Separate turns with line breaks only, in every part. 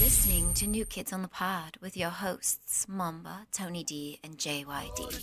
listening to New Kids on the Pod with your hosts, Mamba, Tony D, and JYD.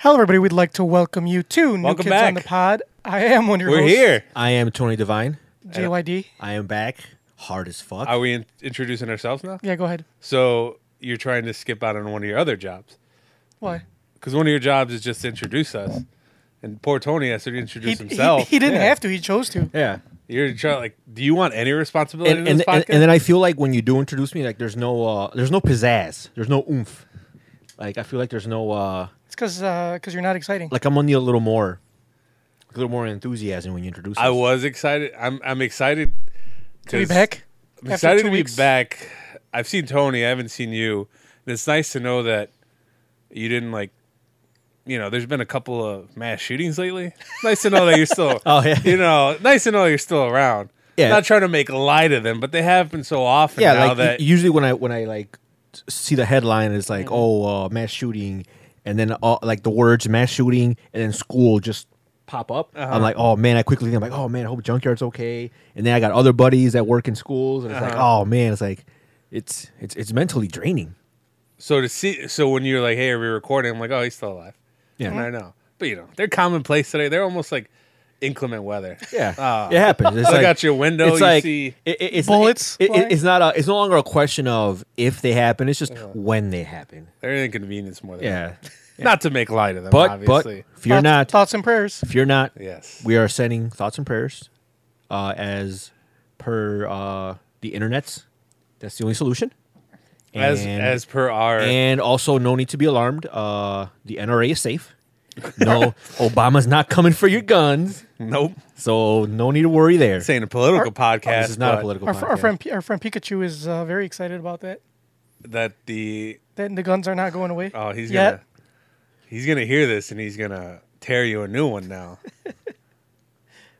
Hello, everybody. We'd like to welcome you to New
Welcome
Kids on
back.
the Pod. I am one of your
We're
hosts,
here.
I am Tony Divine.
JYD.
I am back, hard as fuck.
Are we in- introducing ourselves now?
Yeah, go ahead.
So you're trying to skip out on one of your other jobs
Why?
because one of your jobs is just to introduce us, and poor Tony has to
He,
introduce
he-
himself.
he didn't
Yeah.
have to. He chose to.
yeah.
You're trying like, do you want any responsibility
And,
in
and,
this
and,
podcast?
and then I feel like when you do introduce me, like there's no uh, there's no pizzazz, there's no oomph. Like I feel like there's no uh,
It's because because you're not exciting.
like I'm on you a little more, a little more enthusiasm when you introduce.
I
us.
was excited. I'm I'm excited.
to be
'cause
back.
I'm
after
excited
two
to be
weeks.
back. I've seen Tony. I haven't seen you, and it's nice to know that you didn't like. You know, there's been a couple of mass shootings lately. Nice to know that you're still.
Oh, yeah.
You know, nice to know you're still around.
Yeah.
Not trying to make light of them, but they happen so often
Yeah,
now
like
that Mm-hmm.
u- usually when I when I like s- see the headline, it's like oh uh, mass shooting, and then all, like the words mass shooting and then school just pop up.
Uh-huh.
I'm like oh man, I quickly think I'm like oh man, I hope junkyard's okay, and then I got other buddies that work in schools, and it's like
Uh-huh.
oh man, it's like it's it's it's mentally draining.
So to see, so when you're like, "Hey, are we recording?" I'm like, "Oh, he's still alive."
Yeah.
and I know, but you know, they're commonplace today. They're almost like inclement weather.
Yeah,
Ah.
it happens. It's
Look
like,
out your window,
It's
you
like
see
it- it- it's
bullets
It, it-
flying.
it's not. A, it's no longer a question of if they happen. It's just
Uh-huh.
when they happen.
they're an inconvenience more than
Yeah,
not to make light of them,
but
obviously.
but if you're
Thoughts-
not
Thoughts and prayers.
Oh
If you're not,
Yes.
we are sending thoughts and prayers, uh, as per uh, the internet's. That's the only solution.
as as per our
and also no need to be alarmed. Uh, the NRA is safe. No, Obama's not coming for your guns,
nope,
so no need to worry there.
saying a political
oh,
podcast.
This is not a
but
political.
Our, fr- our
podcast.
friend P- our friend Pikachu is uh, very excited about that.
That the
That the guns are not going away.
oh, he's
yet.
gonna he's gonna hear this and he's gonna tear you a new one now.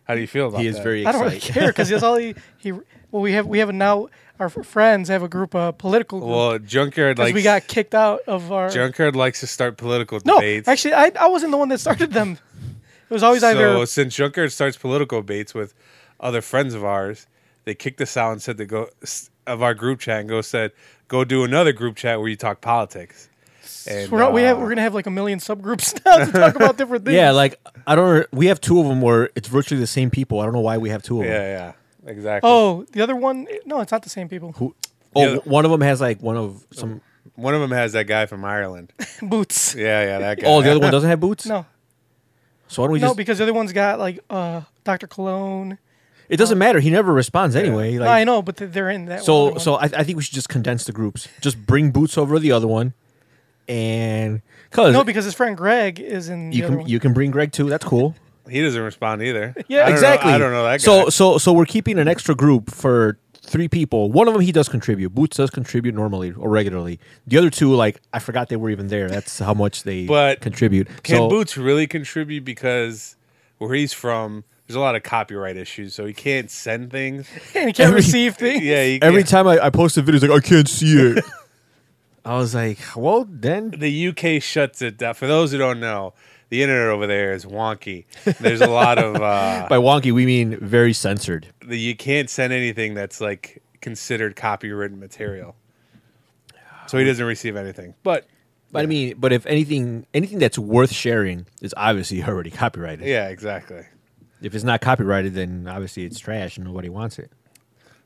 How do you feel about
He is
that?
very
I don't really
excited.
care because that's all he, he. Well, we have we have now our f- friends have a group uh, political group
well. Junkyard
'cause
likes
we got kicked out of our.
Junkyard likes to start political
no,
debates.
actually, I I wasn't the one that started them. It was always
So
either
since Junker starts political debates with other friends of ours, they kicked us out and said to go s- of our group chat and go said go do another group chat where you talk politics. And,
we're, not- we have,
uh,
we're gonna have like a million subgroups now to talk about different things.
Yeah, like I don't. We have two of them where it's virtually the same people. I don't know why we have two of them.
yeah, yeah, exactly.
oh, the other one. No, it's not the same people.
Who, oh,
Yeah.
one of them has like one of some.
One of them has that guy from Ireland.
Boots.
Yeah, yeah, that guy.
Oh, the other one doesn't have boots.
No,
So why don't we
no,
just?
because the other one's got like uh Dr. Cologne.
It
Oh.
doesn't matter. He never responds anyway. Like,
No, I know, but th- they're in that. other
So,
one.
so I, I think we should just condense the groups. Just bring Boots over to the other one, and because
no, because his friend Greg is in the
you
other
can
one.
you can bring Greg too. That's cool.
He doesn't respond either.
Yeah,
I don't know-
exactly.
I don't know that guy.
So, so, so we're keeping an extra group for three people. One of them he does contribute. Boots does contribute normally or regularly. The other two, like I forgot they were even there. That's how much they
But
contribute.
Can
so,
Boots really contribute because where he's from, there's a lot of copyright issues, so he can't send things.
and he can't
every-
receive things.
Yeah, he,
every
yeah.
time I, I post a video, he's like I can't see it. I was like, well, then
the UK shuts it down. For those who don't know, the internet over there is wonky. There's a lot of uh,
by wonky we mean very censored.
the, you can't send anything that's like considered copywritten material. So he doesn't receive anything. But
But I mean, but if anything, anything that's worth sharing is obviously already copyrighted.
yeah, exactly.
If it's not copyrighted, then obviously it's trash and nobody wants it.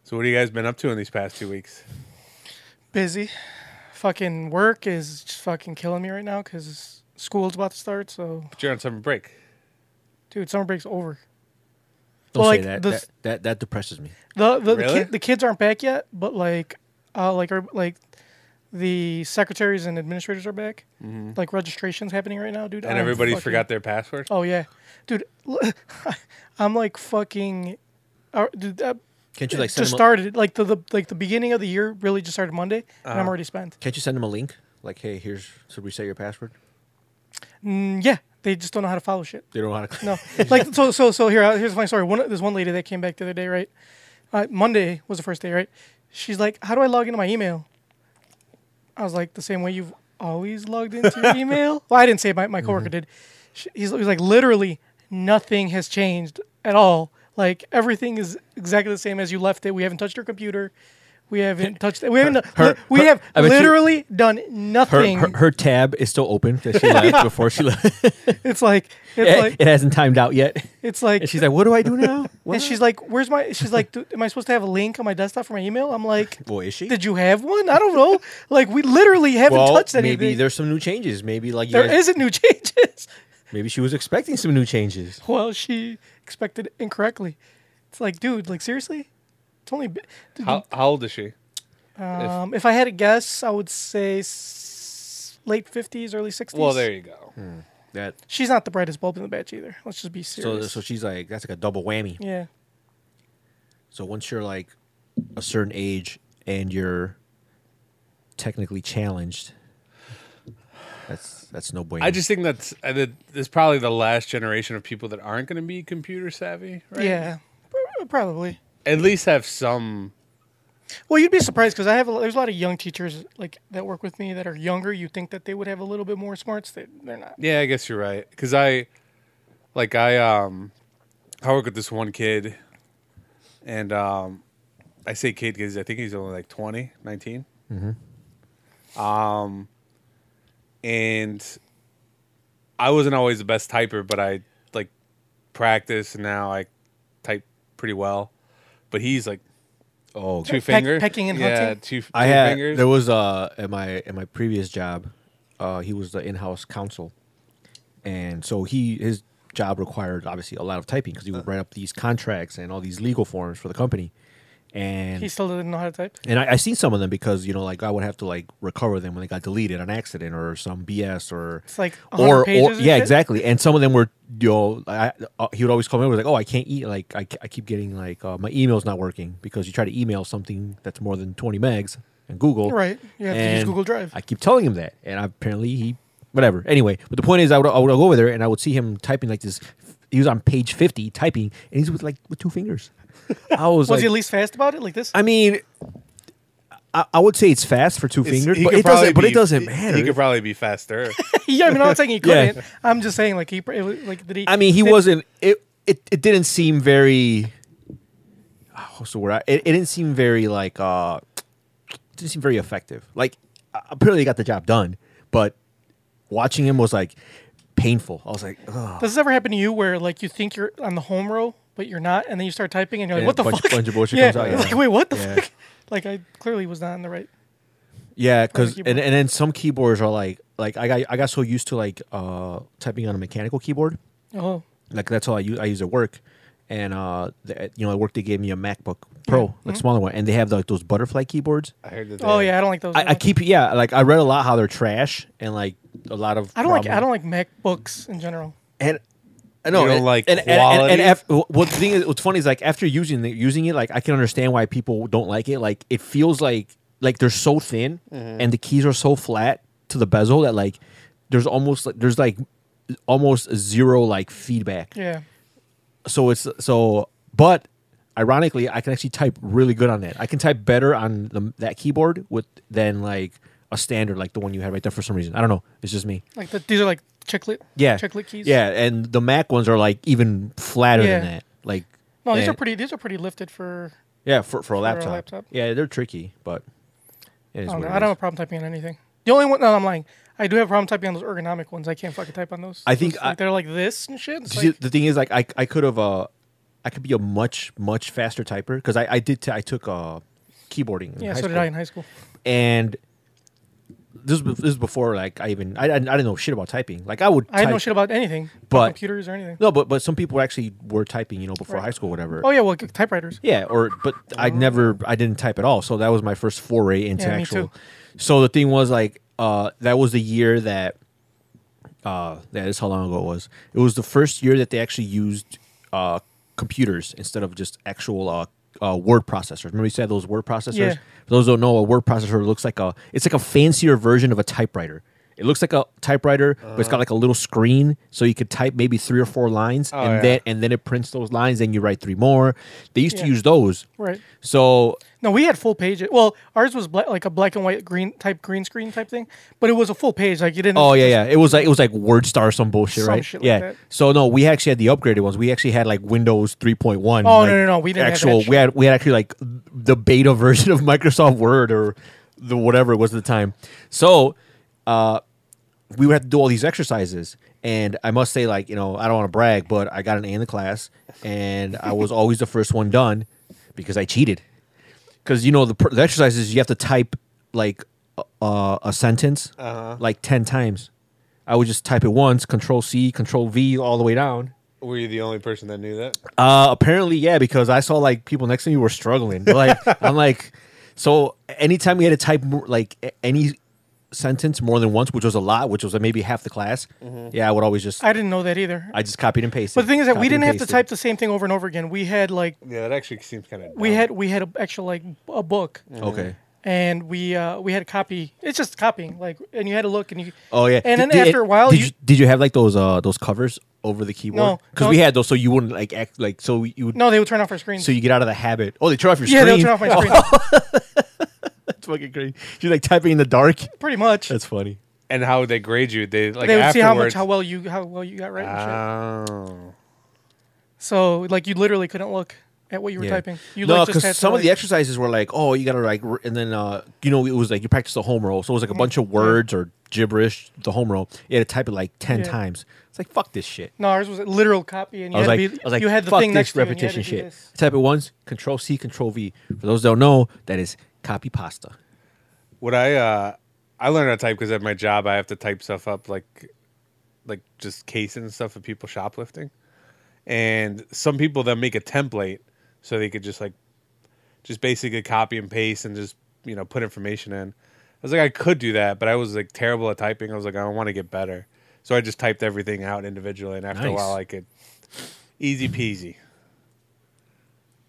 So what have you guys been up to in these past two weeks?
Busy. Fucking work is just fucking killing me right now because school's about to start. So,
But you're on summer break.
dude, summer break's over.
Don't
Well, like,
say that.
this-
that. That that depresses me.
The the, the,
Really?
kid, the kids aren't back yet, but like, uh, like are like the secretaries and administrators are back. Like registrations happening right now, dude.
Mm-hmm. And
I'm
everybody
fucking-
forgot their password.
Oh yeah, dude. I'm like fucking. Uh, dude, uh,
Can't you like send
just
them?
started like the, the like the beginning of the year really just started Monday,
Uh-huh.
and I'm already spent.
A, can't you send them a link? Like, hey, here's to reset your password.
Mm, yeah, they just don't know how to follow shit.
They don't know how to.
No, like so so so here uh, here's my story. One there's one lady that came back the other day, right? Uh, Monday was the first day, right? She's like, "How do I log into my email?" I was like, "The same way you've always logged into your email." Well, I didn't say it, my my coworker
Mm-hmm.
did. She, he's, he was like, "Literally nothing has changed at all. Like everything is exactly the same as you left it. We haven't touched your computer." We haven't touched. We haven't.
her-
we
her-
have
I bet you-
literally done
Her,
nothing.
her her tab is still open that she left before she left.
it's like it's
it,
like
it hasn't timed out yet.
it's like
And she's like, "What do I do now?" What?
And she's like, "Where's my?" She's like, "Do- "Am I supposed to have a link on my desktop for my email?" I'm like,
Boy, is she?
Did you have one? I don't know. like, we literally haven't
well,
touched anything.
maybe there's some new changes. Maybe like you
there
guys-
isn't new changes.
Maybe she was expecting some new changes.
well, she expected it incorrectly. It's like, dude, like seriously, it's only. b- Dude,
How, how old is she?
um, if I had a guess, I would say s- late fifties, early sixties.
Well, there you go.
That
She's not the brightest bulb in the batch either. Let's just be
so
serious.
so she's like that's like a double whammy.
yeah.
So once you're like a certain age and you're technically challenged, that's that's no bueno.
I just think that's uh, that is probably the last generation of people that aren't going to be computer savvy, right?
Yeah. Pr- Probably.
At least have some.
Well, you'd be surprised because I have a, there's a lot of young teachers like that work with me that are younger. You think that they would have a little bit more smarts, they, they're not.
Yeah, I guess you're right. Because I, like, I um, I work with this one kid, and um, I say kid because I think he's only like 20, 19. Mm-hmm.
Mm-hmm.
Um, and I wasn't always the best typer, but I like practice, and now I type pretty well. But he's like
oh,
two
Peck-
fingers,
pecking and
yeah,
hunting?
two, two
I had
fingers.
there was uh at my at my previous job, uh he was the in-house counsel, and so he his job required obviously a lot of typing because he
Uh.
would write up these contracts and all these legal forms for the company, and
He still didn't know how to type.
and I, I seen some of them because you know like I would have to like recover them when they got deleted on accident or some BS or
It's like 100
or,
pages
or
and
yeah
shit?
exactly and some of them were you know I, uh, he would always call me over like oh I can't eat like I, I keep getting like uh, my email's not working because you try to email something that's more than twenty megs and Google
Right. You have to use
And
Google Drive.
I keep telling him that and apparently he whatever anyway but the point is I would I would go over there and I would see him typing like this he was on page fifty typing and he's with like with two fingers I was,
Was
like,
he at least fast about it like this?
I mean, I, I would say it's fast for two fingers,
he
but
could
it doesn't.
probably
but it
be-
doesn't
he-
matter.
He could probably be faster.
yeah, I mean, I'm not saying he
Yeah.
couldn't. I'm just saying, like, he, pr- it was, like, did he?
I mean, he
did-
wasn't. It it it didn't seem very. oh, What's the word? I- It, it didn't seem very like. uh it Didn't seem very effective. Like uh, apparently, he got the job done, but watching him was like painful. I was like, oh.
Does this ever happen to you where, like, you think you're on the home row, but you're not, and then you start typing and you're like,
And
what the
bunch-
fuck?
bunch of bullshit
yeah.
comes out,
It's
yeah.
like, wait, what the
Yeah.
fuck? Like, I clearly was not in the right.
Yeah, because and,
keyboard.
and then some keyboards are like like I got I got so used to like uh typing on a mechanical keyboard.
Oh,
like that's all I use. I use at work, and uh, the, you know, at work they gave me a MacBook Pro, like smaller one, and they have like those butterfly keyboards.
I heard that.
oh
they-
yeah. I don't like those.
I, I keep yeah, like I read a lot how they're trash and like a lot of
I don't like.
problem-
I don't like MacBooks in general.
and. I know,
You don't
and-
like
and, and, and, and,
quality?
af- well, the thing is, what's funny is like after using the, using it, like I can understand why people don't like it. Like it feels like like they're so thin,
Mm-hmm.
and the keys are so flat to the bezel that like there's almost like there's like almost zero like feedback
Yeah.
so it's so but ironically i can actually type really good on that i can type better on the, that keyboard with than like a standard like the one you had right there for some reason i don't know it's just me
Like the, these are like chiclet.
yeah
Chiclet keys.
yeah and the mac ones are like even flatter than
Yeah.
that like
No, these
and-
are pretty. These are pretty lifted for.
yeah for, for a laptop.
laptop.
yeah they're tricky but it is
I don't,
what
know.
it
I don't
is.
have a problem typing on anything. The only one, no, I'm lying. I do have a problem typing on those ergonomic ones. I can't fucking type on those.
I think
Those-
I-
like, they're like this and shit. It's
See,
like,
the thing is, like, I, I could have, uh, I could be a much, much faster typer because I, I did, t- I took, uh, keyboarding. in
yeah,
high
so did
school.
I in high school.
and this was- this was before like I even I, I, I didn't know shit about typing. Like I would
I didn't know
type-
shit about anything, about
but-
computers or anything.
No, but but some people actually were typing, you know, before
Right.
high school, or whatever.
Oh yeah, well, typewriters.
Yeah, or but I never I didn't type at all. So that was my first foray into
Yeah, me
actual.
too.
So the thing was like uh that was the year that uh that is how long ago it was. It was the first year that they actually used uh computers instead of just actual uh, uh word processors. Remember you said those word processors?
Yeah.
For those who don't know, a word processor looks like a it's like a fancier version of a typewriter. It looks like a typewriter, but it's got like a little screen, so you could type maybe three or four lines, and
yeah.
then and then it prints those lines, and you write three more. They used
Yeah.
to use those,
Right.
so
No, we had full page. Well, ours was black, like a black and white green type green screen type thing, but it was a full page. Like you didn't.
Oh yeah, yeah. It was like it was like WordStar or some bullshit,
Some
right?
shit like
yeah.
that.
So no, we actually had the upgraded ones. We actually had like Windows 3.1.
Oh, no,
like,
no, no, we didn't have that
Actual.
shit.
we had we had actually like the beta version of Microsoft Word or the whatever it was at the time. So uh, we would have to do all these exercises. And I must say, like, you know, I don't want to brag, but I got an A in the class and I was always the first one done because I cheated. Because, you know, the, pr- the exercises, you have to type like uh, a sentence like 10 times. I would just type it once, control C, control V, all the way down.
Were you the only person that knew that?
Uh, apparently, yeah, because I saw like people next to me were struggling. Like, I'm like, so anytime we had to type more- like a- any sentence more than once, which was a lot, which was uh, maybe half the class, yeah, I would always just,
Mm-hmm.
I,
I didn't know that either.
just copied and pasted.
but the thing is that we
copied and
didn't have to
pasted.
type the same thing over and over again. We had like
Yeah, that actually seems kind of.
we had we had a, actual like a book.
Okay.
And we uh, we had a copy. It's just copying, like, and you had to look, and you.
Oh yeah.
And then
Did- did-
after a while,
did
you,
you, did you have like those uh those covers over the keyboard?
No,
because
no.
we had those, so you wouldn't like act like so you would.
no, they would turn off our screens.
So you get out of the habit. Oh, they turn off your
yeah, they
screen.
would turn off my
Oh,
screen,
that's fucking great. You're like typing in the dark.
pretty much.
That's funny.
And how would they grade you? They like
they would see how
afterwards.
much how well you how well you got right. and shit.
Ah.
Oh.
So like you literally couldn't look at what you were typing. You
no,
like, just
because
had to,
some of
like-
the exercises were like, oh, you gotta like, r- and then uh, you know, it was like you practice the home roll, so it was like a bunch of words or gibberish. The home roll, you had to type it like ten
Yeah.
times. It's like fuck this shit.
No, ours was a literal copy, and you
I was
had
like,
to be,
I was like,
you had the
fuck
thing
this
next to you, and you had
repetition
to do
shit.
this.
Type it once, Control C, Control V. For those who don't know, that is copy pasta.
What I uh, I learned how to type because at my job I have to type stuff up like, like just cases and stuff of people shoplifting, and some people that make a template so they could just like, just basically copy and paste and just you know put information in. I was like I could do that, but I was like terrible at typing. I was like I want to get better, so I just typed everything out individually, and after a
Nice.
while I could, easy peasy.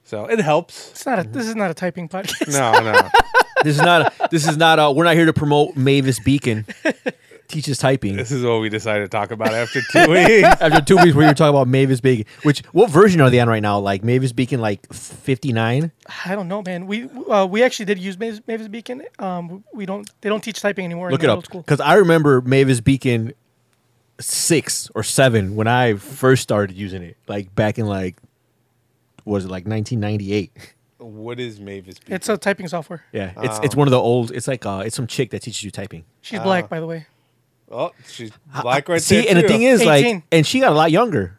So it helps.
It's not
Mm-hmm.
a, this is not a typing podcast.
No, no.
This is not. A, this is not. A, we're not here to promote Mavis Beacon. Teaches typing.
This is what we decided to talk about after two weeks.
After two weeks, we were talking about Mavis Beacon. Which what version are they on right now? Like Mavis Beacon, like fifty nine.
I don't know, man. We uh, we actually did use Mavis, Mavis Beacon. Um, we don't they don't teach typing anymore
Look
in
it
middle
up
school.
because I remember Mavis Beacon six or seven when I first started using it. Like back in like was it like nineteen ninety eight.
What is Mavis? Beacon?
It's a typing software.
Yeah, it's
Oh.
it's one of the old. It's like uh, it's some chick that teaches you typing.
She's black, by the way.
oh, she's black right
See,
there.
and the
too.
thing is,
18.
like, and she got a lot younger.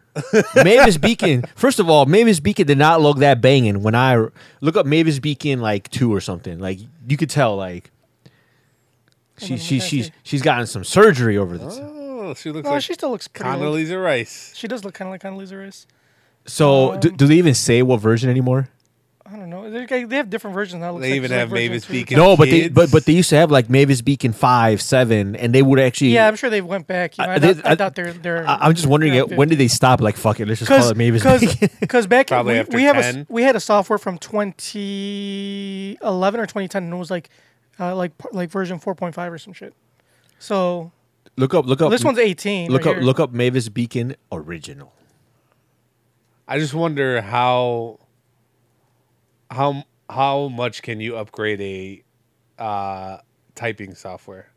Mavis Beacon. First of all, Mavis Beacon did not look that banging when I look up Mavis Beacon like two or something. Like you could tell, like she
on,
she
let me
she's
see.
she's gotten some surgery over this.
oh, she looks
No,
like
she still looks pretty. old.
Condoleezza Rice.
She does look kind of like Condoleezza Rice.
So do,
Um,
do they even say what version anymore?
I don't know. They they have different versions now. It looks
They
like
even
there's, like,
have
version
Mavis
two.
Beacon.
No, but they
kids.
but but they used to have like Mavis Beacon five seven, and they would actually.
Yeah, I'm sure they went back. You know, I,
I- they-
doubt, I,
I-
doubt they're they're.
I, am just wondering
they're
uh, when did they stop? Like fuck it, let's just call
Because
it Mavis Beacon.
because back
Probably
we,
after
we have a s-
10.
we had a software from 2011 or 2010 and it was like uh, like like version 4.5 or some shit. So
look up, look up.
this one's 18.
look
right
up,
here.
look up Mavis Beacon original.
I just wonder how how how much can you upgrade a uh, typing software?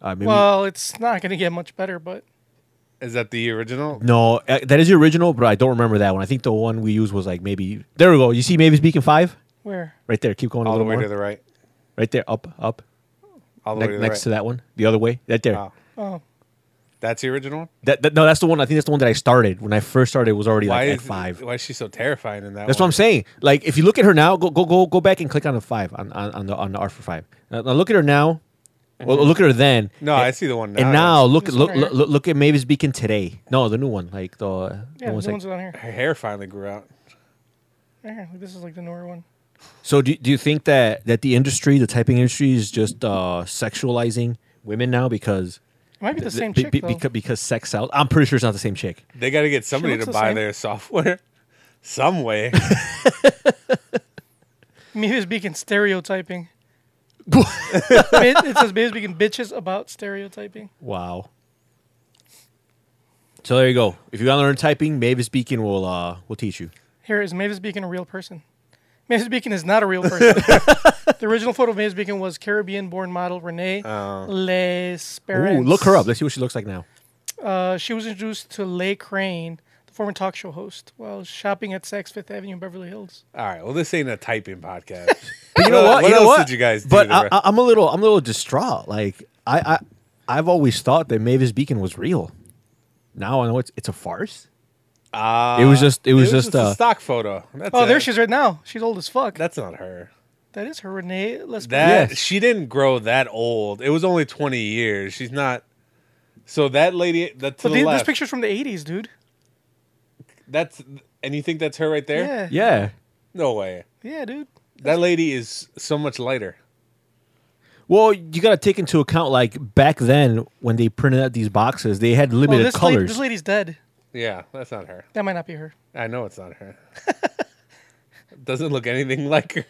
Uh, maybe,
Well, it's not going to get much better, but
Is that the original?
no, uh, that is the original, but I don't remember that one. I think the one we used was like maybe there we go. You see Mavis Beacon five
where?
right there. Keep going a
All the
little
way
more.
to the right.
right there, up, up,
All the
ne-
way to the
next
right.
to that one, the other way, right there.
Oh.
Oh,
That's the original. one?
That, that no, that's the one. I think that's the one that I started when I first started. It was already
Why
like at
is
five.
Why is she so terrifying in that?
That's what
one?
I'm saying. Like if you look at her now, go go go go back and click on the five on on, on the on the R for five. Now, now look at her now. Well, look at her then.
Mm-hmm. No,
and,
I see the one now.
And now look
This
look,
one right
look look look at Mavis Beacon today. No, the new one, like the, the
yeah, the
one's
new
like-
one's down here.
her hair finally grew out.
Right here. This is like the newer one.
So do do you think that that the industry, the typing industry, is just uh, sexualizing women now because
It might be the
th-
same
be-
chick
be-
though.
because because sex sells? I'm pretty sure it's not the same chick.
They got to get somebody
looks
to
the
buy
same.
their software some way.
Mavis Beacon stereotyping. It, it says basically speaking bitches about stereotyping.
Wow. So there you go. If you want to learn typing, Mavis Beacon will uh will teach you.
Here is Mavis Beacon a real person? Mavis Beacon is not a real person. the original photo of Mavis Beacon was Caribbean-born model Renee Lesperance.
Ooh, look her up. Let's see what she looks like now.
Uh, she was introduced to Leigh Crane, the former talk show host, while shopping at Saks Fifth Avenue in Beverly Hills.
All right. Well, this ain't a typing podcast.
But you know what? you know
else
what?
did you guys do?
But
to
I,
re-
I- I'm a little I'm a little distraught. Like I, I I've always thought that Mavis Beacon was real. Now I know it's it's a farce.
Ah,
It was just it was, just,
a
uh,
stock photo. That's
Oh, there
it.
she is right now. She's old as fuck.
That's not her.
that is her Renee Lesperance.
That
Yes.
she didn't grow that old. It was only twenty years. She's not. So that lady, that
but
to the
the- this
left,
Oh, picture's from the 80s, dude.
that's and you think that's her right there?
Yeah.
yeah.
No way.
Yeah, dude.
That lady is so much lighter.
Well, you got to take into account like back then when they printed out these boxes, they had
Oh,
limited
this, lady,
colors.
this lady's dead.
Yeah, that's not her.
That might not be her.
I know it's not her. Doesn't look anything like her.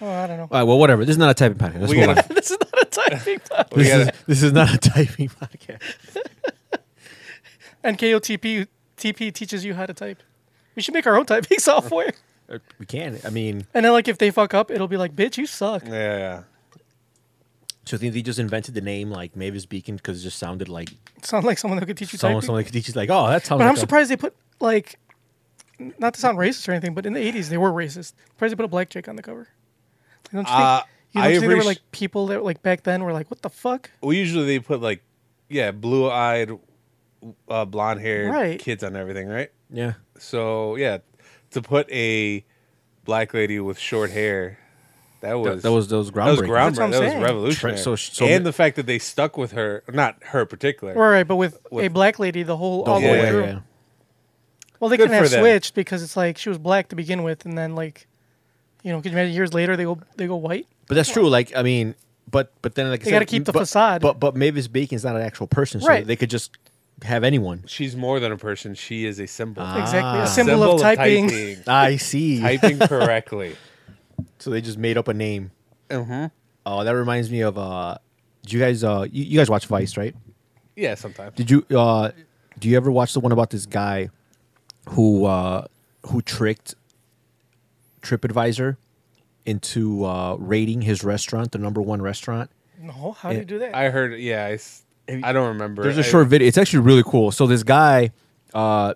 Oh, I don't know.
All right, well, whatever. This is not a typing podcast. Let's
We
move
gotta-
on.
this is not a typing podcast.
We
This is,
gotta-
this is not a typing podcast.
And KOTP TP teaches you how to type. We should make our own typing software.
Uh, We can. I mean,
And then, like, if they fuck up, it'll be like, bitch, you suck.
Yeah.
so I think they just invented the name like Mavis Beacon because it just sounded like
Sound like someone who could teach you
someone,
typing.
someone like teaches like, oh, that sounds.
But
like
I'm
a-
surprised they put like, n- not to sound racist or anything, but in the '80s they were racist. Surprised they put a black chick on the cover. Like, don't you think,
Uh,
you
I
don't you think there were
appreci-
like people that like back then were like, what the fuck?
Well, usually they put like, yeah, blue-eyed, uh, blonde-haired
Right.
kids on everything, right?
Yeah.
So yeah, to put a black lady with short hair, that was
that was- that was
That was groundbreaking.
groundbreaking.
That's what I'm
That was
saying.
revolutionary.
So- so-
and the fact that they stuck with her, not her particular.
All right, but with, a
With-
black lady, the whole all
whole
the way
way,
through.
yeah.
Well, they
Good
couldn't have
for them.
switched because it's like she was black to begin with, and then like, you know, could you imagine years later they go they go white?
But that's true. Like, I mean, but but then like I
They gotta
said,
keep the
but-
facade.
But but Mavis Beacon's not an actual person, so
Right.
they could just have anyone.
She's more than a person. She is a symbol.
Exactly,
Ah.
a symbol, of typing.
typing,
I see.
Typing correctly.
So they just made up a name.
Mm-hmm.
Oh, that reminds me of uh, do you guys uh, you, you guys watch Vice, right?
Yeah, sometimes.
Did you uh, do you ever watch the one about this guy who uh, who tricked TripAdvisor into uh, rating his restaurant the number one restaurant?
No, how do you do that?
I heard. Yeah, I, s- I don't remember.
There's a
I-
short video. It's actually really cool. So this guy uh,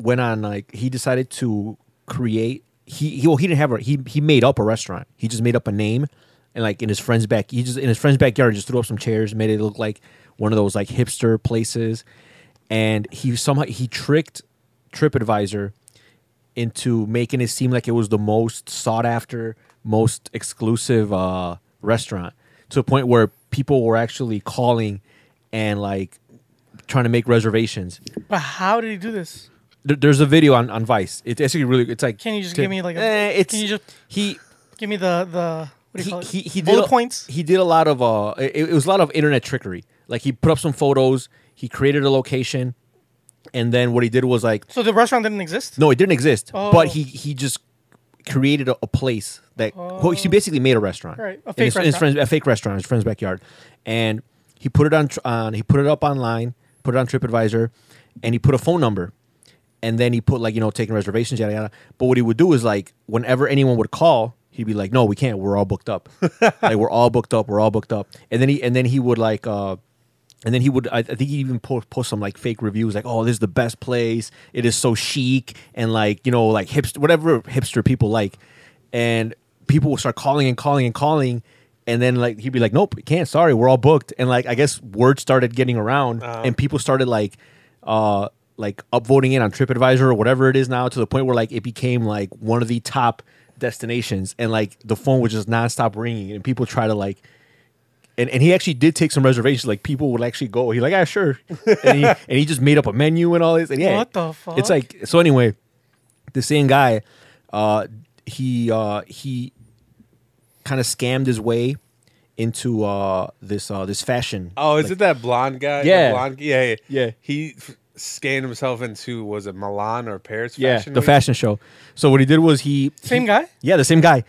went on like he decided to create. He, he well he didn't have a he he made up a restaurant. He just made up a name, and like in his friend's back, he just in his friend's backyard just threw up some chairs, made it look like one of those like hipster places, and he somehow he tricked TripAdvisor into making it seem like it was the most sought after, most exclusive uh, restaurant to a point where people were actually calling and like trying to make reservations.
but how did he do this?
There, there's a video on, on Vice. It's actually really. It's like.
Can you just give me, like, a-
Eh, it's
can you just-
he.
Give me the the what do you
He,
call it?
he, he did
bullet
a-
points.
He did a lot of uh, it, it was a lot of internet trickery. Like he put up some photos, he created a location, and then what he did was like
So the restaurant didn't exist.
No, it didn't exist.
Oh.
But he he just created a, a place that well, he basically made a restaurant,
Oh. Right, a
In
fake
his, in his
restaurant.
friend's, a fake restaurant, in his friend's backyard, and he put it on tr- on he put it up online, put it on TripAdvisor, and he put a phone number, and then he put like you know taking reservations yada yada. But what he would do is like whenever anyone would call. He'd be like, "No, we can't. We're all booked up. like we're all booked up. We're all booked up." And then he and then he would like uh, and then he would, I, I think he even post, post some like fake reviews, like, "Oh, this is the best place. It is so chic and like you know like hipster, whatever hipster people like." And people will start calling and calling and calling, and then like he'd be like, "Nope, we can't. Sorry, we're all booked." And like I guess word started getting around, and people started like, uh, like upvoting it on TripAdvisor or whatever it is now, to the point where like it became like one of the top destinations, and like the phone would just nonstop ringing, and people try to like and, and he actually did take some reservations. Like people would actually go. He's like, ah, sure. And he, and he just made up a menu and all this. And yeah,
What the fuck?
It's like so. Anyway, the same guy, uh, he uh, he kind of scammed his way into uh, this uh, this fashion.
Oh, is it that blonde guy? The
Yeah.
blonde, yeah, yeah,
Yeah.
He f- scanned himself into was it Milan or Paris?
yeah,
fashion
the
Week?
fashion show. So what he did was he
Same
he-
guy?
Yeah, the same guy.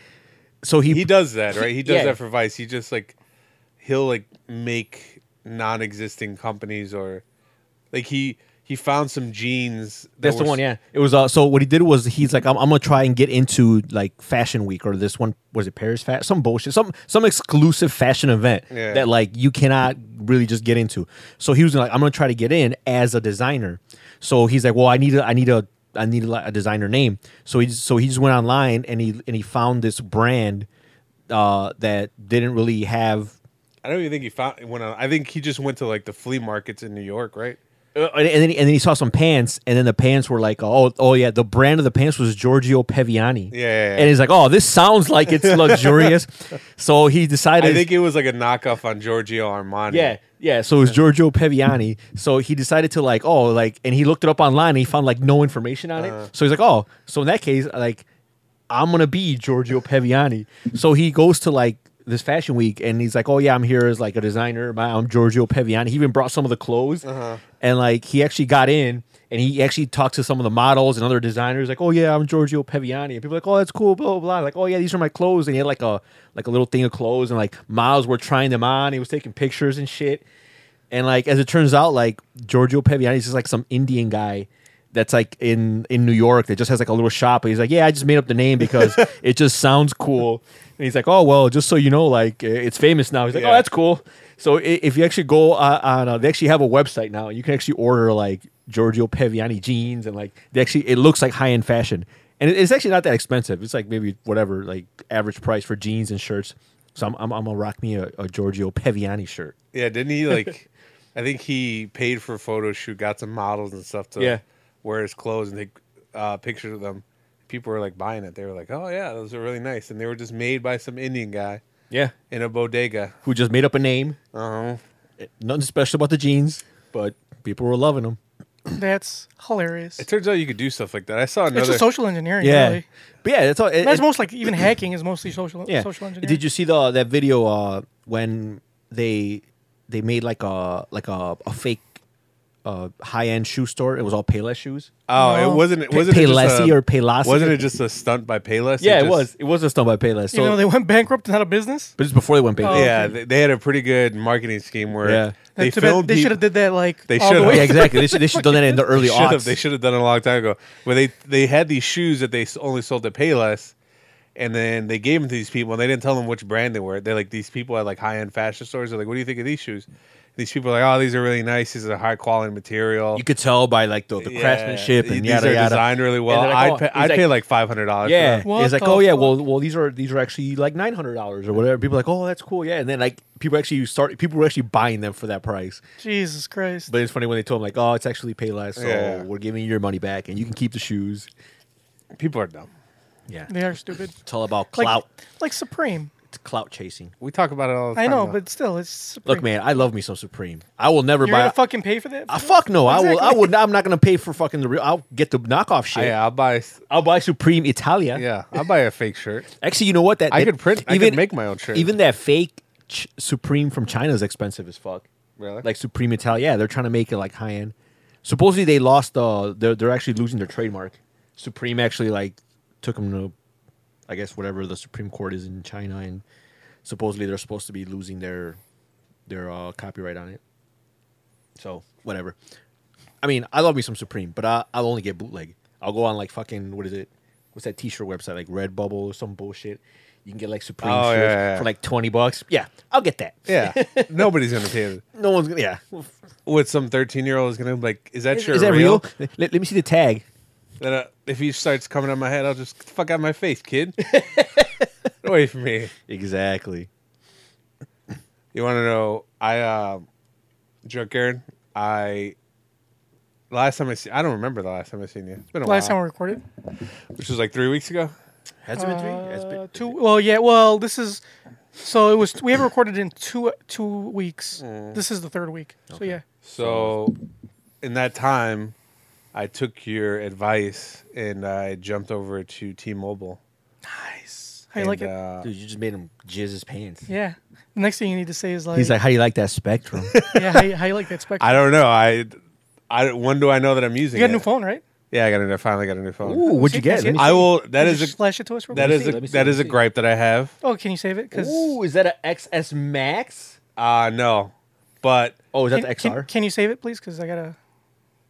So he,
he does that, right? He does
Yeah.
that for Vice. He just like he'll like make non-existing companies or like he he found some genes. that
That's
were
the one,
s-
yeah. It was uh, so what he did was he's like, I'm, I'm gonna try and get into like Fashion Week or this one was it Paris Fashion, some bullshit, some some exclusive fashion event
Yeah.
that like you cannot really just get into. So he was like, I'm gonna try to get in as a designer. So he's like, well, I need a, I need a, I need a, a designer name. So he just, so he just went online and he and he found this brand uh, that didn't really have
I don't even think he found. Went on, I think he just went to like the flea markets in New York, right?
Uh, and, and then and then he saw some pants, and then the pants were like, oh, oh yeah, the brand of the pants was Giorgio Peviani.
Yeah, yeah, yeah.
and he's like, oh, this sounds like it's luxurious. so he decided.
I think it was like a knockoff on Giorgio Armani.
yeah, yeah. So it was Giorgio Peviani. So he decided to like, oh, like, and he looked it up online. and He found like no information on
Uh-huh.
it. So he's like, oh, so in that case, like, I'm gonna be Giorgio Peviani. so he goes to like this fashion week, and he's like, oh yeah, I'm here as like a designer. My, I'm Giorgio Peviani. He even brought some of the clothes, and like he actually got in. And he actually talked to some of the models and other designers, like, "Oh yeah, I'm Giorgio Peviani," and people are like, "Oh, that's cool," blah blah blah. Like, "Oh yeah, these are my clothes," and he had like a like a little thing of clothes, and like models were trying them on. He was taking pictures and shit. And like as it turns out, like Giorgio Peviani is just like some Indian guy that's like in in New York that just has like a little shop. And he's like, yeah, I just made up the name because it just sounds cool. And he's like, oh well, just so you know, like eh, it's famous now. He's like, oh
Yeah.
that's cool. So i- if you actually go uh, on, uh, they actually have a website now. You can actually order like Giorgio Peviani jeans and like they actually it looks like high end fashion. And it- it's actually not that expensive. It's like maybe whatever, like average price for jeans and shirts. So I'm, I'm, I'm gonna rock me a, a Giorgio Peviani shirt.
yeah. Didn't he like? I think he paid for a photo shoot, got some models and stuff to
Yeah.
wear his clothes and take uh, pictures of them. People were like buying it. They were like, "Oh yeah, those are really nice," and they were just made by some Indian guy
Yeah,
in a bodega.
who just made up a name. Eh,
Uh-huh.
Nothing special about the jeans, but people were loving them.
That's hilarious.
It
It's,
turns out you could do stuff like that. I saw another.
just social engineering.
Yeah,
Really.
but yeah, that's all. It,
That's
it-
most like even hacking is mostly social
yeah.
social engineering.
Did you see the that video uh, when they they made like a like a, a fake uh, high end shoe store? It was all Payless shoes.
oh,
No.
it wasn't. It
Pe-
wasn't it just
Paylessi
a-
or Paylossi?
Wasn't it just a stunt by Payless?
Yeah, it,
just-
was. It was a stunt by Payless. So,
you know they went bankrupt and out of business.
but it's before they went Payless.
Oh.
Yeah, they, they had a pretty good marketing scheme where
Yeah.
they
Too bad
filmed.
they
peop-
should have did that like
They
all the
should've.
way
Yeah, exactly. They should they should done that in the early
They should have.
aughts.
They should have done it a long time ago. Where they they had these shoes that they s- only sold to Payless, and then they gave them to these people, and they didn't tell them which brand they were. They're like these people at like high end fashion stores. They're like, "What do you think of these shoes?" These people are like, "Oh, these are really nice. These are high quality material."
You could tell by like the, the
Yeah.
craftsmanship and
these
yada
are
yada.
designed really
And
well.
they're like,
I'd,
oh,
pay,
he's
I'd pay like five hundred dollars.
Yeah,
What
it's like,
the
oh yeah,
fuck?
well, well, these are these are actually like nine hundred dollars or whatever. People are like, oh, that's cool, yeah. And then like people actually start people were actually buying them for that price.
Jesus Christ.
But it's funny when they told them like, oh, it's actually pay less, so
Yeah.
we're giving you your money back and you can keep the shoes.
people are dumb.
Yeah,
they are stupid.
it's all about
Like
clout,
like Supreme.
it's clout chasing.
We talk about it all. the
I
time,
know,
though.
but still it's Supreme.
Look, man, I love me some Supreme. I will never
You're
buy.
gonna fucking pay for that?
I fuck no. I will. I
Exactly.
would. I'm not gonna pay for fucking the real. I'll get the knockoff shit.
yeah, I'll buy. s-
I'll buy Supreme Italia.
Yeah, I'll buy a fake shirt.
Actually, you know what? That
I
that-
could print. I could make my own shirt.
Even that fake ch- Supreme from China is expensive as fuck.
Really?
Like Supreme Italia, yeah, they're trying to make it like high end. Supposedly they lost. Uh, they're they're actually losing their trademark. Supreme actually like took them to, I guess whatever the Supreme Court is in China, and supposedly they're supposed to be losing their their uh, copyright on it. So whatever. I mean, I love me some Supreme, but I, I'll only get bootleg. I'll go on like fucking what is it? What's that T-shirt website like Redbubble or some bullshit? You can get like Supreme
Oh,
shirts
yeah, yeah, yeah.
for like twenty bucks. Yeah, I'll get that.
yeah, nobody's gonna pay it.
no one's gonna. Yeah, is,
What some thirteen year old is gonna be like? Is that shirt
is that real?
real?
Let, let me see the tag.
Then uh, if he starts coming on my head, I'll just "Get the fuck out of my face, kid. Get away from me.
Exactly.
You want to know? I uh, drunk Aaron. I last time I see, I don't remember the last time I seen you. It's been a
Last time
while,
we recorded.
which was like three weeks ago.
Has it been three? Has it been-
Uh, two well yeah, well this is so it was we haven't recorded in two two weeks. This is the third week. So yeah.
So in that time, I took your advice and I jumped over to T-Mobile.
How you
and,
like it?
Uh,
Dude, you just made him jizz his pants.
yeah. The next thing you need to say is like,
He's like, "How do you like that Spectrum?"
yeah, how you, how you like that spectrum?
I don't know. I, I when do I know that I'm using?
you got a
it?
new phone, right?
Yeah, I got a new. Finally, got a new phone.
Ooh, what'd you get? Let me
I will. That
Can you
is a,
flash it to us. real
that
quick?
is
Let
a,
me see,
that
let me
is a
see.
gripe that I have.
Oh, can you save it?
see.
Because
Ooh, is that an XS Max?
Uh no, but
Oh, is that
can,
the XR?
Can, can you save it, please? Because I gotta.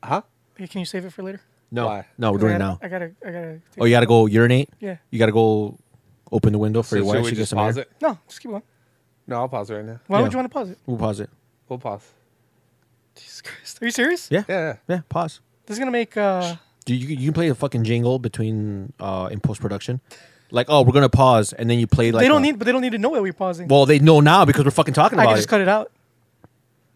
huh?
yeah, Can you save it for later?
no,
Why?
no, we're
'Cause
doing
I
it
gotta-
now.
I gotta. I gotta.
Oh, you gotta go urinate.
Yeah.
You gotta go open the window for
So,
your
should
wife.
we
She gets
just
some air.
pause it?
No, just keep going.
No, I'll pause it right now.
Why
Yeah.
would you want to pause it?
We'll pause it.
We'll pause.
Jesus Christ. Are you serious?
Yeah.
Yeah, yeah.
Yeah. Pause.
This is gonna make. uh
Do you you can play a fucking jingle between uh in post production, like oh we're gonna pause and then you play like
They don't
a-
need, but they don't need to know that we're pausing.
Well, they know now because we're fucking talking
I
about
can just
it.
cut it out.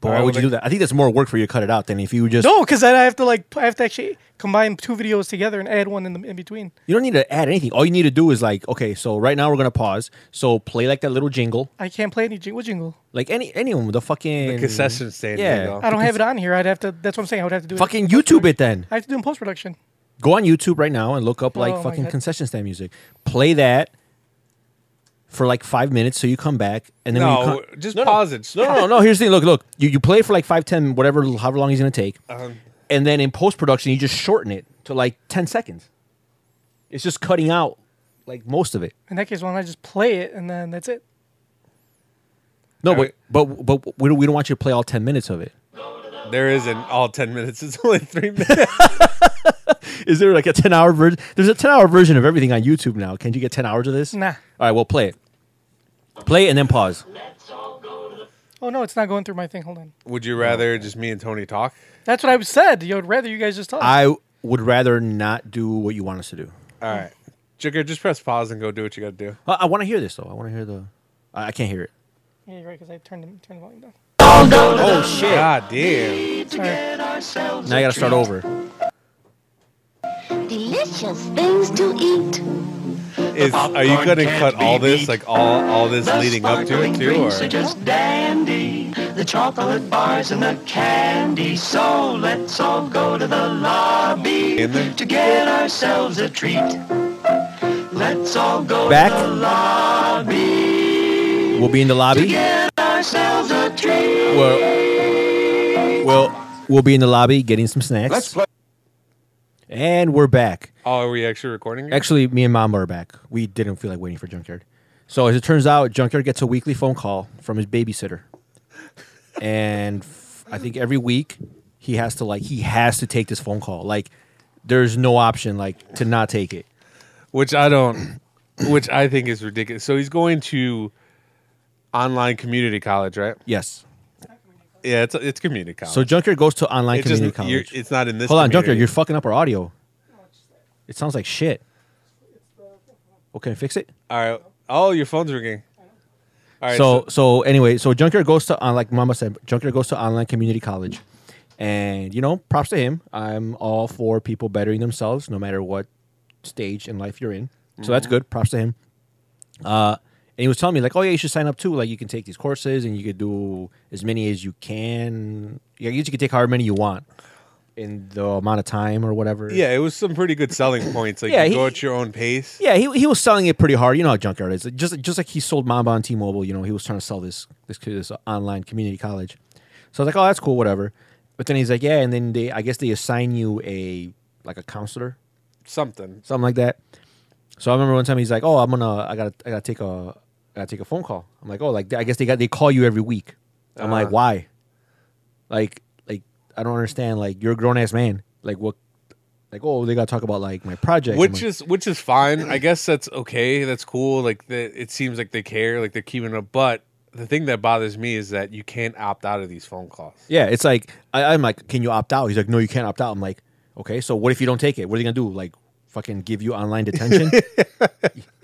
But
All
why
right,
would
well,
you do
then-
that? I think that's more work for you to cut it out than if you just.
No, because then I have to like I have to actually combine two videos together and add one in the in between.
You don't need to add anything. All you need to do is like, okay, so right now we're gonna pause. So play like that little jingle,
I can't play any jingle jingle.
like any anyone the fucking
The concession stand.
Yeah.
Yeah.
I don't have it on here. I'd have to. That's what I'm saying. I would have to do
Fucking
it.
YouTube it then.
I have to do in post production.
Go on YouTube right now and look up like
Oh, my
fucking
God.
concession stand music. Play that for like five minutes, so you come back and then when
No,
you come-
just
No, no.
pause it.
No, no, no. Here's the thing. Look, look. You, you play for like five, ten, whatever, however long he's gonna take,
Uh-huh.
Um,
and then in post production you just shorten it to like ten seconds. It's just cutting out like most of it.
In that case, why don't I just play it and then that's it?
No,
All
but,
right.
but but we don't, we don't want you to play all ten minutes of it.
There isn't all ten minutes. It's only three minutes.
Is there like a ten hour version? There's a ten hour version of everything on YouTube now. Can you get ten hours of this?
Nah.
All right, well play it. Play it and then pause.
Oh no, it's not going through my thing. Hold on.
Would you rather just me and Tony talk?
That's what I said. Yo, I'd rather you guys just talk.
I would rather not do what you want us to do.
All right, Jigger, just press pause and go do what you got to do.
I, want to hear this though. I want to hear the. I, I can't hear it.
yeah, you're right. Because I turned the, turned the volume down.
Oh shit!
God damn.
Sorry.
Now I gotta start over.
Delicious things to eat.
Is are you going to cut all this, like all all this leading up to it too,
are
or
just dandy. The chocolate bars and the candy. So let's all go to the lobby
in there?
to get ourselves a treat. Let's all go to the
Back.
lobby.
We'll be in the lobby.
Get ourselves a treat.
We'll, we'll we'll be in the lobby getting some snacks. Let's play. And we're back.
Oh, are we actually recording? It?
Actually, me and Mama are back. We didn't feel like waiting for Junkyard. So as it turns out, Junkyard gets a weekly phone call from his babysitter, and f- I think every week he has to like he has to take this phone call. Like there's no option like to not take it.
Which I don't. Which I think is ridiculous. So he's going to online community college, right?
Yes.
Yeah, it's it's community college.
So Junkyard goes to online
it's
community
you're-
college.
It's not in this.
Hold on, Junkyard,
community.
you're fucking up our audio. It sounds like shit. Okay, fix it.
All right. Oh, your phone's ringing. All right.
so, so anyway, so Junkyard goes to on like Mama said, Junkyard goes to online community college, and you know, props to him. I'm all for people bettering themselves, no matter what stage in life you're in. So
Mm-hmm.
that's good. Props to him. Uh, and he was telling me like, oh yeah, you should sign up too. Like you can take these courses and you could do as many as you can. Yeah, you can take however many you want in the amount of time or whatever.
yeah, it was some pretty good selling points. Like
Yeah,
you go
he-
at your own pace.
Yeah, he, he was selling it pretty hard. You know how junkyard is. Just just like he sold Mamba on T-Mobile. You know he was trying to sell this this this online community college. So I was like, oh, that's cool, whatever. But then he's like, yeah, and then they I guess they assign you a like a counselor,
Something.
something like that. So I remember one time he's like, oh, I'm gonna I gotta I gotta take a I gotta take a phone call. I'm like, oh, like I guess they got they call you every week. I'm like,
Uh.
why? Like like I don't understand. Like you're a grown ass man. Like what? Like oh, they gotta talk about like my project. I'm
Which
like,
is which is fine. I guess that's okay. That's cool. Like the, it seems like they care. Like they're keeping up. But the thing that bothers me is that you can't opt out of these phone calls.
Yeah, it's like I, I'm like, can you opt out? He's like, no, you can't opt out. I'm like, okay, so what if you don't take it? What are they gonna do? Like, fucking give you online detention?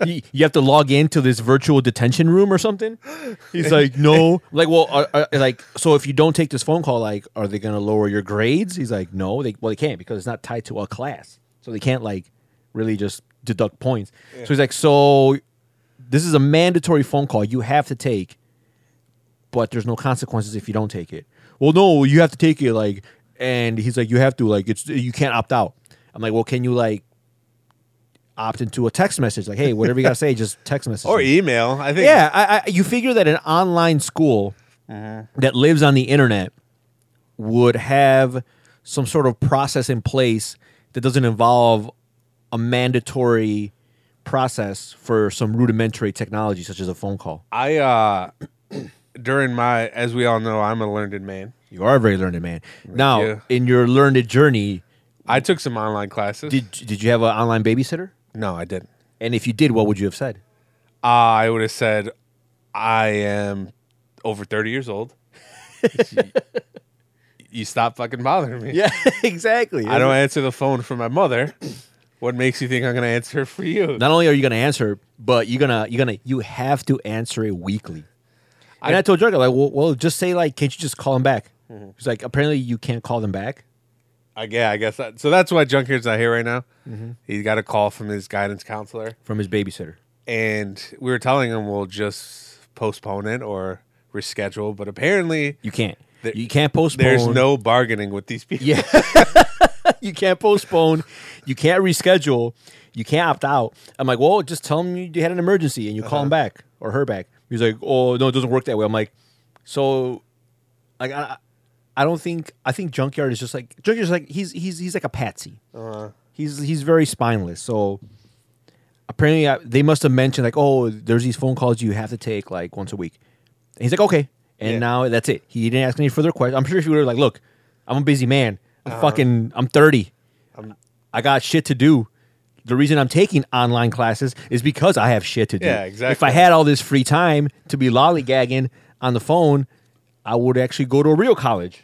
you, you have to log into this virtual detention room or something? He's like, no. Like, well, are, are, like, so if you don't take this phone call, like, are they gonna lower your grades? He's like, no. They well, they can't because it's not tied to a class, so they can't like really just deduct points. So he's like, so this is a mandatory phone call you have to take but there's no consequences if you don't take it. Well, no, you have to take it. Like, and he's like, you have to. Like, it's you can't opt out. I'm like, well, can you like opt into a text message? Like, hey, whatever you gotta say, just text message.
Or
me.
email. I think.
yeah, I, I, you figure that an online school that lives on the internet would have some sort of process in place that doesn't involve a mandatory process for some rudimentary technology such as a phone call.
I uh during my as we all know, I'm a learned man.
You are a very learned man. Now,
you.
in your learned journey,
I took some online classes.
did did you have an online babysitter?
no, I didn't.
And if you did, what would you have said?
I would have said I am over 30 years old. you stop fucking bothering me.
Yeah, exactly.
I don't answer the phone for my mother. What makes you think I'm going to answer for you?
Not only are you gonna answer, but you're gonna you're gonna you have to answer it weekly. And I, told Jordan like, well, well, just say like, can't you just call them back?
Mm-hmm.
He's like, apparently you can't call them back.
I, yeah, I guess that. So that's why Junkyard's not here right now.
Mm-hmm.
He got a call from his guidance counselor,
from his babysitter.
and we were telling him we'll just postpone it or reschedule. But apparently,
You can't.
There-
you can't postpone.
there's no bargaining with these people.
Yeah. you can't postpone. You can't reschedule. You can't opt out. I'm like, well, just tell them you had an emergency and you call him back or her back. He's like, oh no, it doesn't work that way. I'm like, so, like, I, I don't think I think Junkyard is just like Junkyard's like he's he's he's like a patsy. He's he's very spineless. So apparently I, they must have mentioned like, oh, there's these phone calls you have to take like once a week. And he's like, okay, and
Yeah.
now that's it. He didn't ask any further questions. I'm sure if you were like, look, I'm a busy man. I'm
Uh-huh.
fucking. I'm 30. i got shit to do. The reason I'm taking online classes is because I have shit to do.
Yeah,
If I
exactly.
had all this free time to be lollygagging on the phone, I would actually go to a real college.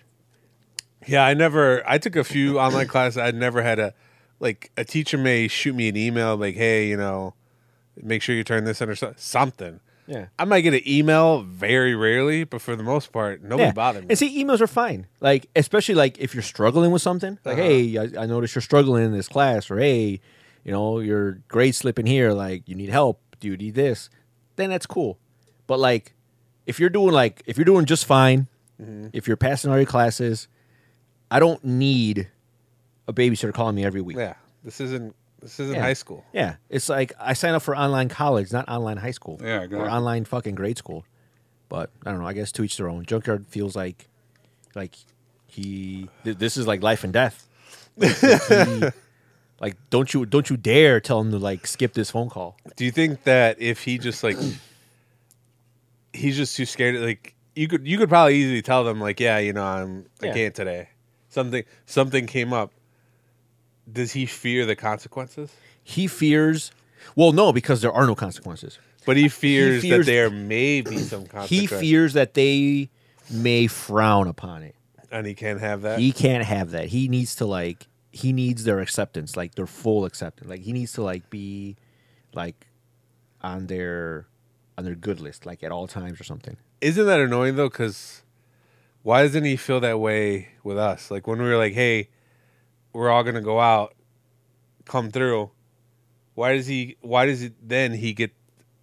Yeah, I never. I took a few online classes. I never had a like a teacher may shoot me an email like, "Hey, you know, make sure you turn this in or so- something."
Yeah.
I might get an email very rarely, but for the most part, nobody bothered me.
And see, emails are fine. Like, especially like if you're struggling with something,
Uh-huh.
like, hey, I, I noticed you're struggling in this class, or hey, you know, your grade's slipping here. Like, you need help. Do you need this? Then that's cool. But like, if you're doing like, if you're doing just fine,
Mm-hmm.
if you're passing all your classes, I don't need a babysitter calling me every week.
yeah, this isn't this isn't
Yeah.
high school.
Yeah, it's like I signed up for online college, not online high school.
Yeah, exactly.
or online fucking grade school. But I don't know. I guess to each their own. Junkyard feels like, like he. th- this is like life and death. Like, he- like don't you don't you dare tell him to like skip this phone call.
Do you think that if he just like he's just too scared? Like you could you could probably easily tell them like, "Yeah, you know, I'm
Yeah.
I can't today. Something something came up." Does he fear the consequences?
He fears. Well, no, because there are no consequences.
But he fears,
fears-
that there may be some consequence.
He fears that they may frown upon it.
and he can't have that.
he can't have that. He needs to like he needs their acceptance, like their full acceptance. Like he needs to like be like on their on their good list, like at all times or something.
Isn't that annoying though? Because why doesn't he feel that way with us? Like when we were like, "Hey, we're all gonna go out, come through." Why does he? Why does it? Then he get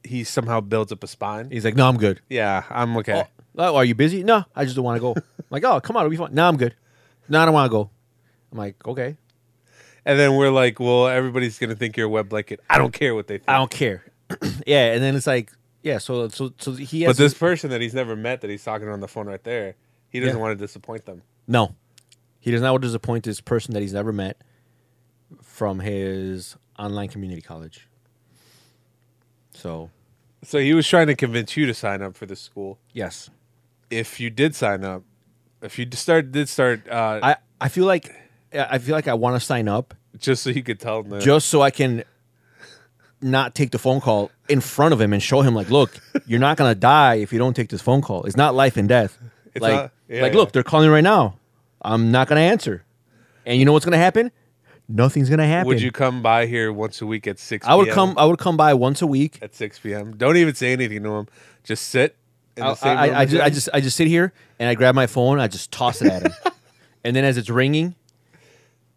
he somehow builds up a spine.
He's like, No, I'm good.
yeah, I'm okay.
Oh, are you busy? No, I just don't want to go. I'm like, oh come on, it'll be fine. No, I'm good. No, I don't want to go. I'm like, okay.
And then we're like, "Well, everybody's gonna think you're a wet blanket. I don't care what they think."
I don't care. yeah, and then it's like yeah, so so so he has
but this person that he's never met, that he's talking on the phone right there, he doesn't
Yeah.
want to disappoint them.
No. He does not want to disappoint this person that he's never met from his online community college. So,
So he was trying to convince you to sign up for the school.
yes.
if you did sign up, if you d- start did start, uh,
I, I feel like I feel like I want to sign up
just so you could tell them, that-
just so I can not take the phone call in front of him and show him like, look, you're not gonna die if you don't take this phone call. It's not life and death.
It's
like,
not- yeah,
like,
yeah.
look, they're calling right now. I'm not gonna answer. And you know what's gonna happen? Nothing's gonna happen.
would you come by here once a week at six?
I would
PM?
come. I would come by once a week.
at six p.m. Don't even say anything to him. Just sit. In
I,
the same
I,
room
I,
as
just, I
him.
just I just sit here and I grab my phone. I just toss it at him, and then as it's ringing,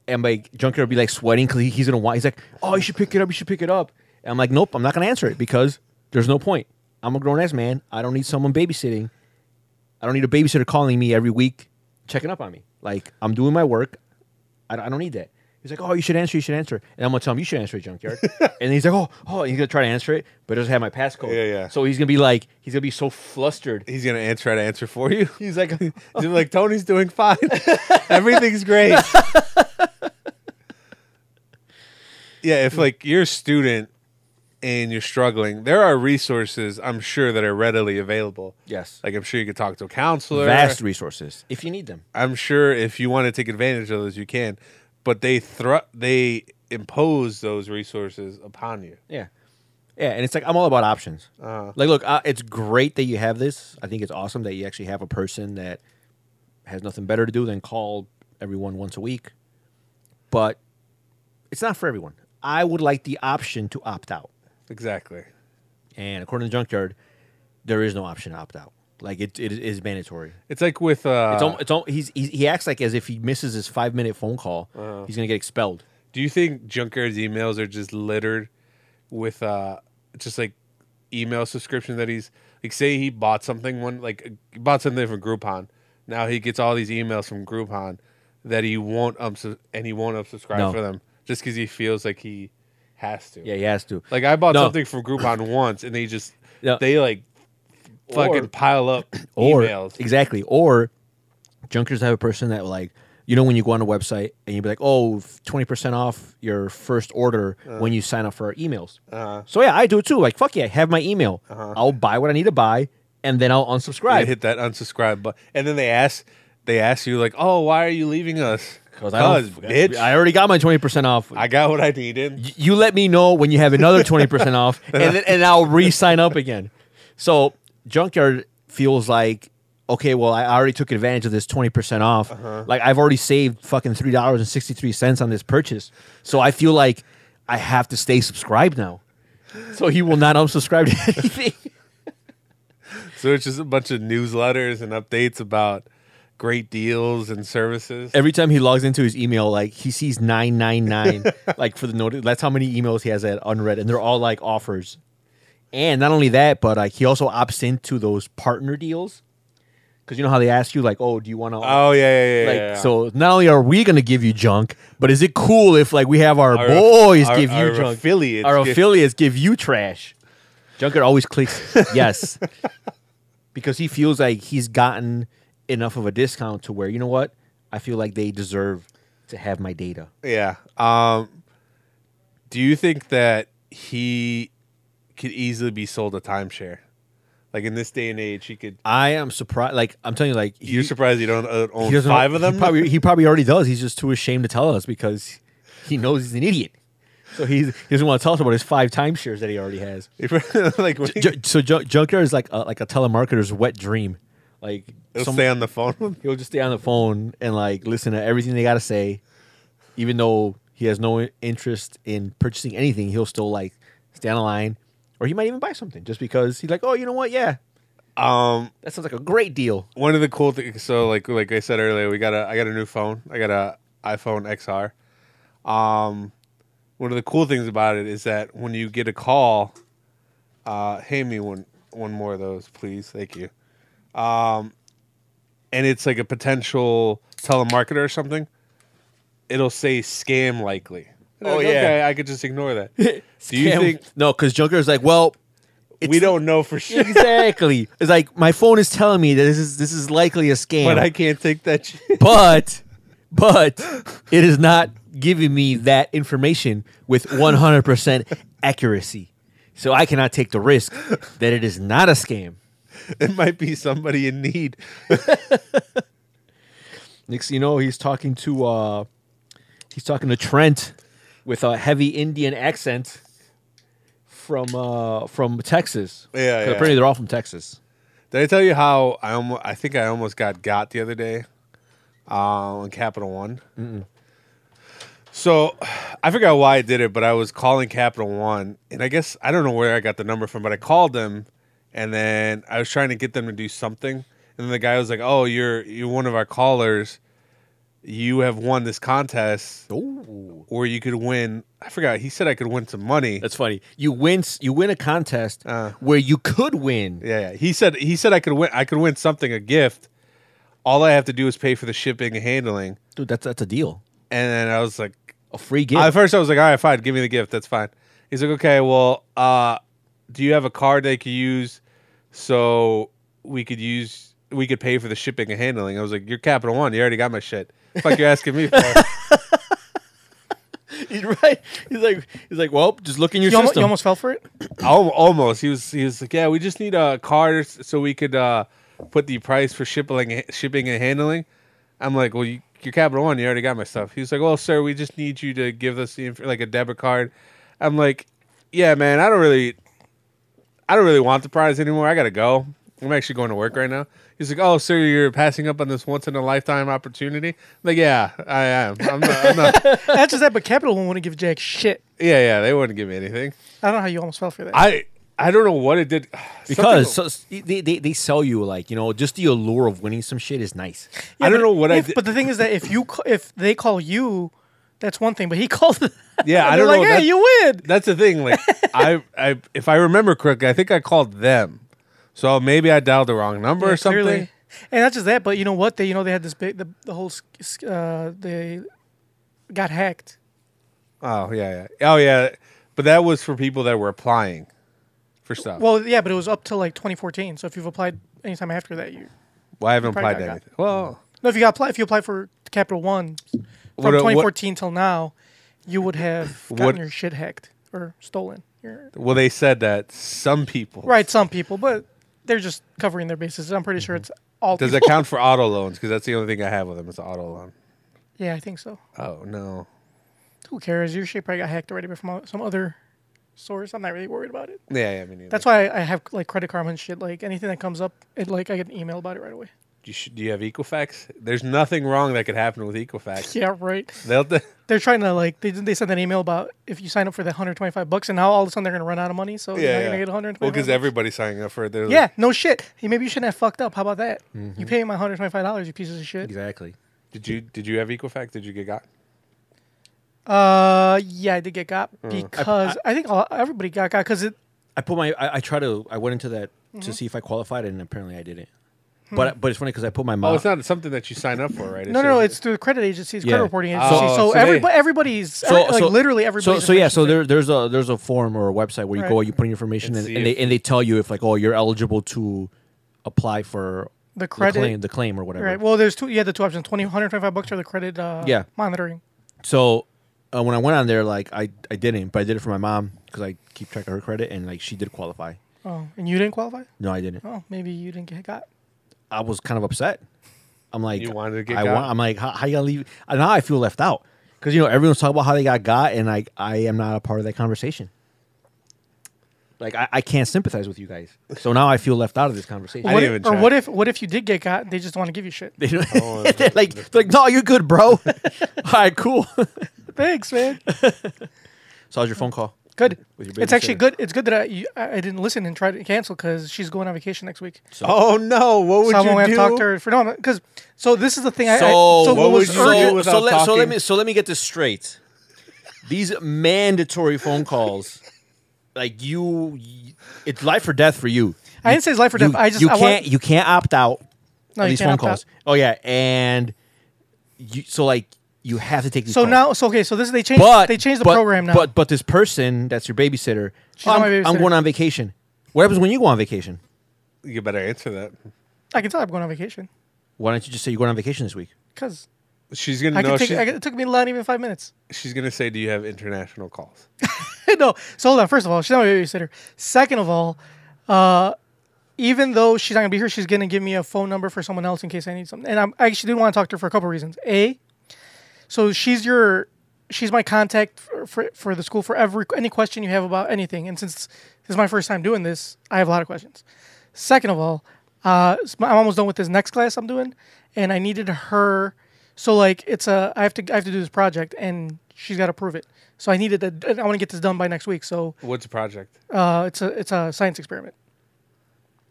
and my junker will be like sweating because he, he's gonna want. He's like, "Oh, you should pick it up. You should pick it up." And I'm like, "Nope, I'm not gonna answer it because there's no point. I'm a grown ass man. I don't need someone babysitting. I don't need a babysitter calling me every week, checking up on me. Like I'm doing my work. I don't, I don't need that." He's like, "Oh, you should answer. You should answer." And I'm gonna tell him, "You should answer it, junkyard." and he's like, "Oh, oh," and he's gonna try to answer it, but it doesn't have my passcode.
Yeah, yeah.
So he's gonna be like, he's gonna be so flustered.
He's gonna answer, try to answer for you.
He's like,
He's like Tony's doing fine. Everything's great. yeah, if like you're a student and you're struggling, there are resources I'm sure that are readily available.
Yes.
Like I'm sure you could talk to a counselor.
Vast resources if you need them.
I'm sure if you want to take advantage of those, you can. But they thru- they impose those resources upon you.
Yeah. Yeah, and it's like I'm all about options. Like, look, uh, it's great that you have this. I think it's awesome that you actually have a person that has nothing better to do than call everyone once a week. But it's not for everyone. I would like the option to opt out,
Exactly.
and according to the junkyard, there is no option to opt out. Like it, it is mandatory.
It's like with uh,
It's, al- it's al- he's, he's he acts like as if he misses his five minute phone call,
Uh-huh.
he's gonna get expelled.
Do you think Junkyard's emails are just littered with uh just like email subscriptions that he's like say he bought something one like he bought something from Groupon. Now he gets all these emails from Groupon that he won't unsub and he won't unsubscribe
No.
for them just because he feels like he has to.
Yeah, he has to.
Like I bought
No.
something from Groupon once and they just
Yeah.
they like fucking pile up
or
emails.
exactly or junkers have a person that like you know when you go on a website and you be like oh 20% off your first order
Uh-huh.
when you sign up for our emails so yeah i do it too like fuck yeah have my email i'll buy what i need to buy and then i'll
I
unsubscribe
Uh-huh. hit that unsubscribe button and then they ask they ask you like, "Oh, why are you leaving us?" Cuz
I, don't-
bitch.
I already got my 20% off
I got what I needed.
Y- you let me know when you have another 20% off and then, and I'll re-sign up again. So junkyard feels like okay, well I already took advantage of this 20% off. Like I've already saved fucking $3.63 on this purchase. So I feel like I have to stay subscribed now. So he will not unsubscribe to anything.
So it's just a bunch of newsletters and updates about great deals and services.
Every time he logs into his email, like he sees 999 like for the notice. That's how many emails he has at unread and they're all like offers. And not only that, but like he also opts into those partner deals. Cause you know how they ask you, like, oh, do you want to?
Oh yeah, yeah, yeah.
like,
yeah, yeah.
so not only are we gonna give you junk, but is it cool if like we have our,
Our-
boys
our-
give you
our
junk?
affiliates
our
give-
affiliates give you trash. Junker always clicks yes because he feels like he's gotten enough of a discount to where you know what I feel like they deserve to have my data.
yeah. Um, do you think that he could easily be sold a timeshare? Like in this day and age, he could.
I am surprised. Like I'm telling you, like he-
You're surprised you don't uh,
he
own
doesn't-
five of them.
He probably, he probably already does. He's just too ashamed to tell us because he knows he's an idiot. So he's, he doesn't want to tell us about his five timeshares that he already has.
like when
Ju- so junk, junkyard is like a, like a telemarketer's wet dream. Like
he'll
some-
stay on the phone.
he'll just stay on the phone and like listen to everything they gotta say, even though he has no i- interest in purchasing anything. He'll still like stay on the line, or he might even buy something just because he's like, oh, you know what? Yeah,
Um,
that sounds like a great deal.
one of the cool things so like like i said earlier we got a i got a new phone i got a iphone xr um one of the cool things about it is that when you get a call uh hand me one one more of those please thank you um and it's like a potential telemarketer or something it'll say scam likely
Oh,
Like,
yeah.
okay, i could just ignore that do you
Scam-
think
no? Because Junker's like, well,
we don't know for sure
exactly. It's like my phone is telling me that this is this is likely a scam,
but i can't take that shit.
but but it is not giving me that information with 100% accuracy. So I cannot take the risk that it is not a scam.
it might be somebody in need
Next, thing you know, he's talking to uh he's talking to Trent with a heavy Indian accent from uh from Texas.
Yeah,
'Cause
yeah.
Apparently they're all from Texas.
Did I tell you how I almost, I think I almost got got the other day uh, on Capital One? So I forgot why I did it, but I was calling Capital One, and I guess I don't know where I got the number from, but I called them, and then I was trying to get them to do something, and then the guy was like, "Oh, you're you're one of our callers. You have won this contest,
Oh,
or you could win." I forgot. He said I could win some money.
that's funny. You win s- you win a contest
Uh.
where you could win.
Yeah, yeah. He said he said I could win I could win something a gift. All I have to do is pay for the shipping and handling.
Dude, that's that's a deal.
And then I was like,
A free gift.
at first I was like, all right, fine, give me the gift, that's fine. He's like, okay, well, uh, do you have a card they could use so we could use we could pay for the shipping and handling? I was like, you're Capital One, you already got my shit. Fuck, you're asking me for.
he's right. He's like, he's like, well, just look in your
You almost,
system.
you almost fell for it?
Al- almost. He was. He was like, yeah, we just need a card s- so we could uh, put the price for shipping, shipping and handling. I'm like, well, you, your Capital One, you already got my stuff. He was like, well, sir, we just need you to give us the inf- like a debit card. I'm like, yeah, man, I don't really, I don't really want the prize anymore. I gotta go. I'm actually going to work right now. He's like, oh, sir, you're passing up on this once in a lifetime opportunity. I'm like, yeah, I am. I'm not, I'm not. yeah,
That's just that, but Capital One wouldn't give Jack shit.
yeah, they wouldn't give me anything.
I don't know how you almost fell for that.
I. I don't know what it did
because
Something-
so, they, they they sell you like you know just the allure of winning some shit is nice.
I don't
but
know what I
if-
did.
But the thing is that if you ca- if they call you, that's one thing. But he called.
Yeah, I
they're
don't know.
Like, hey,
That-
you win.
That's the thing. Like I, I, if I remember correctly, I think I called them. So maybe I dialed the wrong number
Yeah,
or something.
clearly. And not just that, but you know what? They you know they had this big the, the whole s- s- uh, they got hacked.
Oh yeah, yeah. Oh yeah. But that was for people that were applying for stuff. Well,
Well, yeah, but it was up till like 2014. So if you've applied anytime after that, you
I haven't
probably
applied to
got-
anything. Well,
no if you got apply if you applied for Capital One from
What- what-
2014 till now, you would have gotten
What-
your shit hacked or stolen. Your,
well, they said that some people.
right, some people, but they're just covering their bases. I'm pretty sure it's all.
Mm-hmm. Does
people.
that count for auto loans? Because that's the only thing I have with them is auto loan.
Yeah, I think so.
Oh no.
Who cares? Your shit probably got hacked already, but from o- some other source. I'm not really worried about it.
Yeah, yeah. I mean,
That's why I I have like credit karma and shit. Like anything that comes up, it like I get an email about it right away.
you should, do you have Equifax? There's nothing wrong that could happen with Equifax.
Yeah, right.
They'll.
They're trying to like they they sent an email about if you sign up for the 125 bucks and now all of a sudden they're gonna run out of money, so you're not
yeah,
gonna
yeah.
get 125.
Well, because everybody's signing up for it. They're like,
yeah, no shit. Hey, maybe you shouldn't have fucked up. How about that? You pay my 125 dollars, you pieces of shit.
Exactly.
Did you did you have Equifax? Did you get got?
Uh, yeah, I did get got because I, think all, everybody got got because it.
I put my I, I try to I went into that
Mm-hmm.
to see if I qualified and apparently I didn't.
Hmm.
But but it's funny because I put my mom.
Oh, it's not something that you sign up for, right?
No, no, no,
just-
it's through the credit agencies,
Yeah.
credit reporting agencies.
Oh,
so
so
every,
they-
everybody's
so,
every- like
so-
literally
so
everybody's.
so yeah so
information's
there, there's a there's a form or a website where you go
Right.
you put in information and,
see
and they
if-
and they tell you if like oh you're eligible to apply for
The credit-
the claim, the claim or whatever
Right. Well, there's two. Yeah, the two options: 20, 125 bucks or the credit. Uh,
Yeah.
Monitoring.
so uh, when I went on there like I I didn't but I did it for my mom because I keep track of her credit and like she did qualify
Oh, and you didn't qualify.
no I didn't
Oh, maybe you didn't get got.
I was kind of upset. I'm like,
You wanted to get
I
got?
want. I'm like, how, how you gonna leave? And now I feel left out because you know everyone's talking about how they got got, and I I am not a part of that conversation. Like I, I can't sympathize with you guys, so now I feel left out of this conversation.
What
didn't
if-
even
or
try.
what if what if you did get got? and They just don't want to give you shit.
They don't-
Oh,
they're like, they're like, no, you're good, bro. All right, cool.
Thanks, man.
so how's your phone call?
Good.
With your
It's actually
babysitter.
good. It's good that I you, I I didn't listen and try to cancel because she's going on vacation next week. So,
Oh no! What would
I won't
you
have
do?
talked to her for no because. So this is the thing. I, I,
So,
so
what
was
would you-
urgent.
without
so, let, so let
talking.
me so let me get this straight. These mandatory phone calls, like you, it's life or death for you.
I didn't say it's life or death.
You,
I just
you
I
can't
want-
you can't opt out
No,
of
you
these
can't
phone
opt out.
calls. Oh yeah, and you so like you have to take these.
So
calls.
now, so okay, so this they changed.
but
they changed the
but-
program now.
But but this person that's your babysitter,
not
I'm,
my
I'm
babysitter.
going on vacation. What happens when you go on vacation?
You better answer that.
I can tell I'm going on vacation
Why don't you just say you're going on vacation this week?
because
She's gonna
I
know.
could take.
she's,
I could, it took me not even five minutes.
she's gonna say, "Do you have international calls?"
no. So hold on. First of all, she's not my babysitter. Second of all, uh, even though she's not gonna be here, she's gonna give me a phone number for someone else in case I need something. And I'm, I actually didn't want to talk to her for a couple reasons. A, so she's your, she's my contact for, for, for the school for every any question you have about anything. And since this is my first time doing this, I have a lot of questions. Second of all, uh, s- I'm almost done with this next class I'm doing, and I needed her. So like it's a I have to I have to do this project, and she's got to prove it. So I needed that. and I want to get this done by next week. So
What's the project?
uh, it's a it's a science experiment.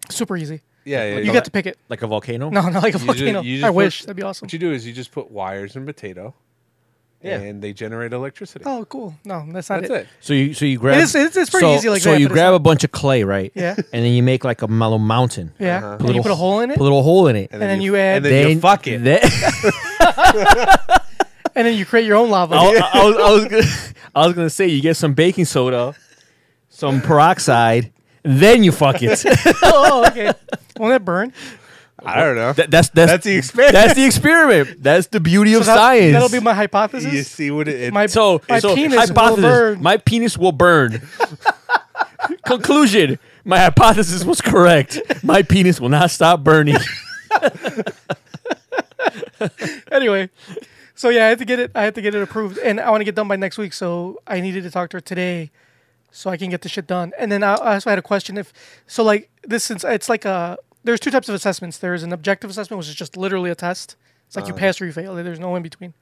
Super easy.
yeah, yeah.
You got to pick it.
Like a volcano?
No, not like a
You ju-
volcano.
you
I
put-
wish that'd be awesome.
What you do is you just put wires in potato,
Yeah.
and they generate electricity.
Oh, cool. No, that's not
That's
it.
it.
So you so you grab
It is- it's- it's pretty
so,
easy like
so
that,
you
but it's
grab
not-
a bunch of clay, right?
Yeah.
And then you make like a mellow mountain.
Yeah.
Uh-huh.
And you put a hole in it,
Put a little hole in it.
and then you add,
and then you fuck it.
then-
and then you create your own lava.
I, I- I was, I, was gonna, I was gonna say you get some baking soda, some peroxide, then you fuck it.
oh, okay. Won't that burn?
I don't know.
That, that's that's
That's the experiment.
That's the experiment. That's the beauty of
So that-
science.
That'll be my hypothesis.
you see what it, it
My-
so,
My
so
penis will
hypothesis.
burn.
My penis will burn. Conclusion: My hypothesis was correct. My penis will not stop burning.
anyway, so yeah, I had to get it. I had to get it approved, and I want to get done by next week. So I needed to talk to her today, so I can get the shit done. And then I, I also had a question. If so, like this, since it's like a there's two types of assessments. There is an objective assessment, which is just literally a test. It's like you pass or you fail. There's no in between.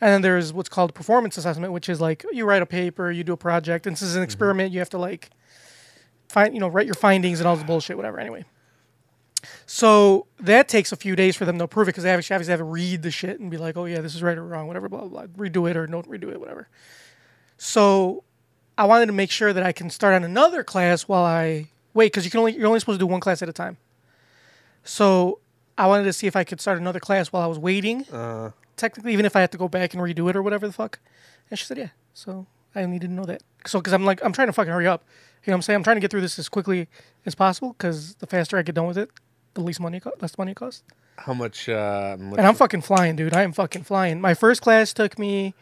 And then there's what's called performance assessment, which is like you write a paper, you do a project, and this is an experiment. You have to like find, you know, write your findings and all this bullshit, whatever. Anyway, so that takes a few days for them to approve it because they have- obviously have to read the shit and be like, oh yeah, this is right or wrong, whatever, blah blah, blah. redo it or don't redo it, whatever. So I wanted to make sure that I can start on another class while I wait because you can only you're only supposed to do one class at a time. So I wanted to see if I could start another class while I was waiting. Technically, even if I had to go back and redo it or whatever the fuck. And she said, yeah. So I needed to know that. So because I'm like I'm trying to fucking hurry up. You know what I'm saying? I'm trying to get through this as quickly as possible because the faster I get done with it, the least money, it co- less money it costs.
how much uh, I'm
And I'm fucking flying, dude. I am fucking flying. My first class took me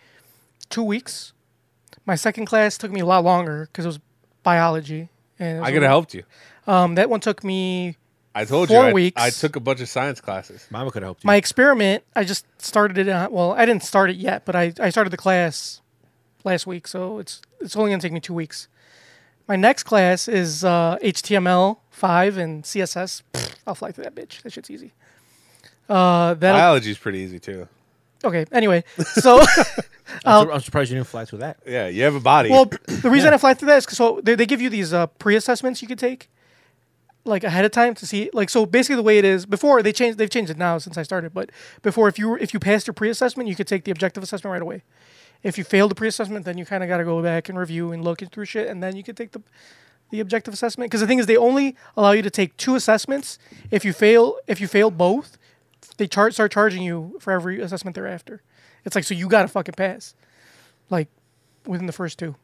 two weeks. My second class took me a lot longer because it was biology. And it was
I could have helped you.
Um, that one took me.
I told
Four
you. I-
weeks.
I, took a bunch of science classes.
Mama could help you.
My experiment, I just started it. On, well, I didn't start it yet, but I, I started the class last week, so it's it's only gonna take me two weeks. My next class is uh, HTML five and CSS. Pfft, I'll fly through that bitch. That shit's easy. Uh, that
Biology's pretty easy too.
okay. Anyway, so. Oh.
I'm, sur- I'm surprised you didn't fly through that.
Yeah, you have a body.
Well, the reason I fly through that is 'cause so they, they give you these uh, pre-assessments you could take, like ahead of time to see. Like so, basically the way it is before they changed. They've changed it now since I started. But before, if you were- if you passed your pre-assessment, you could take the objective assessment right away. If you failed the pre-assessment, then you kind of got to go back and review and look through shit, and then you could take the the objective assessment. Because the thing is, they only allow you to take two assessments. If you fail, if you fail both, they char- start charging you for every assessment thereafter. It's like so you got to fucking pass, like within the first two.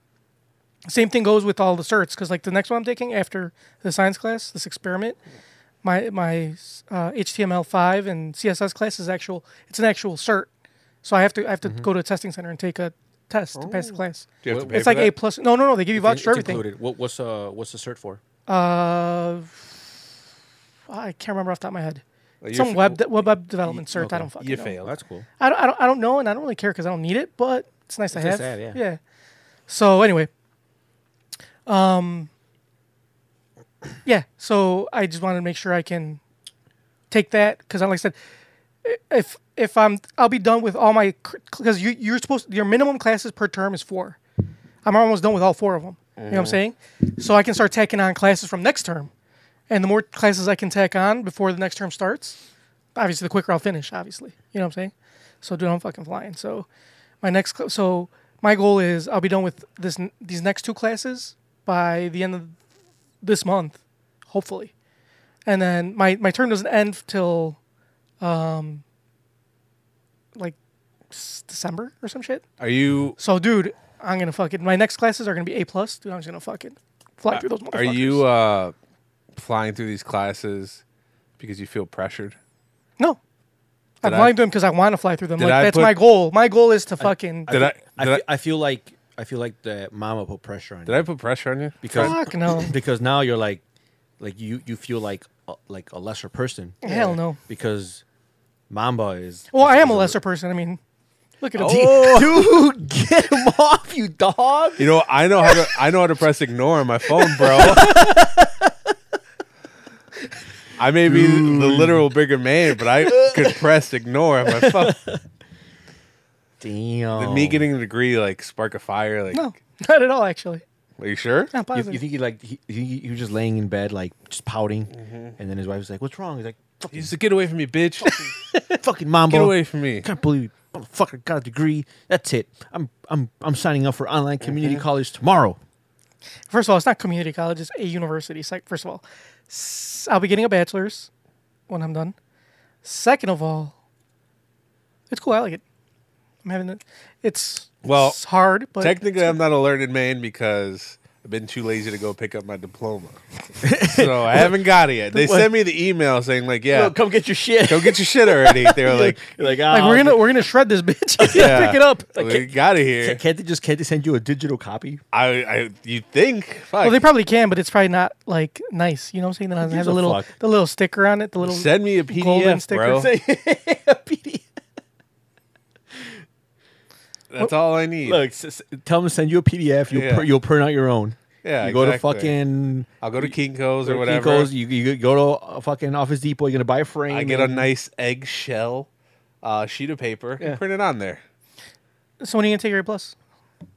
Same thing goes with all the certs because like the next one I'm taking after the science class, this experiment, my my uh, HTML five and CSS class is actual. It's an actual cert, so I have to I have to go to a testing center and take a test to pass the class.
Mm-hmm. Oh. Do you have to pay
It's
for
like
that?
a plus. No, no, no. They give you vouchers for everything.
What, what's uh what's the cert for?
Uh, I can't remember off the top of my head.
you're
Some
f-
web de- web app development cert. I don't fucking
You
know.
failed.
That's cool.
I don't, I don't, I don't know, and I don't really care because I don't need it, but it's nice to
nice
have.
to have,
yeah. So anyway, um, yeah. So I just wanted to make sure I can take that because, like I said, i- if if I'm, I'll be done with all my because you you're supposed your minimum classes per term is four. I'm almost done with all four of them. You know what I'm saying? So I can start tacking on classes from next term, and the more classes I can tack on before the next term starts, obviously the quicker I'll finish, obviously. You know what I'm saying? So dude, I'm fucking flying. So my next cl- so my goal is I'll be done with this n- these next two classes by the end of this month, hopefully. And then my my term doesn't end till um like s- December or some shit.
Are you
So dude, I'm going to fucking my next classes are going to be A+, plus. dude, I'm just going to fucking fly through those motherfuckers.
are you uh, flying through these classes because you feel pressured?
No. I'm
Did I-
flying through them because I want to fly through them.
Did
Like
I
that's
put-
my goal. My goal is to fucking
Did I? Did
I,
I?
fe- I feel like I feel like that Mama put pressure on
did
you
I put pressure on you?
because
Fuck no.
because now you're like like you you feel like a, like a lesser person.
Hell no.
Because Mamba is
Well, I am a lesser person. I mean, look at him.
Oh, dude, get him off, you dog!
You know, I know how to. I know how to press ignore on my phone, bro. I may be the literal bigger man, but I could press ignore on my phone.
Damn.
Did me getting a degree like spark a fire? Like,
No, not at all. Actually,
are you sure?
not
You,
positive.
you think he like he, he, he was just laying in bed like just pouting,
Mm-hmm.
and then his wife was like, "What's wrong?" He's like,
You
"Fucking,
said, get away from me, bitch.
fucking Mamba,
Get away from me.
Can't believe you, motherfucker, got a degree. That's it. I'm I'm I'm signing up for online community
Mm-hmm.
college tomorrow.
First of all, it's not community college; it's a university. It's like, First of all, S- I'll be getting a bachelor's when I'm done. Second of all, it's cool. I like it. I'm having it. It's
Well,
it's hard, but
Technically, I'm not a learned man because I've been too lazy to go pick up my diploma, so I haven't got it yet. They sent me the email saying like, yeah,
Yo, come get your shit.
go get your shit already. They were like,
You're like,
Like
"Ah,
we're gonna
Oh,
we're gonna shred this bitch.
yeah,
pick it up.
we got it
Ca-
here.
Can't they just can't they send you a digital copy?
I, I, you think? Fuck.
Well, they probably can, but it's probably not like nice. You know what I'm saying? That has
gives
a
a
little
fuck?
the little sticker on it. The little
send me a
golden
PDF,
sticker.
bro.
Say-
That's all I need.
Look, s- s- tell them to send you a PDF. You'll
Yeah.
pr- you'll print out your own.
Yeah,
you go
exactly.
to fucking
I'll go to Kinkos or
Go to
whatever.
Kinko's, you, you go to uh, fucking Office Depot. You're gonna buy a frame.
I get a
and-
nice eggshell uh, sheet of paper
Yeah.
and print it on there.
so when are you gonna take your A plus?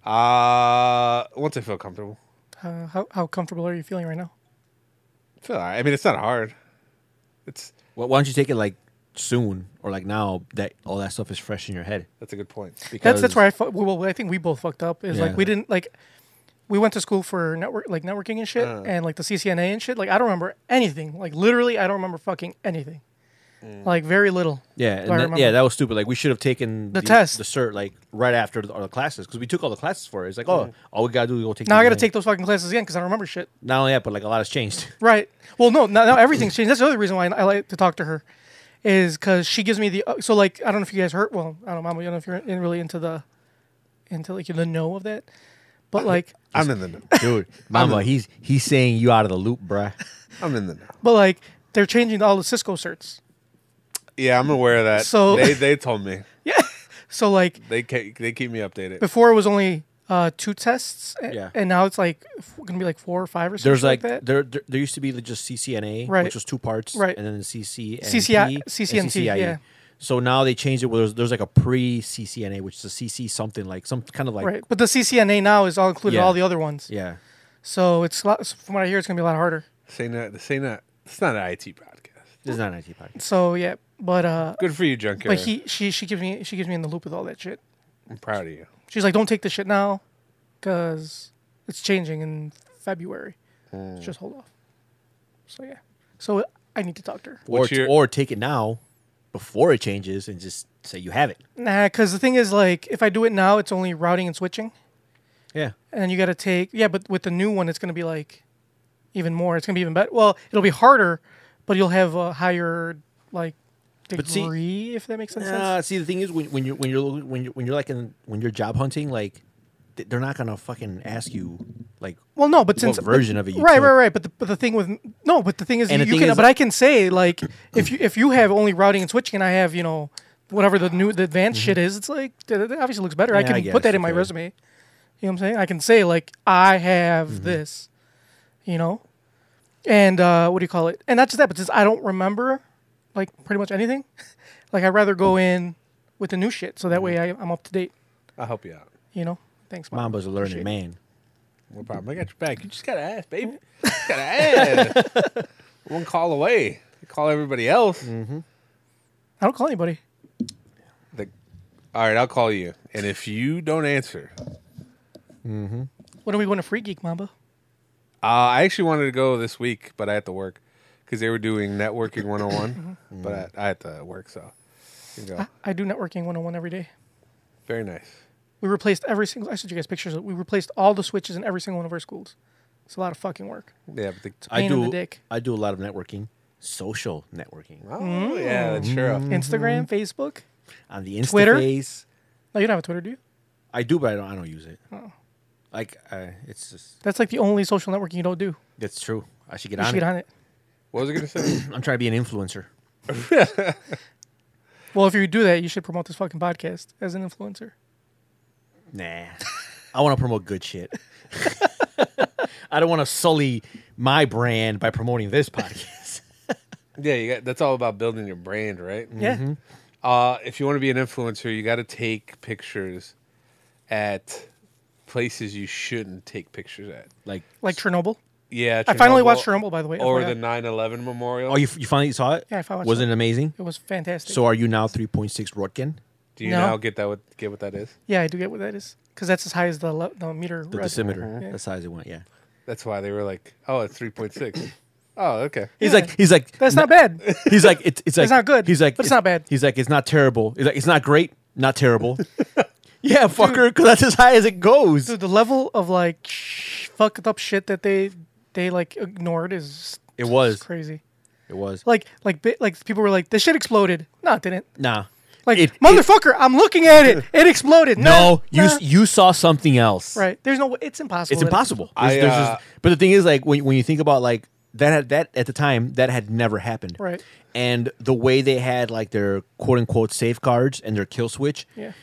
Uh, once I feel comfortable.
Uh, how how comfortable are you feeling right now?
I feel all right. I mean, it's not hard. It's
Why why don't you take it like soon or like now that all that stuff is fresh in your head?
that's a good point.
That's that's
Because-
where I fu- well, I think we both fucked up. Is like
Yeah.
we didn't like we went to school for network like networking and shit
Uh.
and like the CCNA and shit. Like I don't remember anything. Like literally, I don't remember fucking anything. Like very little.
Mm. Yeah,
do
and
I
that-
remember.
yeah, that was stupid. Like we should have taken
The test.
the cert, like right after the, all the classes, because we took all the classes for it. It's like, oh, all we gotta do is go take.
Now
the
I got to
exam.
take those fucking classes again because I don't remember shit.
Not only that, but like a lot has changed.
Right. Well, no, now, now everything's changed. That's the other reason why I like to talk to her, is because she gives me the. uh, So like, I don't know if you guys heard. Well, I don't, know, Mama, I don't know if you're in, really into the, into like the know of that, but like,
I'm in the know.
Dude, Mama, he's he's saying you out of the loop, bruh.
I'm in the know.
but like they're changing all the Cisco certs.
Yeah, I'm aware of that.
So-
they they told me
Yeah. So like
they ke- they keep me updated.
before it was only uh, two tests, a-
Yeah.
and now it's like f- gonna be like four or five or something
There's like,
that.
there, there there used to be the just CCNA,
Right.
which was two parts,
Right.
and then the CCNP,
CCI
and
CCNT,
CCIE.
yeah.
E. So now they changed it where there's, there's like a pre CCNA, which is a CC something like some kind of like
Right, but the CCNA now is all included
Yeah.
all the other ones.
yeah.
So it's a lot, from what I hear, it's gonna be a lot harder.
Say not, say not. It's not an IT podcast.
This is not an IT podcast.
So yeah, but uh,
Good for you, Junker.
But he, she, she gives me, she gives me in the loop with all that shit.
I'm proud of you.
She's like, "Don't take this shit now, cause it's changing in February.
Hmm.
So Just hold off." So yeah, so I need to talk to her.
Or,
What's your-
or take it now before it changes and just say you have it.
Nah, cause the thing is, like, if I do it now, it's only routing and switching,
Yeah.
and then you got to take yeah. But with the new one, it's gonna be like even more. It's gonna be even better. Well, it'll be harder, but you'll have a higher like degree,
see-
if that makes any
Nah,
sense.
see, the thing is, when, when you're when you're lo- when you're when you're like in when you're job hunting, like th- they're not gonna fucking ask you like
Well, no, but
what
since
version of it. You
right,
took.
right, right. But the, but the thing with no, but the thing is,
And
you,
the
you
thing
can.
is-
but I can say like, if you if you have only routing and switching, and I have you know whatever the new the advanced shit is, it's like that that obviously looks better. I
Mm-hmm. Yeah,
can
I
put
guess
that
you
in my
could.
resume. You know what I'm saying? I can say like I have
Mm-hmm.
this, you know, and uh, what do you call it? And not just that, but since I don't remember like pretty much anything, like I'd rather go in with the new shit so
Mm-hmm.
that way I, I'm up to date.
I'll help you out.
You know, thanks, Mom.
Mamba's a learning
Appreciate it.
man.
No problem. I got your back. You just gotta ask, baby. Just gotta ask. One call away. You call everybody else.
Mm. I don't call anybody.
The- all right, I'll call you. And if you don't answer, uh,
When are we going to Free Geek, Mamba?
uh, I actually wanted to go this week, but I had to work because they were doing networking 101.
Mm-hmm.
but I, I had to work, so you go.
I do networking 101 every day.
Very nice.
We replaced every single. I showed you guys pictures. of- We replaced all the switches in every single one of our schools. It's a lot of fucking work.
Yeah, but the,
I
Pain in the
do.
dick.
I do a lot of networking, social networking
oh yeah,
Mm.
that's sure.
Mm-hmm.
Instagram, Facebook.
on the Insta
Twitter?
face.
No, you don't have a Twitter, do you?
I do, but I don't. I don't use it.
Oh.
Like uh, it's just
That's like the only social networking you don't do.
that's true. I should get
You
on
should
it.
get on it.
What was I gonna say?
I'm trying to be an influencer.
Well, if you do that, you should promote this fucking podcast as an influencer.
Nah, I want to promote good shit. I don't want to sully my brand by promoting this podcast.
yeah, you got, that's all about building your brand, right?
Mm-hmm.
Yeah.
Uh, if you want to be an influencer, you got to take pictures at places you shouldn't take pictures at.
like,
Like Chernobyl.
Yeah,
I finally
Chernobyl
watched Chernobyl, by the way.
Or
FYI.
the 9/11 memorial.
oh, you, you finally saw it?
Yeah, I finally saw
Wasn't
it.
it amazing?
It was fantastic.
So are you now 3.6 Rutgen?
Do you
No.
now get that? What get what that is?
yeah, I do get what that is because that's as high as the, le- the meter.
The
res-
decimeter.
Yeah.
That's how it went. Yeah.
That's why they were like, oh, it's 3.6. oh, okay.
He's
Yeah.
like, he's like,
That's not bad.
He's like, it's, it's like,
not good,
He's like,
but it's not bad.
He's like, it's not terrible. He's like, it's not great, not terrible. Yeah, fucker, because that's as high as it goes.
Dude, the level of like sh- fucked up shit that they they like ignored is
It was.
it's crazy.
It was
Like like bi- like people were like this shit exploded. No, it didn't.
nah.
Like
It-
motherfucker, I'm looking at it. It exploded.
No, you
nah,
s you saw something else.
right. There's no. way- It's impossible.
It's
that
impossible.
I,
There's- there's
uh,
just- but the thing is, like when when you think about like that had, that at the time that had never happened,
Right.
And the way they had like their quote unquote safeguards and their kill switch,
Yeah.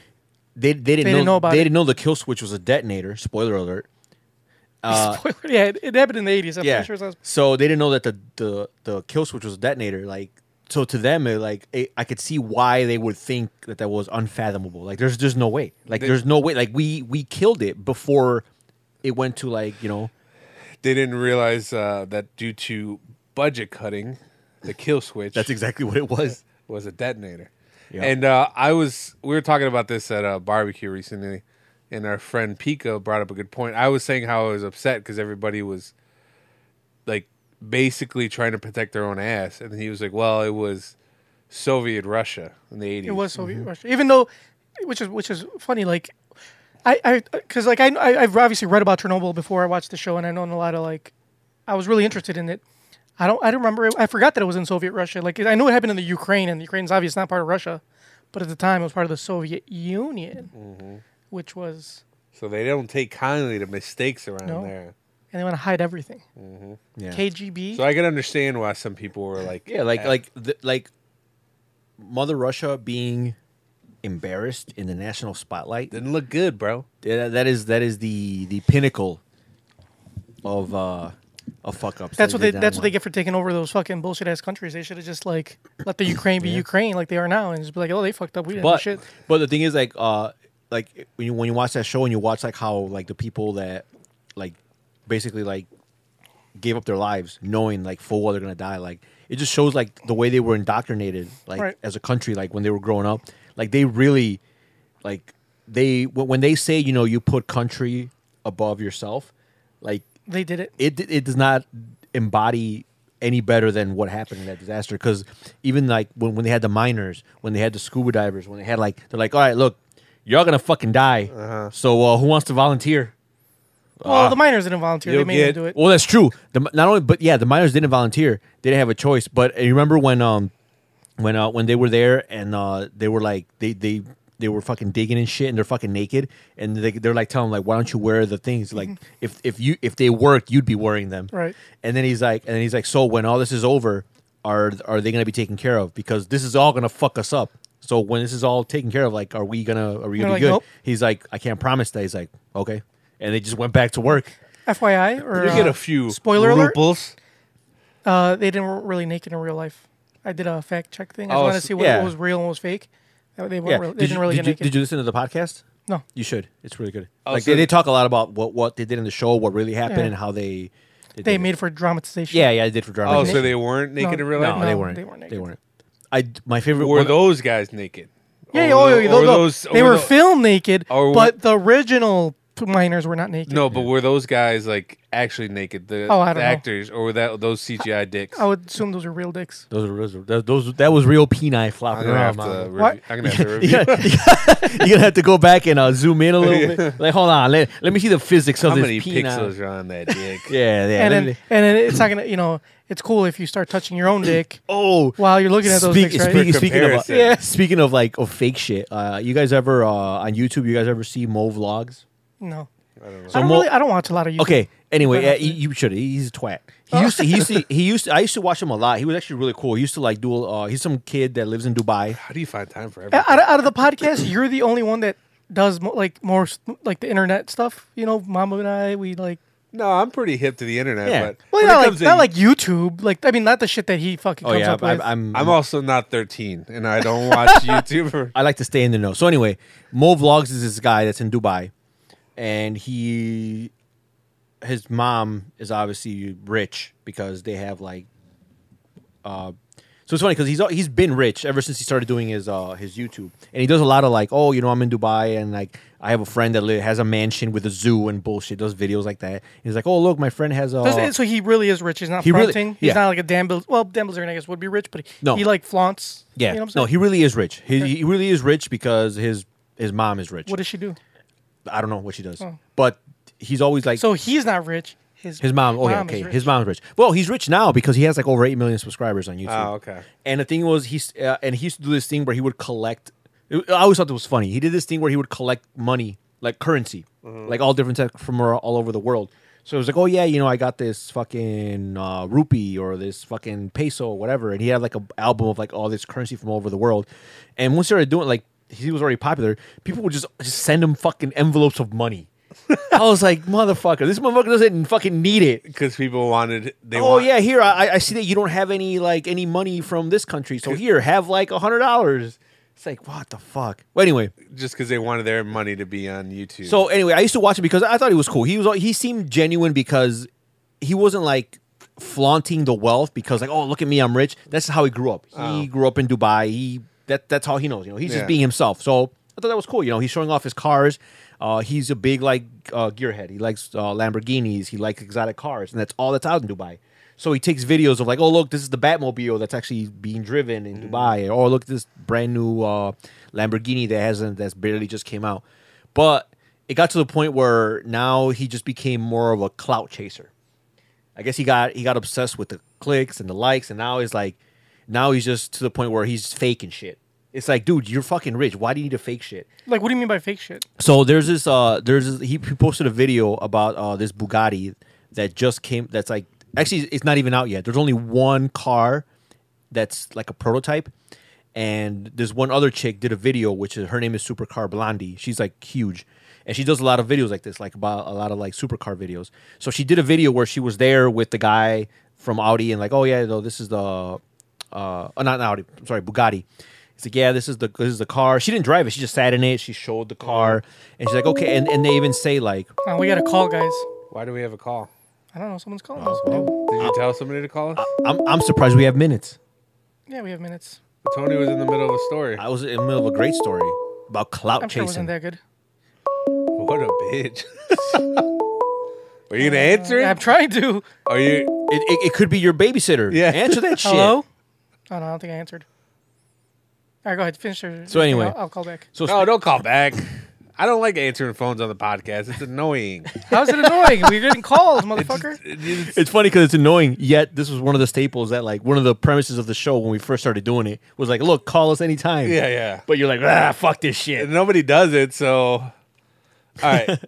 they they didn't
They
know,
didn't know about
they
it.
didn't know the kill switch was a detonator. Spoiler alert.
Uh,
Spoiler. Yeah, it, it happened in the 80s. I'm
yeah.
pretty sure it was.
So they didn't know that the the the kill switch was a detonator. Like so to them, it, like it, I could see why they would think that that was unfathomable. Like there's there's no way. Like there's no way. Like we we killed it before it went to like you know
They didn't realize uh, that due to budget cutting, the kill switch
that's exactly what it was.
was a detonator.
Yeah.
And uh, I was we were talking about this at a barbecue recently, and our friend Pico brought up a good point. I was saying how I was upset because everybody was like basically trying to protect their own ass, and he was like, "Well, it was Soviet Russia in the eighties.
It was Soviet Russia. Even though, which is which is funny. Like, I I because like I I- I've obviously read about Chernobyl before I watched the show, and I know a lot of like, I was really interested in it. I don't I don't remember. It, I forgot that it was in Soviet Russia. Like I know it happened in the Ukraine, and the Ukraine's obviously not part of Russia, but at the time it was part of the Soviet Union, which was
So they don't take kindly to mistakes around
No.
there.
and they want to hide everything.
Yeah.
KGB.
So I can understand why some people were like,
Yeah, like
eh,
like the, like Mother Russia being embarrassed in the national spotlight.
didn't look good, bro."
That that is that is the the pinnacle of uh of fuck ups.
that's what they. That's what they get for taking over those fucking bullshit ass countries. They should have just like let the Ukraine be Ukraine, like they are now, and just be like, oh, they fucked up. We didn't do
But
shit.
but the thing is like uh like when you when you watch that show and you watch like how like the people that like basically like gave up their lives knowing like full well they're gonna die like it just shows like the way they were indoctrinated like
Right.
as a country like when they were growing up like they really like they when when they say you know you put country above yourself like
They did it.
it it does not embody any better than what happened in that disaster because even like when, when they had the miners when they had the scuba divers when they had like they're like all right look you're all gonna fucking die so uh, who wants to volunteer Ah.
Well, the miners didn't volunteer. They
you'll
made them
get-
do it.
well that's true the, mi- not only but yeah the miners didn't volunteer they didn't have a choice but uh, you remember when um when uh when they were there and uh they were like they they they were fucking digging and shit and they're fucking naked and they, they're like telling them like why don't you wear the things like if if you if they worked you'd be wearing them
Mm-hmm. Right.
and then he's like, and then he's like, so when all this is over, are are they gonna be taken care of? Because this is all gonna fuck us up. So when this is all taken care of, like, are we gonna are we
They're
gonna be
like,
good?
nope.
He's like, I can't promise that. He's like, okay, and they just went back to work.
FYI, or
You get
uh,
a few
spoiler alert.
rubles.
Uh, they didn't were really naked in real life. I did a fact check thing. I just
Oh,
wanted
s-
to see what,
yeah.
what was real and what was fake. Uh, They weren't.
Yeah,
real- they
did
didn't
you,
really
did
get
you,
naked.
did you listen to the podcast?
no,
You should. It's really good.
Oh,
like
so
they, they
the-
talk a lot about what what they did in the show, what really happened,
Yeah.
and how they they,
they
did
made
It.
it for dramatization.
Yeah, yeah, I did for drama.
Oh, so they weren't naked
No.
in real
no,
life.
they
No,
weren't.
they weren't
They
naked.
weren't. I my favorite
Were
one-
those guys naked?
yeah. yeah,
Or
oh,
were
yeah,
tho-
though-
or
though-
those-
they
or
were
tho-
filmed naked,
or were-
but the original p- miners were not naked.
No, but were those guys like actually naked? The,
Oh, I don't
the
know.
actors, or were that those CGI dicks?
I would assume those were real dicks.
Those are- those are- that- those that was real peni
I'm
flopping
gonna have
around. man.
to.
What?
Review, I'm gonna have to review.
you're gonna have to go back and uh, zoom in a little bit. Like, hold on, let, let me see the physics of
How
this
many
peanut.
pixels are on that dick?
Yeah, yeah.
and
let
then,
me-
and then it's not gonna. You know, it's cool if you start touching your own dick
oh,
while you're looking at those
speak-
dicks, right?
speak-
For
speaking of uh,
comparison. Yeah.
speaking of like of fake shit, uh, you guys ever uh, on YouTube? You guys ever see Mo vlogs?
no, I don't,
Mo-
really. I don't watch a lot of YouTube.
Okay. Anyway,
Right
uh,
after
you,
that.
you should. He's a twat.
Oh.
He used to. He used to. He used. To, I used to watch him a lot. He was actually really cool. He used to like do. Uh, he's some kid that lives in Dubai.
How do you find time for everything?
out of, out of the podcast, you're the only one that does mo- like more s- like the internet stuff. You know, Mama and I, we like.
No, I'm pretty hip to the internet,
Yeah.
but
Well,
when it
not like,
comes to-
not like YouTube. Like, I mean, not the shit that he fucking
Oh
comes
yeah,
up
I,
with.
I'm.
I'm also not 13, and I don't watch YouTube. or-
I like to stay in the know. So anyway, Mo Vlogs is this guy that's in Dubai, and he, his mom is obviously rich because they have like, uh, so it's funny because he's al- he's been rich ever since he started doing his uh his YouTube, and he does a lot of like, oh, you know, I'm in Dubai, and like I have a friend that li- has a mansion with a zoo and bullshit, does videos like that. He's like, oh, look, my friend has a.
Does it- so he really is rich. He's not
He really-
fronting.
yeah.
He's not like a Dan Bil- Well, Dan Bilzerian, I guess, would be rich, but he,
No.
he like flaunts.
Yeah.
You know what I'm
no,
saying?
he really is rich. He, he really is rich because his His mom is rich.
What does she do?
I don't know what she does, but he's always like
So he's not rich. His
his mom. Oh yeah,
is
okay.
rich.
His mom's rich. Well, he's rich now because he has like over eight million subscribers on YouTube.
Oh, okay.
And the thing was, he's uh, and he used to do this thing where he would collect. I always thought it was funny. He did this thing where he would collect money, like currency, like all different types from ar- all over the world. So it was like, oh yeah, you know, I got this fucking uh, rupee or this fucking peso or whatever, and he had like an album of like all this currency from all over the world. And once he started doing it, like he was already popular, people would just, just send him fucking envelopes of money. I was like, motherfucker, this motherfucker doesn't fucking need it.
because people wanted they.
Oh
want-
yeah, here I, I see that you don't have any like any money from this country, so here have like a hundred dollars. It's like what the fuck. Well, anyway,
just because they wanted their money to be on YouTube.
so anyway, I used to watch it because I thought he was cool. He was he seemed genuine because he wasn't like flaunting the wealth because like oh look at me I'm rich. That's how he grew up. He grew up in Dubai. He that that's how he knows. You know he's
Yeah.
just being himself. So I thought that was cool. You know he's showing off his cars. Uh, he's a big like uh, gearhead. He likes uh, Lamborghinis. He likes exotic cars, and that's all that's out in Dubai. So he takes videos of like, oh look, this is the Batmobile that's actually being driven in Dubai, or look this brand new uh, Lamborghini that hasn't that's barely just came out. But it got to the point where now he just became more of a clout chaser. I guess he got he got obsessed with the clicks and the likes, and now he's like, now he's just to the point where he's faking shit. It's like, dude, you're fucking rich. Why do you need to fake shit?
Like, what do you mean by fake shit?
So there's this uh there's this, he he posted a video about uh this Bugatti that just came that's like actually it's not even out yet. There's only one car that's like a prototype and there's one other chick did a video which is her name is Supercar Blondie. She's like huge and she does a lot of videos like this like about a lot of like supercar videos. So she did a video where she was there with the guy from Audi and like oh yeah though this is the uh, oh, not Audi. I'm sorry, Bugatti. He's like, yeah, this is the this is the car. She didn't drive it. She just sat in it. She showed the car, and she's like, okay. And, and they even say like,
Uh, we got a call, guys.
why do we have a call?
I don't know. Someone's calling us.
Did you tell somebody to call us?
I'm I'm surprised we have minutes.
Yeah, we have minutes.
Tony was in the middle of a story.
I was in the middle of a great story about clout
I'm sure it wasn't
chasing.
that good.
What a bitch. Are you gonna answer
I'm
it?
trying to.
Are you?
It, it, it could be your babysitter.
Yeah.
answer that shit.
Hello? Oh, no, I don't think I answered. All right, go ahead. Finish your.
So anyway.
I'll, I'll call back.
So
No, don't call back. I don't like answering phones on the podcast. It's annoying.
How's it annoying? We're getting calls, motherfucker.
it's funny because it's annoying. Yet this was one of the staples that like one of the premises of the show when we first started doing it was like, look, call us anytime.
Yeah, yeah.
But you're like, ah, fuck this
And
shit.
nobody does it, so. All right.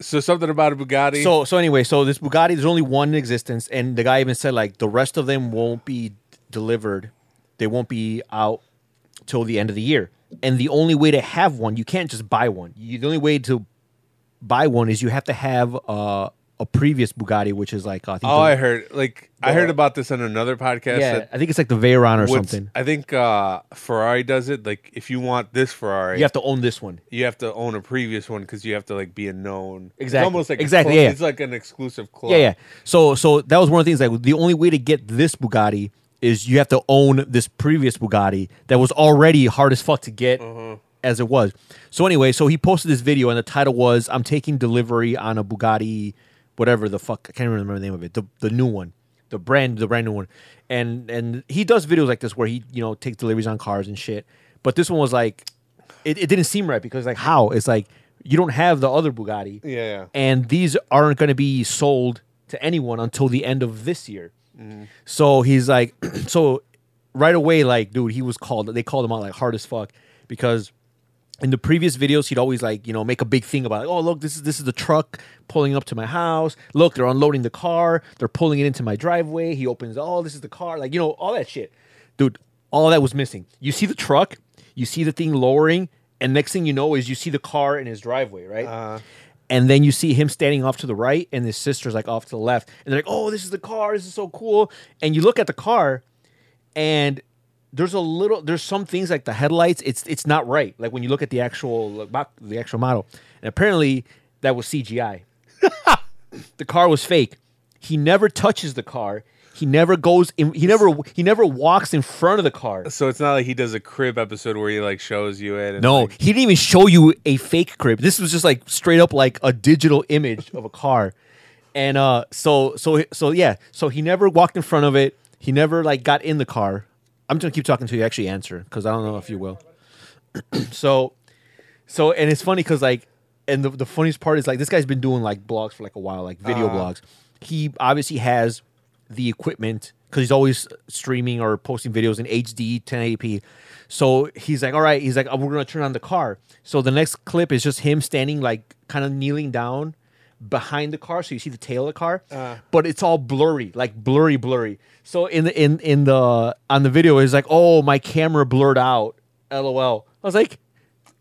so something about a Bugatti.
So so anyway, so this Bugatti, there's only one in existence, and the guy even said like the rest of them won't be delivered. They won't be out till the end of the year. And the only way to have one, you can't just buy one. You, the only way to buy one is you have to have uh, a previous Bugatti, which is like I think
oh,
the-
I heard. Like I heard about this on another podcast.
yeah,
that
I think it's like the Veyron or
what's-
something.
I think uh, Ferrari does it. Like if you want this Ferrari,
You have to own this one.
you have to own a previous one because you have to like be a known.
Exactly.
It's almost like a
Exactly,
club-
yeah, yeah.
It's like an exclusive club.
Yeah, yeah. So so that was one of the things like the only way to get this Bugatti is you have to own this previous Bugatti that was already hard as fuck to get as it was. So anyway, so he posted this video and the title was I'm taking delivery on a Bugatti whatever the fuck I can't even remember the name of it. The the new one. The brand the brand new one. And and he does videos like this where he, you know, takes deliveries on cars and shit. But this one was like it, it didn't seem right because like how? It's like you don't have the other Bugatti
Yeah, yeah.
and these aren't going to be sold to anyone until the end of this year.
Mm-hmm.
So he's like, so right away, like, dude, he was called. They called him out like hard as fuck because in the previous videos he'd always like you know make a big thing about like, oh look this is this is the truck pulling up to my house look they're unloading the car they're pulling it into my driveway he opens oh this is the car like you know all that shit dude all that was missing you see the truck you see the thing lowering and next thing you know is you see the car in his driveway right and then you see him standing off to the right and his sister's like off to the left and they're like oh this is the car this is so cool and you look at the car and there's a little there's some things like the headlights it's it's not right like when you look at the actual like, mo- the actual model and apparently that was cgi the car was fake he never touches the car he never goes in he never he never walks in front of the car
So it's not like he does a crib episode where he like shows you it. And,
no
like-
he didn't even show you a fake crib this was just like straight up like a digital image of a car and uh so so so yeah so he never walked in front of it he never like got in the car i'm just gonna keep talking till you actually answer because i don't know if you will so So and it's funny because like, and the, the funniest part is like this guy's been doing like blogs for like a while, like video blogs. He obviously has the equipment because he's always streaming or posting videos in HD 1080p. So he's like, all right, he's like, oh, we're gonna turn on the car. So the next clip is just him standing like kind of kneeling down behind the car so you see the tail of the car but it's all blurry like blurry blurry so in the in in the on the video it's like oh my camera blurred out lol i was like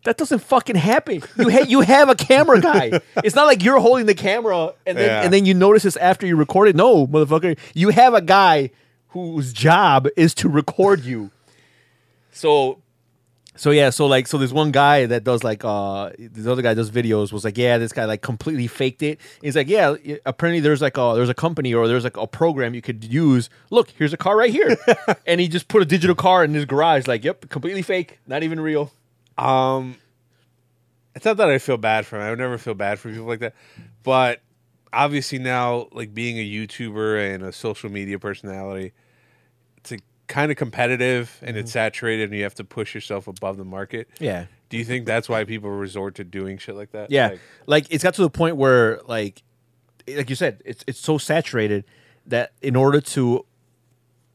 that doesn't fucking happen. You ha- you have a camera guy. It's not like you're holding the camera and then
Yeah.
and then you notice this after you record it. No, motherfucker, you have a guy whose job is to record you. So so yeah, so like so there's one guy that does like uh this other guy does videos was like, yeah, this guy like completely faked it. He's like, yeah, y- apparently there's like a there's a company or there's like a program you could use. Look, here's a car right here. and he just put a digital car in his garage like, yep, completely fake, not even real.
Um, it's not that I feel bad for him. I would never feel bad for people like that. But obviously now, like being a YouTuber and a social media personality, it's kind of competitive and it's saturated, and you have to push yourself above the market.
Mm-hmm. Yeah.
Do you think that's why people resort to doing shit like that?
Yeah,
Like,
like, it's got to the point where like, like you said, it's it's so saturated that in order to,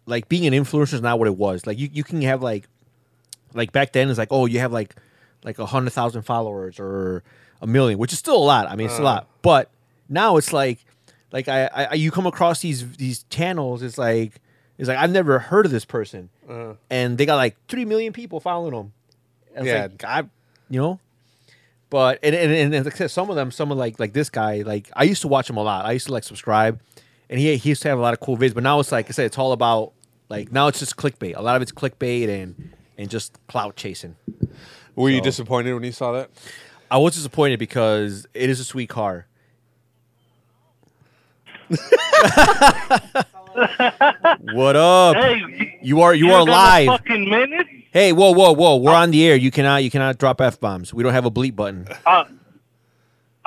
like, being an influencer is not what it was. Like you you can have like, like back then it's like oh you have like, like a hundred thousand followers or a million, which is still a lot. I mean it's a lot, but now it's like, like I, I you come across these these channels, it's like. It's like I've never heard of this person, and they got like three million people following them. And
Yeah.
yeah, like, I, you know, but and and, and, and like I said, some of them, some of like like this guy, like I used to watch him a lot. I used to like subscribe, and he he used to have a lot of cool vids. But now it's like I said, it's all about like now it's just clickbait. A lot of it's clickbait and and just clout chasing.
were you
So-
disappointed when you saw that?
I was disappointed because it is a sweet car. what up?
Hey,
you are you
give
are
them a
live.
Fucking minute.
Hey, whoa, whoa, whoa! We're on the air. You cannot you cannot drop f bombs. We don't have a bleep button.
Uh,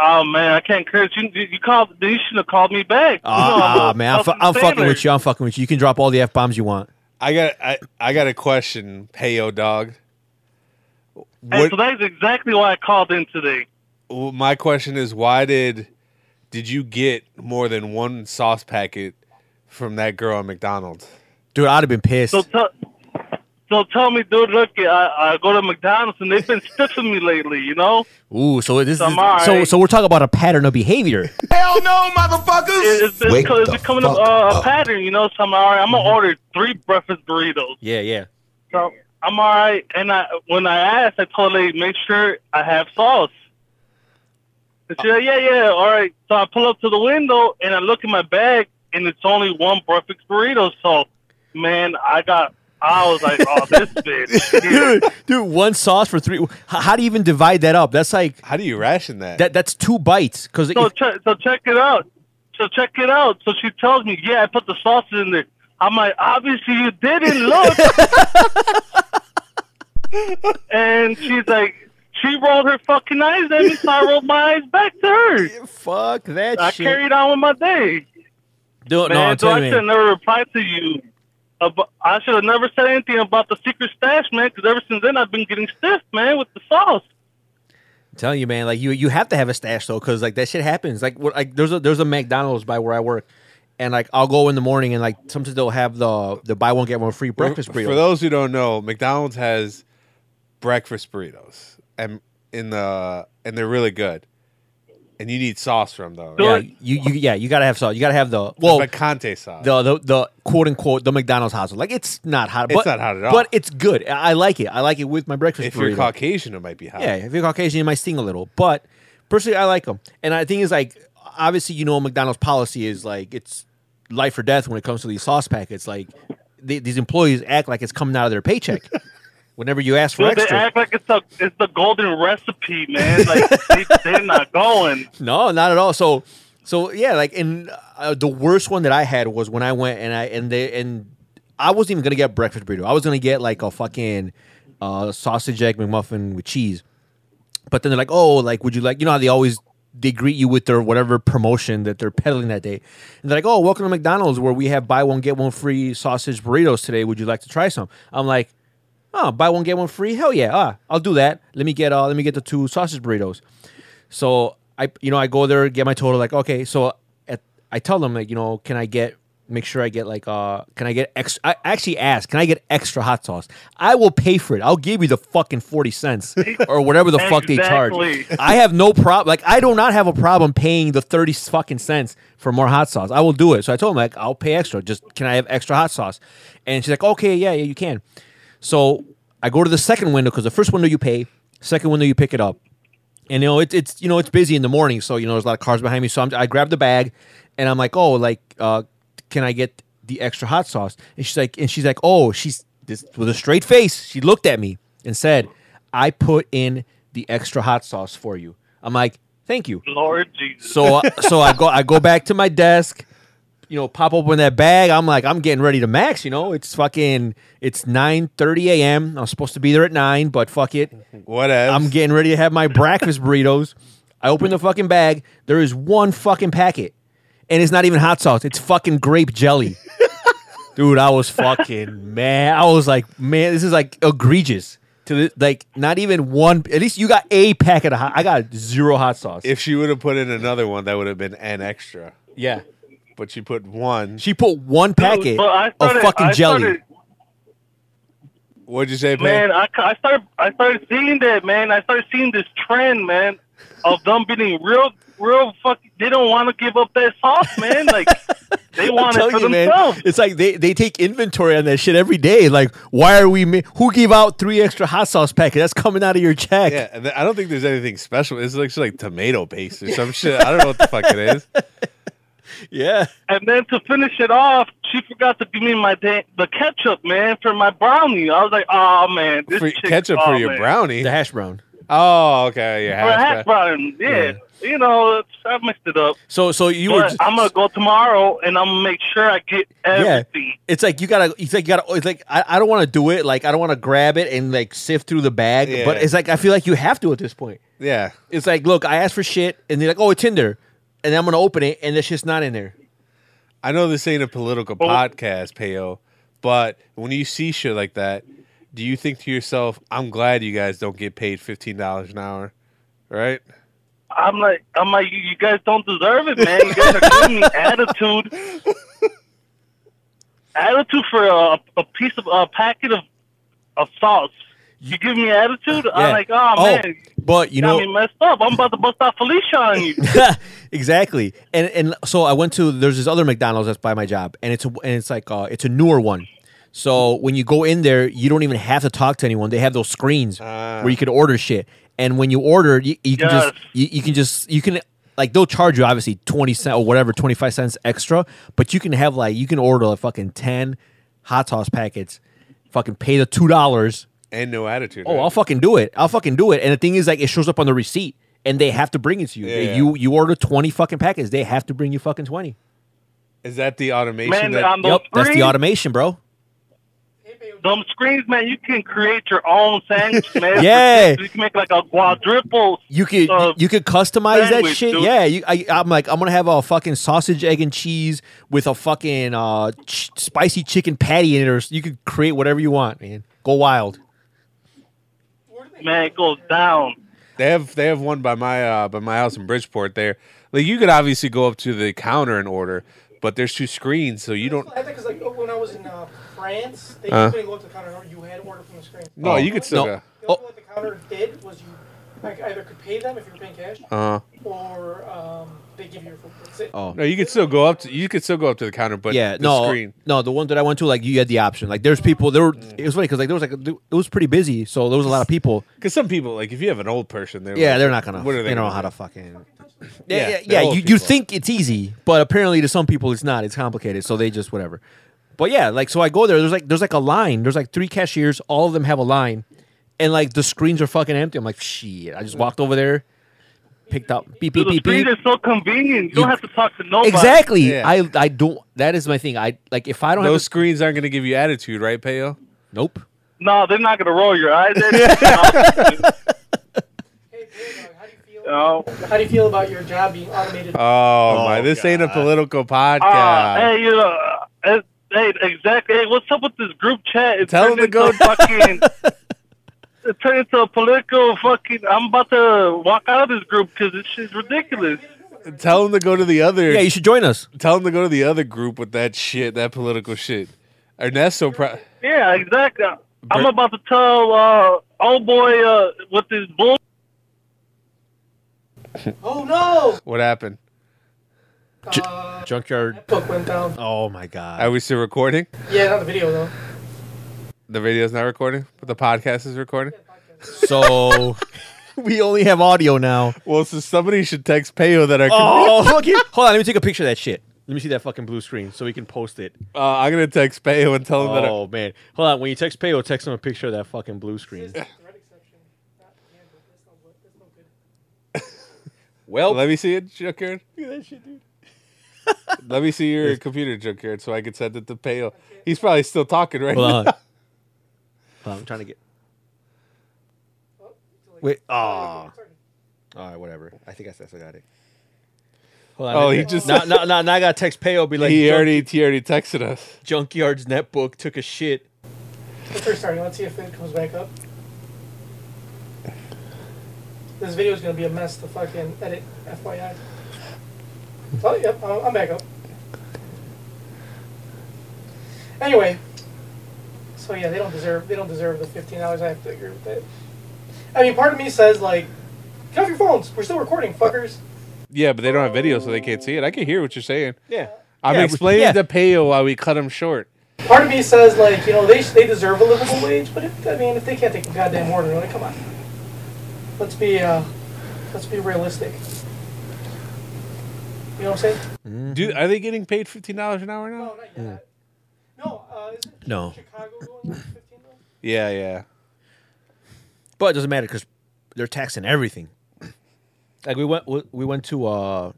Oh man, I can't curse you. You you called. You should have called me back. Oh,
Ah, ah, man, I'm, fu- I'm fucking with you. I'm fucking with you. You can drop all the f bombs you want.
I got I, I got a question, Payo Dog.
Hey, so that's exactly why I called in today.
Well, my question is why did did you get more than one sauce packet from that girl at McDonald's?
Dude, I'd have been pissed.
So tell, so tell me, dude. Look, I, I go to McDonald's and they've been stiffing me lately. You know,
Ooh, so this is
I'm all
so
right.
so we're talking about a pattern of behavior.
It- it's, it's,
Wake
co- it's
the
becoming a,
fuck
a
up. Mm-hmm.
pattern. You know, so I'm all right. I'm gonna order three breakfast burritos.
yeah, yeah.
So I'm all right. And I when I asked, I told her make sure I have sauce. And she said, yeah, yeah, all right. So I pull up to the window and I look in my bag and it's only one breakfast burrito. So, man, I got. I was like, oh, this bitch.
Dude, dude, one sauce for three. h- How do you even divide that up? That's like
How do you ration that?
that. That's two bites because
So, che- so check it out. So check it out. So she tells me, yeah, I put the sauce in there. I'm like, obviously you didn't look. and she's like, she rolled her fucking eyes at me, so I rolled my eyes back to her.
fuck that
I
shit.
carried on with my day.
Dude, no,
Man,
I'm
so I
telling
should
you,
have
man.
never replied to you. About, I should have never said anything about the secret stash, man, because ever since then I've been getting stiff, man, with the sauce.
I'm telling you, man. Like you, you have to have a stash though, because like that shit happens. Like, what, like there's a there's a McDonald's by where I work, and like I'll go in the morning and like sometimes they'll have the the buy one get one free breakfast
for,
burrito.
for those who don't know, McDonald's has breakfast burritos and in the and they're really good. And you need sauce from them.
Do
yeah,
it.
you, you yeah you gotta have sauce. You gotta have the well
Picante sauce.
the the, the quote unquote the McDonald's hot sauce. Like it's not hot.
It's
but,
not hot at all.
But it's good. I I like it. I like it with my breakfast.
if you're
burrito.
Caucasian, it might be hot.
yeah, if you're Caucasian, it might sting a little. But personally, I like them. And I think it's like obviously you know McDonald's policy is like it's life or death when it comes to these sauce packets. Like they, these employees act like it's coming out of their paycheck. Whenever you ask for
Dude, they
extra,
act like it's the it's the golden recipe, man. Like they, they're not going.
No, not at all. So, so yeah, like in uh, the worst one that I had was when I went and I and they and I wasn't even gonna get breakfast burrito. I was gonna get like a fucking uh, sausage egg McMuffin with cheese. But then they're like, oh, like would you like? You know how they always they greet you with their whatever promotion that they're peddling that day. And they're like, oh, welcome to McDonald's where we have buy one get one free sausage burritos today. Would you like to try some? I'm like, Oh, buy one get one free. Hell yeah! Ah, I'll do that. Let me get uh, let me get the two sausage burritos. So I, you know, I go there, get my total. Like, okay, so at, I tell them like, you know, can I get make sure I get like uh, can I get extra? I actually ask, can I get extra hot sauce? I will pay for it. I'll give you the fucking forty cents or whatever the fuck they charge.
Exactly.
I have no problem. Like, I do not have a problem paying the thirty fucking cents for more hot sauce. I will do it. So I told him like, I'll pay extra. Just can I have extra hot sauce? And she's like, okay, yeah, yeah, you can. So I go to the second window because the first window you pay, second window you pick it up, and you know it, it's you know it's busy in the morning, so you know there's a lot of cars behind me. So I'm, I grab the bag, and I'm like, oh, like uh, can I get the extra hot sauce? And she's like, and she's like, oh, she's this with a straight face. She looked at me and said, I put in the extra hot sauce for you. I'm like, thank you.
Lord Jesus.
So uh, so I go I go back to my desk, you know, pop open that bag. I'm like, I'm getting ready to max. You know, it's fucking it's 9:30 a.m. I'm supposed to be there at nine, but fuck it,
Whatever.
I'm getting ready to have my breakfast burritos. I open the fucking bag. There is one fucking packet, and it's not even hot sauce. It's fucking grape jelly. Dude, I was fucking mad. I was like, man, this is like egregious. To the, like, not even one. At least you got a packet of hot. I got zero hot sauce.
if she would have put in another one, that would have been an extra.
yeah,
But she put one.
She put one packet
But I started-
of fucking
I
jelly.
started-
What'd you say,
man,
man?
I, ca- I started I started seeing that, man. I started seeing this trend, man, of them being real, real fucking. They don't want to give up that sauce, man. Like they
I'm
want it
telling
for
you, man,
themselves.
it's like they, they take inventory on that shit every day. Like, why are we? Ma- who gave out three extra hot sauce packets? That's coming out of your check.
Yeah, and th- I don't think there's anything special. It's like, it's like tomato paste or some shit. I don't know what the fuck it is.
Yeah.
And then to finish it off, she forgot to give me my da- the ketchup, man, for my brownie. I was like, oh man, this
For,
chick,
ketchup
oh,
for your
man.
brownie.
the hash brown.
Oh, okay. Your
For a
hash
hash
brown.
brown, yeah. You know, it's- I mixed it up.
So so you were.
But I'm gonna go tomorrow, and I'm gonna make sure I get everything.
It's like you gotta. It's like you gotta. It's like I, I don't want to do it. Like I don't want to grab it and like sift through the bag.
Yeah.
But it's like I feel like you have to at this point.
Yeah.
It's like look, I asked for shit, and they're like, oh, it's in there, and I'm gonna open it, and it's just not in there.
I know this ain't a political podcast, Peo, but when you see shit like that, do you think to yourself, I'm glad you guys don't get paid $15 an hour? Right?
I'm like, I'm like, you, you guys don't deserve it, man. You guys are giving me attitude, attitude for a, a piece of a packet of of sauce. You give me attitude.
Yeah.
I'm like, oh, man,
but you
got
know,
me messed up. I'm about to bust out Felicia on you.
exactly. And and so I went to there's this other McDonald's that's by my job, and it's a, and it's like uh, it's a newer one. So when you go in there, you don't even have to talk to anyone. They have those screens where you can order shit, and when you order, you, you can just
Yes.
you, you can just you can like they'll charge you obviously twenty cent or whatever twenty five cents extra, but you can have like you can order like fucking ten hot sauce packets, fucking pay the two dollars.
And no attitude.
Oh,
right?
I'll fucking do it. I'll fucking do it. And the thing is, like, it shows up on the receipt, and they have to bring it to you.
Yeah.
You you order twenty fucking packets, they have to bring you fucking twenty.
Is that the automation?
Man,
that,
I'm-
yep,
Those
that's the
three?
automation, bro.
Them screens, man, you can create your own sandwich, man.
Yeah.
You can make like a quadruple.
You could
Uh,
you could customize that
sandwich,
shit.
dude.
Yeah, you, I, I'm like I'm gonna have a fucking sausage, egg, and cheese with a fucking uh, ch- spicy chicken patty in it. Or s- you could create whatever you want, man. Go wild.
man, it goes down.
They have they have one by my uh, by my house in Bridgeport. There, like you could obviously go up to the counter and order, but there's two screens, so you don't.
I think it's like oh, when I was in uh, France, they couldn't go up to the counter. and order. You had to order from the screen.
Oh.
No, you could still.
No.
Go.
The only thing the counter did was you like, either could pay them if you're paying cash,
Uh,
or um, they give you your food. That's it.
Oh.
no, you could still go up to you could still go up to the counter, but
yeah,
the
no,
screen.
no. The one that I went to, like, you had the option. Like, there's people. There were. It was funny because like there was like it was pretty busy, so there was a lot of people.
Because some people, like if you have an old person, they're
Yeah,
like,
they're not gonna.
What are
they
they?
don't know
gonna
how to
do?
fucking.
Yeah,
Yeah, yeah.
they're
yeah.
old
You, you
people.
think it's easy, but apparently to some people it's not. It's complicated, so they just whatever. But yeah, like so I go there. There's like there's like a line. There's like three cashiers. All of them have a line, and like the screens are fucking empty. I'm like shit. I just walked over there, picked up beep beep
The
beep
screen
beep.
is so convenient. You don't
You-
have to talk to nobody.
Exactly.
Yeah.
I I don't. That is my thing. I like if I don't have
Those
a-
screens aren't going to give you attitude, right, Peo?
nope.
No, they're not gonna roll your eyes. At you.
Hey, Pay Dog, how do you feel?
no.
How do you feel about your
Uh.
job being automated?
Oh, my! This ain't a political podcast.
Uh, hey, you know, uh, it, Hey, exactly. Hey, what's up with this group chat? It
Tell
turned
them to
into a fucking. It turned into a political fucking. I'm about to walk out of this group because this shit's ridiculous.
Tell them to go to the other.
Yeah, you should join us.
tell them to go to the other group with that shit, that political shit. Ernesto, pro-
Yeah, exactly. I'm
Bert-
about to tell uh, old boy uh, with this bull.
Oh no!
what happened?
Junkyard.
Book went down.
Oh my god.
Are we still recording?
Yeah, not the video though.
The video's not recording, but the podcast is recording.
So we only have audio now.
Well, so somebody should text Payo that our.
Oh, fuck you. Hold on, let me take a picture of that shit. Let me see that fucking blue screen so we can post it.
Uh, I'm gonna text Payo and tell him that. Our-
Oh man, hold on. When you text Payo, text him a picture of that fucking blue screen.
well, let me see it, Junkyard. Look at that shit, dude. let me see your computer, Junkyard, so I can send it to Payo. He's probably still talking right
Hold on.
uh,
now.
Hold on, I'm trying to get. Wait. Oh. All right, whatever. I think I said I got it. Hold on.
Oh,
let me-
he just-
now, now, now, now I got to text Payo. Be like,
He
"Junk-
already he already texted us.
Junkyard's netbook took a shit.
Let's start starting. Let's see if it comes back up. This video is gonna be a mess to fucking edit. FYI. Oh yep, I'm I'm back up. Anyway, so yeah, they don't deserve they don't deserve the fifteen dollars. I have to agree with that. I mean, part of me says like, get off your phones. We're still recording, fuckers.
Yeah, but they don't have video, so they can't see it. I can hear what you're saying.
Yeah.
I'm
Yeah,
explaining
yeah.
to Payo why we cut him short.
Part of me says like, you know, they sh- they deserve a livable wage, but if, I mean, if they can't take a goddamn order, like, come on. Let's be uh, let's be realistic. You know what I'm saying?
Mm-hmm.
Dude, are they getting paid fifteen dollars an hour now?
not yet. No, uh, is it
No.
Chicago going like 15
Yeah, yeah.
But it doesn't matter because they're taxing everything. Like we went, we- we went to, uh,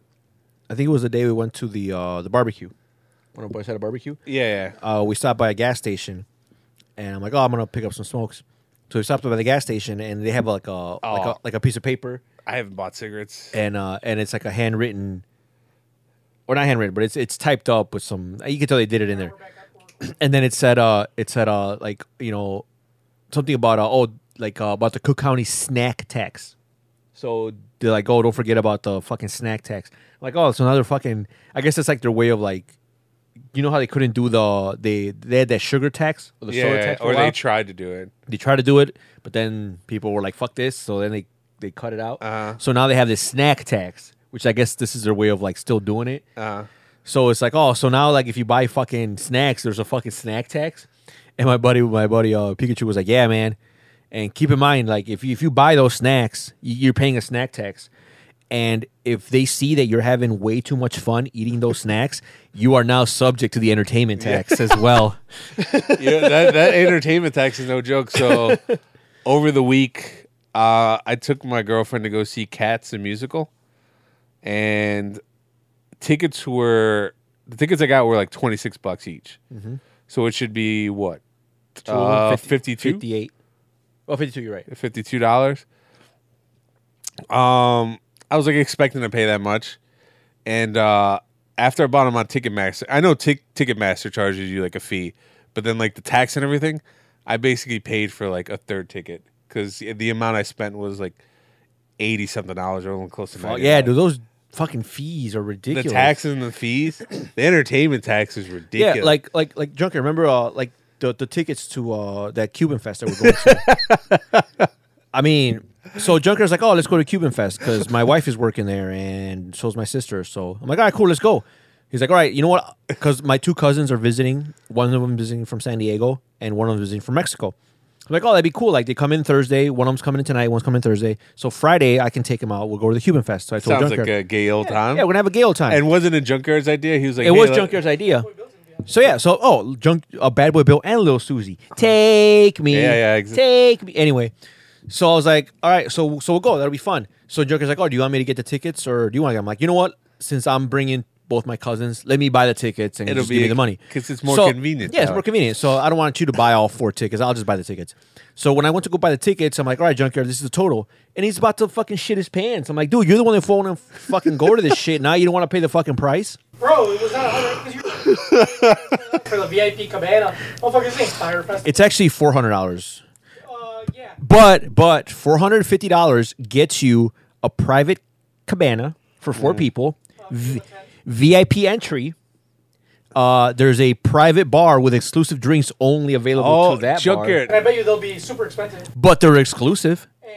I think it was the day we went to the uh, the barbecue. One of our boys had a barbecue.
Yeah, yeah.
Uh, we stopped by a gas station, and I'm like, oh, I'm gonna pick up some smokes. So we stopped by the gas station, and they have like a like a
Aw.
like a piece of paper,
I haven't bought cigarettes.
and uh, and it's like a handwritten, or not handwritten, but it's it's typed up with some. You can tell they did it in there. And then it said, uh, it said, uh, like you know, something about uh, oh, like uh, about the Cook County snack tax. So they're like, oh, don't forget about the fucking snack tax. like, oh, it's another fucking. I guess it's like their way of like, you know how they couldn't do the they they had that sugar tax or the soda
yeah,
tax for a
or they
while?
tried to do it.
they tried to do it, but then people were like, "Fuck this!" So then they they cut it out.
Uh-huh.
So now they have this snack tax, which I guess this is their way of like still doing it.
Uh,
So it's like, oh, so now like if you buy fucking snacks, there's a fucking snack tax. And my buddy, my buddy, uh, Pikachu was like, yeah, man. And keep in mind, like if you, if you buy those snacks, y- you're paying a snack tax. And if they see that you're having way too much fun eating those snacks, you are now subject to the entertainment tax as well.
yeah, that, that entertainment tax is no joke. So over the week, uh, I took my girlfriend to go see Cats the musical, and tickets were the tickets I got were like twenty six bucks each. So it should be what uh, 52?
58. Oh, 52, you're right.
fifty-two dollars. Um, I was like expecting to pay that much, and uh, after I bought them on Ticketmaster, I know Tick Ticketmaster charges you like a fee, but then like the tax and everything, I basically paid for like a third ticket because the amount I spent was like eighty something dollars or close to
Fuck,
$90.
yeah, dude, those fucking fees are
The
ridiculous.
taxes and the fees, the entertainment tax is ridiculous.
Yeah, like like like Junker. Remember, uh, like the the tickets to uh that Cuban Fest that we're going to. I mean, so Junker's like, oh, let's go to Cuban Fest because my wife is working there and so's my sister. So I'm like, all right, cool, let's go. He's like, all right, you know what? Because my two cousins are visiting. One of them visiting from San Diego and one of them visiting from Mexico. I'm like, oh, that'd be cool. Like they come in Thursday. One of them's coming in tonight. One's coming in Thursday. So Friday, I can take him out. We'll go to the Cuban Fest. So I told
sounds
Junker,
like a gay old time.
yeah, we're gonna have a gay old time
and wasn't it Junkyard's idea? He was like,
it
"Hey,
was
let-
Junkyard's idea. So yeah, so oh, junk, uh, Bad Boy Bill and Lil Susie, take me,
Yeah, yeah, exa-
take me. Anyway, so I was like, all right, so so we'll go. That'll be fun. So Junker's like, oh, do you want me to get the tickets or do you want? to I'm like, you know what? Since I'm bringing both my cousins, let me buy the tickets and
It'll
just
be
give me the money
'cause it's more convenient
Yeah, it's
that
more
way.
convenient. So I don't want you to buy all four tickets. I'll just buy the tickets. So when I went to go buy the tickets, I'm like, all right, Junkyard, this is the total. And he's about to fucking shit his pants. I'm like, dude, you're the one that phone and fucking go to this shit. Now you don't want to pay the fucking price.
Bro, it was not 100 because you for the VIP cabana. Oh, fuck, this ain't Firefest.
It's actually four hundred dollars,
Uh, yeah.
but but four hundred fifty dollars gets you a private cabana for four people, v- VIP entry. Uh, there's a private bar with exclusive drinks only available
Oh,
to that bar,
junkyard.
And I bet you they'll be super expensive.
but they're exclusive.
And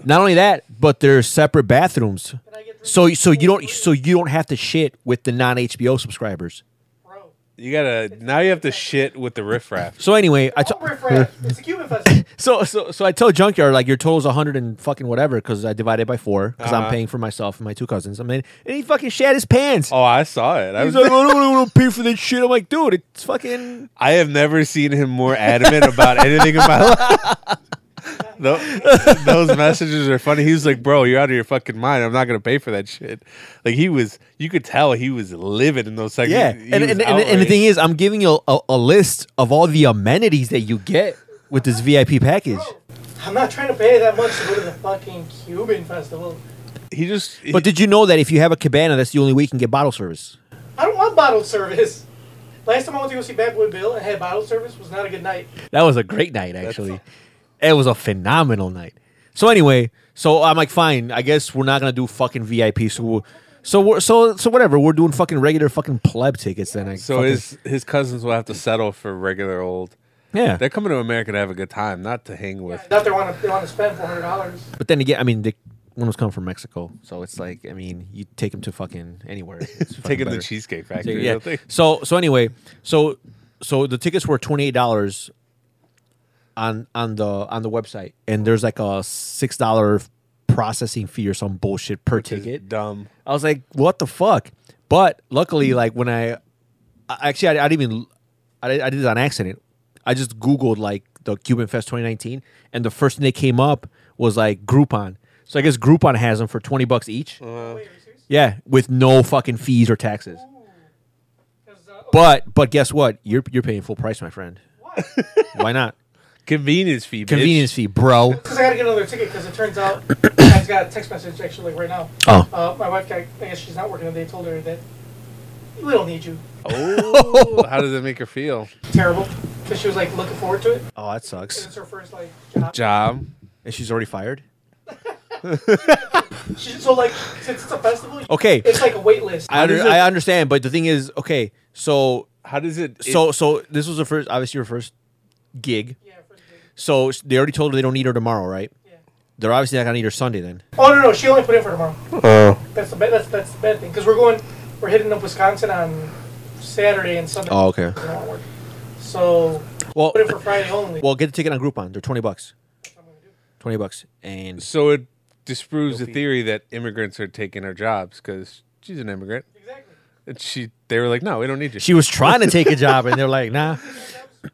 I,
Not only that, but they're separate bathrooms.
I get
So so you don't so you don't have to shit with the non HBO subscribers.
bro.
You gotta now. You have to shit with the riffraff.
So anyway, I t-
Don't riffraff. It's a Cuban festival.
so so so I tell Junkyard like your total's a hundred and fucking whatever because I divided by four because
Uh-huh.
I'm paying for myself and my two cousins. I mean, and he fucking shat his pants.
Oh, I saw it. I
He's
was.
like, I don't want to pay for this shit. I'm like, dude, it's fucking.
I have never seen him more adamant about anything in my life. Tho- Those messages are funny. He was like, "Bro, you're out of your fucking mind. I'm not gonna pay for that shit." Like he was, you could tell he was livid in those seconds.
Yeah,
He- he
and,
was
and, and, and the
outraged.
thing is, I'm giving you a, a list of all the amenities that you get with this VIP package.
I'm not trying to pay that much to go to the fucking Cuban festival.
he just. he-
But did you know that if you have a cabana, that's the only way you can get bottle service?
I don't want bottled service. Last time I went to go see Bad Boy Bill and had bottled service was not a good night.
That was a great night, actually. It was a phenomenal night. So anyway, so I'm like, fine. I guess we're not gonna do fucking VIP. So, we're, so we're, so so whatever. We're doing fucking regular fucking pleb tickets. Then I
so
fucking-
his his cousins will have to settle for regular old.
yeah.
They're coming to America to have a good time, not to hang with.
Not they want to they want to spend four hundred dollars.
But then again, I mean, the one was coming from Mexico, so it's like, I mean, you take him to fucking anywhere. It's fucking
Taking the
better.
cheesecake
Take-
factory.
yeah.
don't they?
So so anyway, so so the tickets were twenty eight dollars on on the on the website, and there's like a six dollar processing fee or some bullshit per
Just
ticket.
dumb.
I was like, what the fuck? But luckily, like when I, I actually I, I didn't even I, did- I did it on accident. I just googled like the Cuban Fest 2019, and the first thing that came up was like Groupon. So I guess Groupon has them for twenty bucks each.
Wait, are you serious?
Yeah, with no fucking fees or taxes.
'Cause, uh, oh,
But but guess what? You're you're paying full price, my friend.
why?
Why not?
Convenience fee. bitch.
Convenience fee, bro.
Because I gotta get another ticket because it turns out I just got a text message actually right now.
Oh.
Uh, my wife got, I guess she's not working today, told her that we don't need you.
Oh, how does it make her feel?
Terrible. Because she was like looking forward to it.
Oh, that
'cause
sucks.
It's her first like job.
Job.
And she's already fired.
She, so like since it's a festival,
Okay,
it's like a wait list.
I under, I understand, but the thing is, okay, so
How does it?
so so this was the first, obviously your first gig.
yeah, first gig.
So they already told her they don't need her tomorrow, right?
Yeah.
They're obviously not gonna need her Sunday then.
Oh no no, she only put in for tomorrow.
Oh.
That's the bad that's that's the bad thing because we're going we're hitting up Wisconsin on Saturday and Sunday.
Oh, okay.
It won't work. So
Well,
put in for Friday only.
well, get the ticket on Groupon. They're twenty bucks. Twenty bucks, and
So it disproves the theory that immigrants are taking our jobs because she's an immigrant.
exactly.
And she, they were like, no, we don't need you.
she was trying to take a job, and they're like, nah.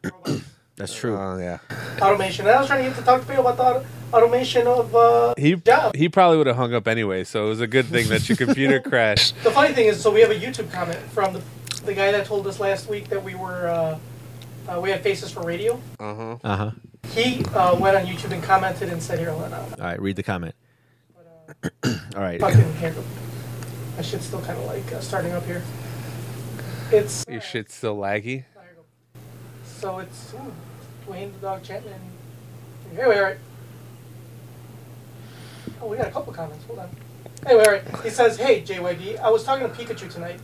That's true.
oh yeah.
Automation. And I was trying to get to talk to you about the auto- automation of uh,
He
job.
he probably would have hung up anyway. So it was a good thing that your computer crashed.
The funny thing is, so we have a YouTube comment from the, the guy that told us last week that we were uh, uh, we had faces for radio.
Uh
Uh-huh.
huh.
He uh, went on YouTube and commented and said, "Here, hold on,
All right, read the comment.
uh,
All right.
fucking handle." My shit's still kind of like uh, starting up here. It's
Your shit's still laggy.
so it's ooh, Dwayne the dog Chapman. Anyway, all right. Oh, we got a couple comments. Hold on. Anyway, all right. He says, "Hey, JYD, I was talking to Pikachu tonight,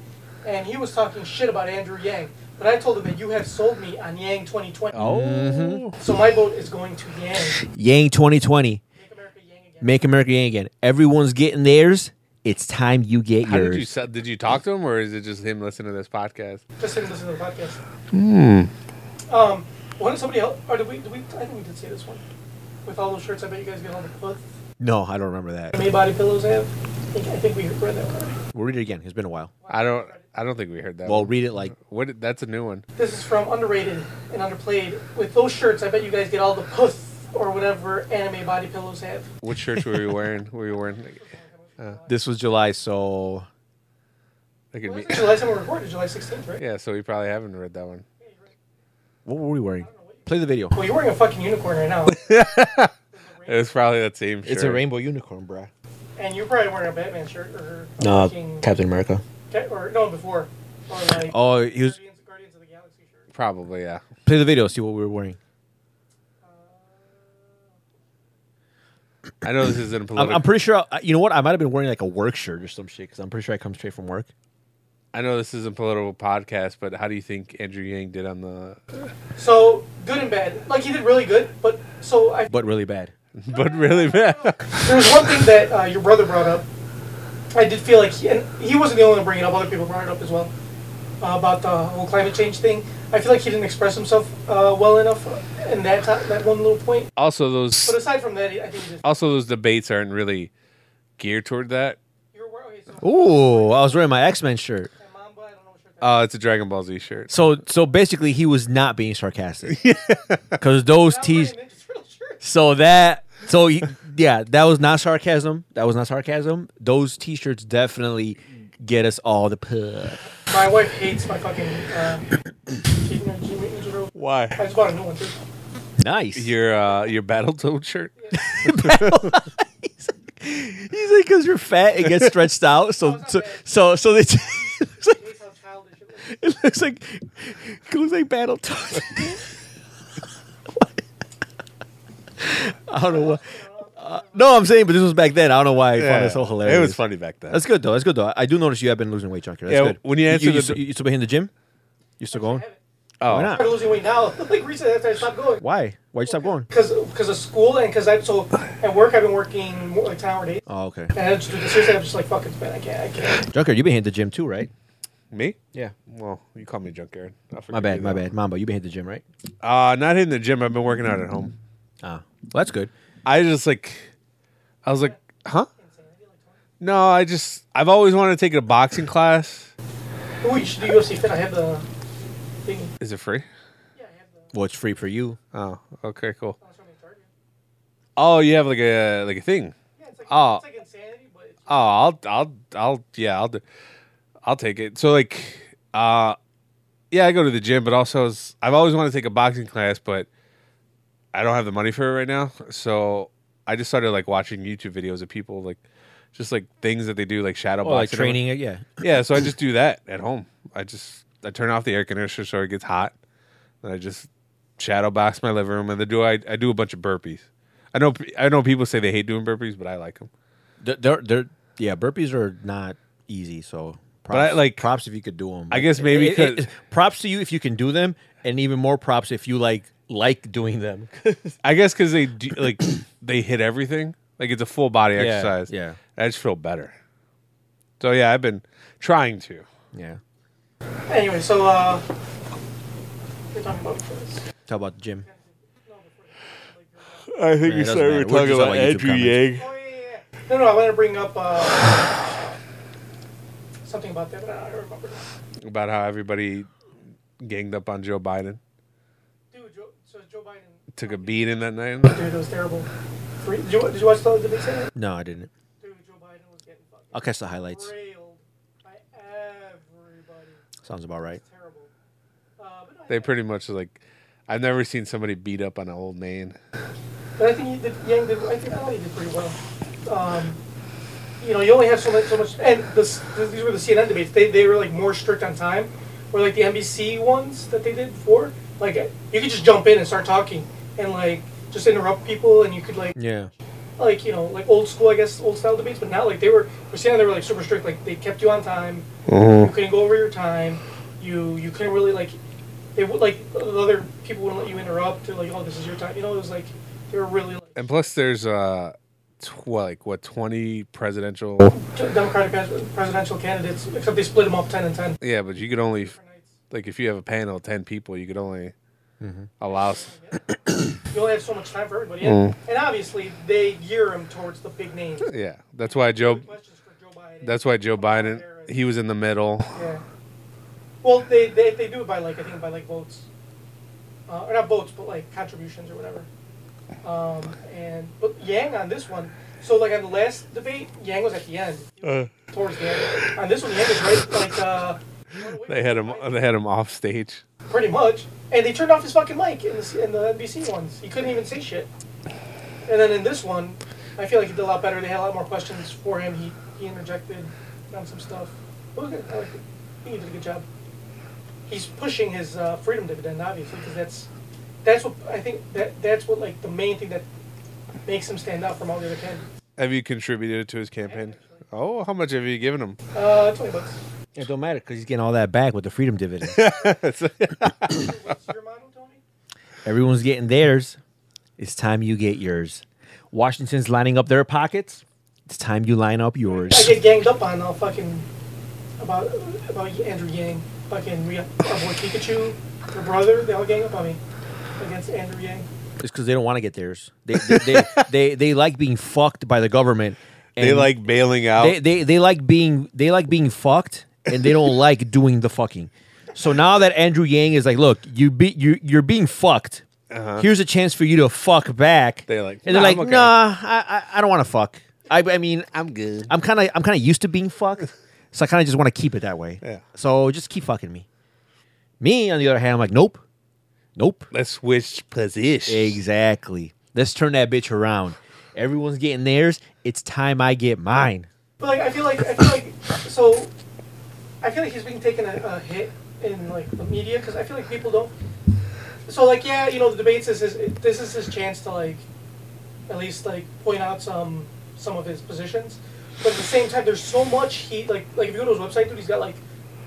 and he was talking shit about Andrew Yang, but I told him that you have sold me on Yang 2020.
Oh.
So my vote is going to Yang.
Mm-hmm. Yang 2020.
Make America Yang again.
Make America Yang again. Everyone's getting theirs. It's time you get
How did you
yours.
se- did you talk to him or is it just him listening to this podcast?
Just didn't listen to the podcast. Um, wasn't somebody else? Or did we? Did we? I think we did say this one. With all those shirts, I bet you guys get all the clothes.
no, I don't remember that.
May body pillows have? I think, I think we read that one. already.
We'll read it again. It's been a while.
I don't. I don't think we heard that.
Well,
one.
read it like
what? did- That's a new one.
This is from underrated and underplayed. With those shirts, I bet you guys get all the puss or whatever anime body pillows have.
What shirts were you wearing? Were you wearing like,
this was July, so
like a
Well,
me-
this is the last time we recorded, July 16th, right?
Yeah, so we probably haven't read that one.
what were we wearing? Play the video.
Well, you're wearing a fucking unicorn right now,
It was probably that same. Shirt.
unicorn, bruh.
and you're probably wearing a Batman shirt or a
No,
fucking
Captain America.
or no before or like
Oh, he was
Probably, yeah.
Play the video, see what we were wearing.
I know this isn't
I'm,
political.
I'm pretty sure. I, you know what? I might have been wearing like a work shirt or some shit because I'm pretty sure I come straight from work.
I know this isn't political podcast, but how do you think Andrew Yang did on the
So good and bad. Like he did really good, but so I,
But really bad.
but really bad?
there was one thing that uh, your brother brought up. I did feel like, he, and he wasn't the only one bringing it up. Other people brought it up as well uh, about the whole climate change thing. I feel like he didn't express himself uh, well enough in that ti- that one little point.
also,
But
those
aside from that, I think he did.
also those debates aren't really geared toward that.
You're aware, okay, so
Ooh, I was wearing my X Men shirt.
my mom, but I don't know what shirt that
Oh, it's a Dragon Ball Z shirt.
So, so basically, he was not being sarcastic because those
I'm
tees.
wearing Ninja Turtle shirt.
So that, so he, yeah, that was not sarcasm. That was not sarcasm. Those T-shirts definitely get us all the puff.
My wife hates my fucking. Uh, Ninja Turtle. I
Why?
just bought a new one too.
Nice.
Your uh your Battletoad shirt?
He's like, because you're fat, it gets stretched out. So, so, so, so they. it's like-
She hates how childish it looks.
It looks like it looks like battle toads. I don't know what. Uh, no, I'm saying, but this was back then. I don't know why I found it so hilarious.
It was funny back then.
That's good though. That's good though. I- I do notice you have been losing weight, Junker. That's
Yeah,
good.
when you answer
you,
the-
still- you still been in the gym. You still going?
oh,
Why
I
not?
started losing weight now. like recently after I stopped going.
Why? Why'd you stop going?
Because because of school and because I so at work I've been working more, like ten hour days.
Oh, okay.
And I just, seriously, I'm just like, fuck, it's bad. I can't, I can't.
Junker, you've been hitting the gym too, right?
me?
Yeah.
Well, you call me junk, Aaron. I'll
My
forgive
bad.
you
My
that.
bad. Mamba, you've been hitting the gym, right?
Uh, not in the gym. I've been working out at home.
Ah, well, that's good.
I just like, I was like, huh? No, I just, I've always wanted to take a boxing class.
Ooh, you should do UFC Fit. I have the thing.
Is it free?
Yeah, I have the.
Well, it's free for you.
Oh, okay, cool.
I was trying to target.
Oh, you have like a like a thing.
Yeah, it's like,
Oh.
it's like insanity, but it's,
Oh, I'll, I'll, I'll, yeah, I'll, do, I'll take it. So like, uh, yeah, I go to the gym, but also s- I've always wanted to take a boxing class, but I don't have the money for it right now. So I just started like watching YouTube videos of people like, just like things that they do like shadow
Oh,
boxing.
like
and everything.
training it, yeah.
Yeah, so I just do that at home. I just I turn off the air conditioner so it gets hot. And I just shadow box my living room and then do I, I do a bunch of burpees. I know p- I know people say they hate doing burpees, but I like them.
They're, they're, they're- yeah, burpees are not easy. So, props,
I, like-
props if you could do them.
I guess maybe 'cause-
props to you if you can do them, and even more props if you like like doing them.
I guess because they do, like they hit everything. Like it's a full body exercise.
yeah.
I just feel better. So yeah, I've been trying to.
yeah,
anyway, so, uh. We're talking about this.
talk about the gym.
I think
Yeah, it doesn't sorry, we're matter. We're talking just about about YouTube Andrew comments.
Oh, yeah, yeah, yeah. No, no, I want to bring up, uh. something about that, but I don't remember. now.
about how everybody ganged up on Joe Biden.
Dude, Joe, so Joe Biden.
Took a beating that night.
Dude, it was terrible. Free- Did you, did you watch the debate Saturday?
No, I didn't.
Dude, Joe Biden was getting fucking.
I'll catch the highlights.
railed by everybody.
Sounds about right.
Terrible. Uh, but, no,
They pretty much like I've never seen somebody beat up on an old man.
but I think he did, Yang did. I think Ali did pretty well. Um, you know, you only have so much. So much and this, these were the CNN debates. They, they were like more strict on time, or like the NBC ones that they did before. Like eh, you could just jump in and start talking, and like just interrupt people, and you could like
Yeah,
like you know like old school I guess old style debates, but not like they were for CNN they were like super strict. Like they kept you on time. You couldn't go over your time. You you couldn't really like they would like the other people wouldn't let you interrupt. They're like, oh, this is your time. You know, it was like they were really like
And plus, there's uh, tw- like what twenty presidential?
Democratic pres- presidential candidates, except they split them up ten and ten.
Yeah, but you could only like if you have a panel of ten people, you could only allow. s-
You only have so much time for everybody, and, and obviously they gear them towards the big names.
Yeah, that's why Joe.
Questions for Joe Biden.
That's why Joe Biden. He was in the middle.
Yeah. Well, they, they they do it by like I think by like votes, uh, or not votes, but like contributions or whatever. Um, and but Yang on this one, so like on the last debate, Yang was at the end, towards the end. On this one, Yang was right like uh,
They had him. They had him off stage.
pretty much, and they turned off his fucking mic in the in the NBC ones. He couldn't even say shit. And then in this one, I feel like he did a lot better. They had a lot more questions for him. He he interjected on some stuff. It was good. I liked it. I think he did a good job. he's pushing his uh, freedom dividend, obviously, because that's that's what I think that that's what like the main thing that makes him stand out from all the other candidates.
Have you contributed to his campaign? Oh, how much have you given him?
Uh, twenty bucks.
It don't matter because he's getting all that back with the freedom dividend.
What's your model, Tony?
Everyone's getting theirs. It's time you get yours. Washington's lining up their pockets. It's time you line up yours.
I get ganged up on all fucking about about Andrew Yang, fucking we our boy Pikachu, your brother. They all gang up on me against Andrew Yang.
It's because they don't want to get theirs. They they, they, they they like being fucked by the government. And
They like bailing out.
they, they they like being they like being fucked, and they don't like doing the fucking. So now that Andrew Yang is like, look, you be you you're being fucked. Here's a chance for you to fuck back.
They're Uh-huh. like,
and they're
"Nah,
like,
I'm okay."
nah, I I, I don't want to fuck. I I mean,
I'm good.
I'm kind of I'm kind of used to being fucked, so I kind of just want to keep it that way.
Yeah.
So just keep fucking me. Me on the other hand, I'm like, nope, nope.
Let's switch position.
Exactly. Let's turn that bitch around. Everyone's getting theirs. It's time I get mine.
But like I feel like I feel like so I feel like he's being taking a, a hit in like the media because I feel like people don't. So like yeah, you know the debates is his, it- this is his chance to like at least like point out some some of his positions, but at the same time there's so much he like like if you go to his website dude he's got like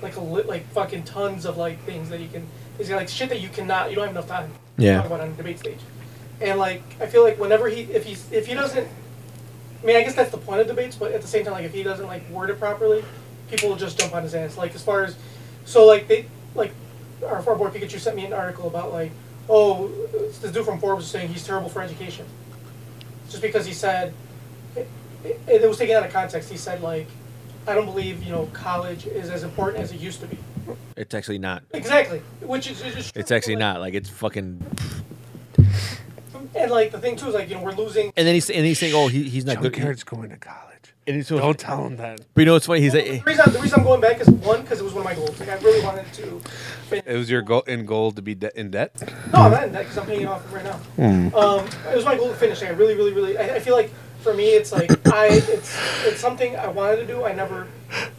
like a lit like fucking tons of like things that you can he's got like shit that you cannot you don't have enough time
Yeah.
to talk about on a debate stage, and like I feel like whenever he if he's if he doesn't I mean, I guess that's the point of debates, but at the same time, like if he doesn't like word it properly, people will just jump on his ass. Like as far as, so like they like our four board Pikachu sent me an article about like, oh, it's this dude from Forbes is saying he's terrible for education, just because he said, it, it, it was taken out of context. He said like, I don't believe you know college is as important as it used to be.
It's actually not.
Exactly, which is, is just true,
It's actually
like-
not. Like it's fucking.
And like the thing too is like you know we're losing.
And then he's and he's saying, oh, he, he's not good.
Junkyard's going to college.
And he's so-
Don't tell him that.
but you know what's funny? He's like,
The reason, the reason I'm going back is one because it was one of my goals. Like I really wanted to. finish-
It was your goal in goal to be de- in debt.
No, I'm not in debt because I'm paying it off right now. Um, it was my goal to finish. I really, really, really. I, I feel like for me, it's like I, it's, it's something I wanted to do. I never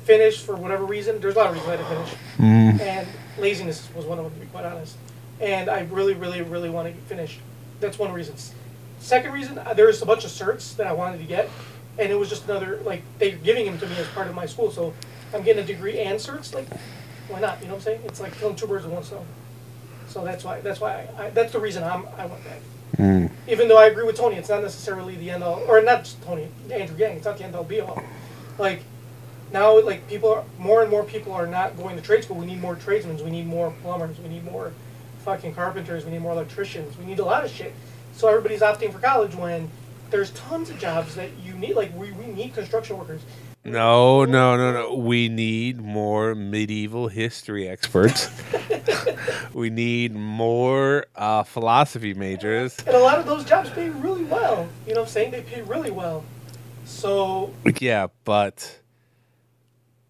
finished for whatever reason. There's a lot of reasons I didn't finish, and laziness was one of them. To be quite honest, and I really, really, really want to finish. That's one reason. Second reason, uh, there's a bunch of certs that I wanted to get, and it was just another like they're giving them to me as part of my school. So I'm getting a degree and certs. Like, why not? You know what I'm saying? It's like killing two birds with one stone. So that's why that's why I, I, that's the reason I'm I went back. Even though I agree with Tony, it's not necessarily the end all, or not just Tony Andrew Yang. It's not the end all be all. Like now, like people are more and more people are not going to trade school. We need more tradesmen. We need more plumbers. We need more fucking carpenters. We need more electricians. We need a lot of shit. So everybody's opting for college when there's tons of jobs that you need. Like we, we need construction workers.
No, no, no, no. We need more medieval history experts. we need more uh, philosophy majors.
And a lot of those jobs pay really well. You know what I'm saying? They pay really well. So
Like, Yeah, but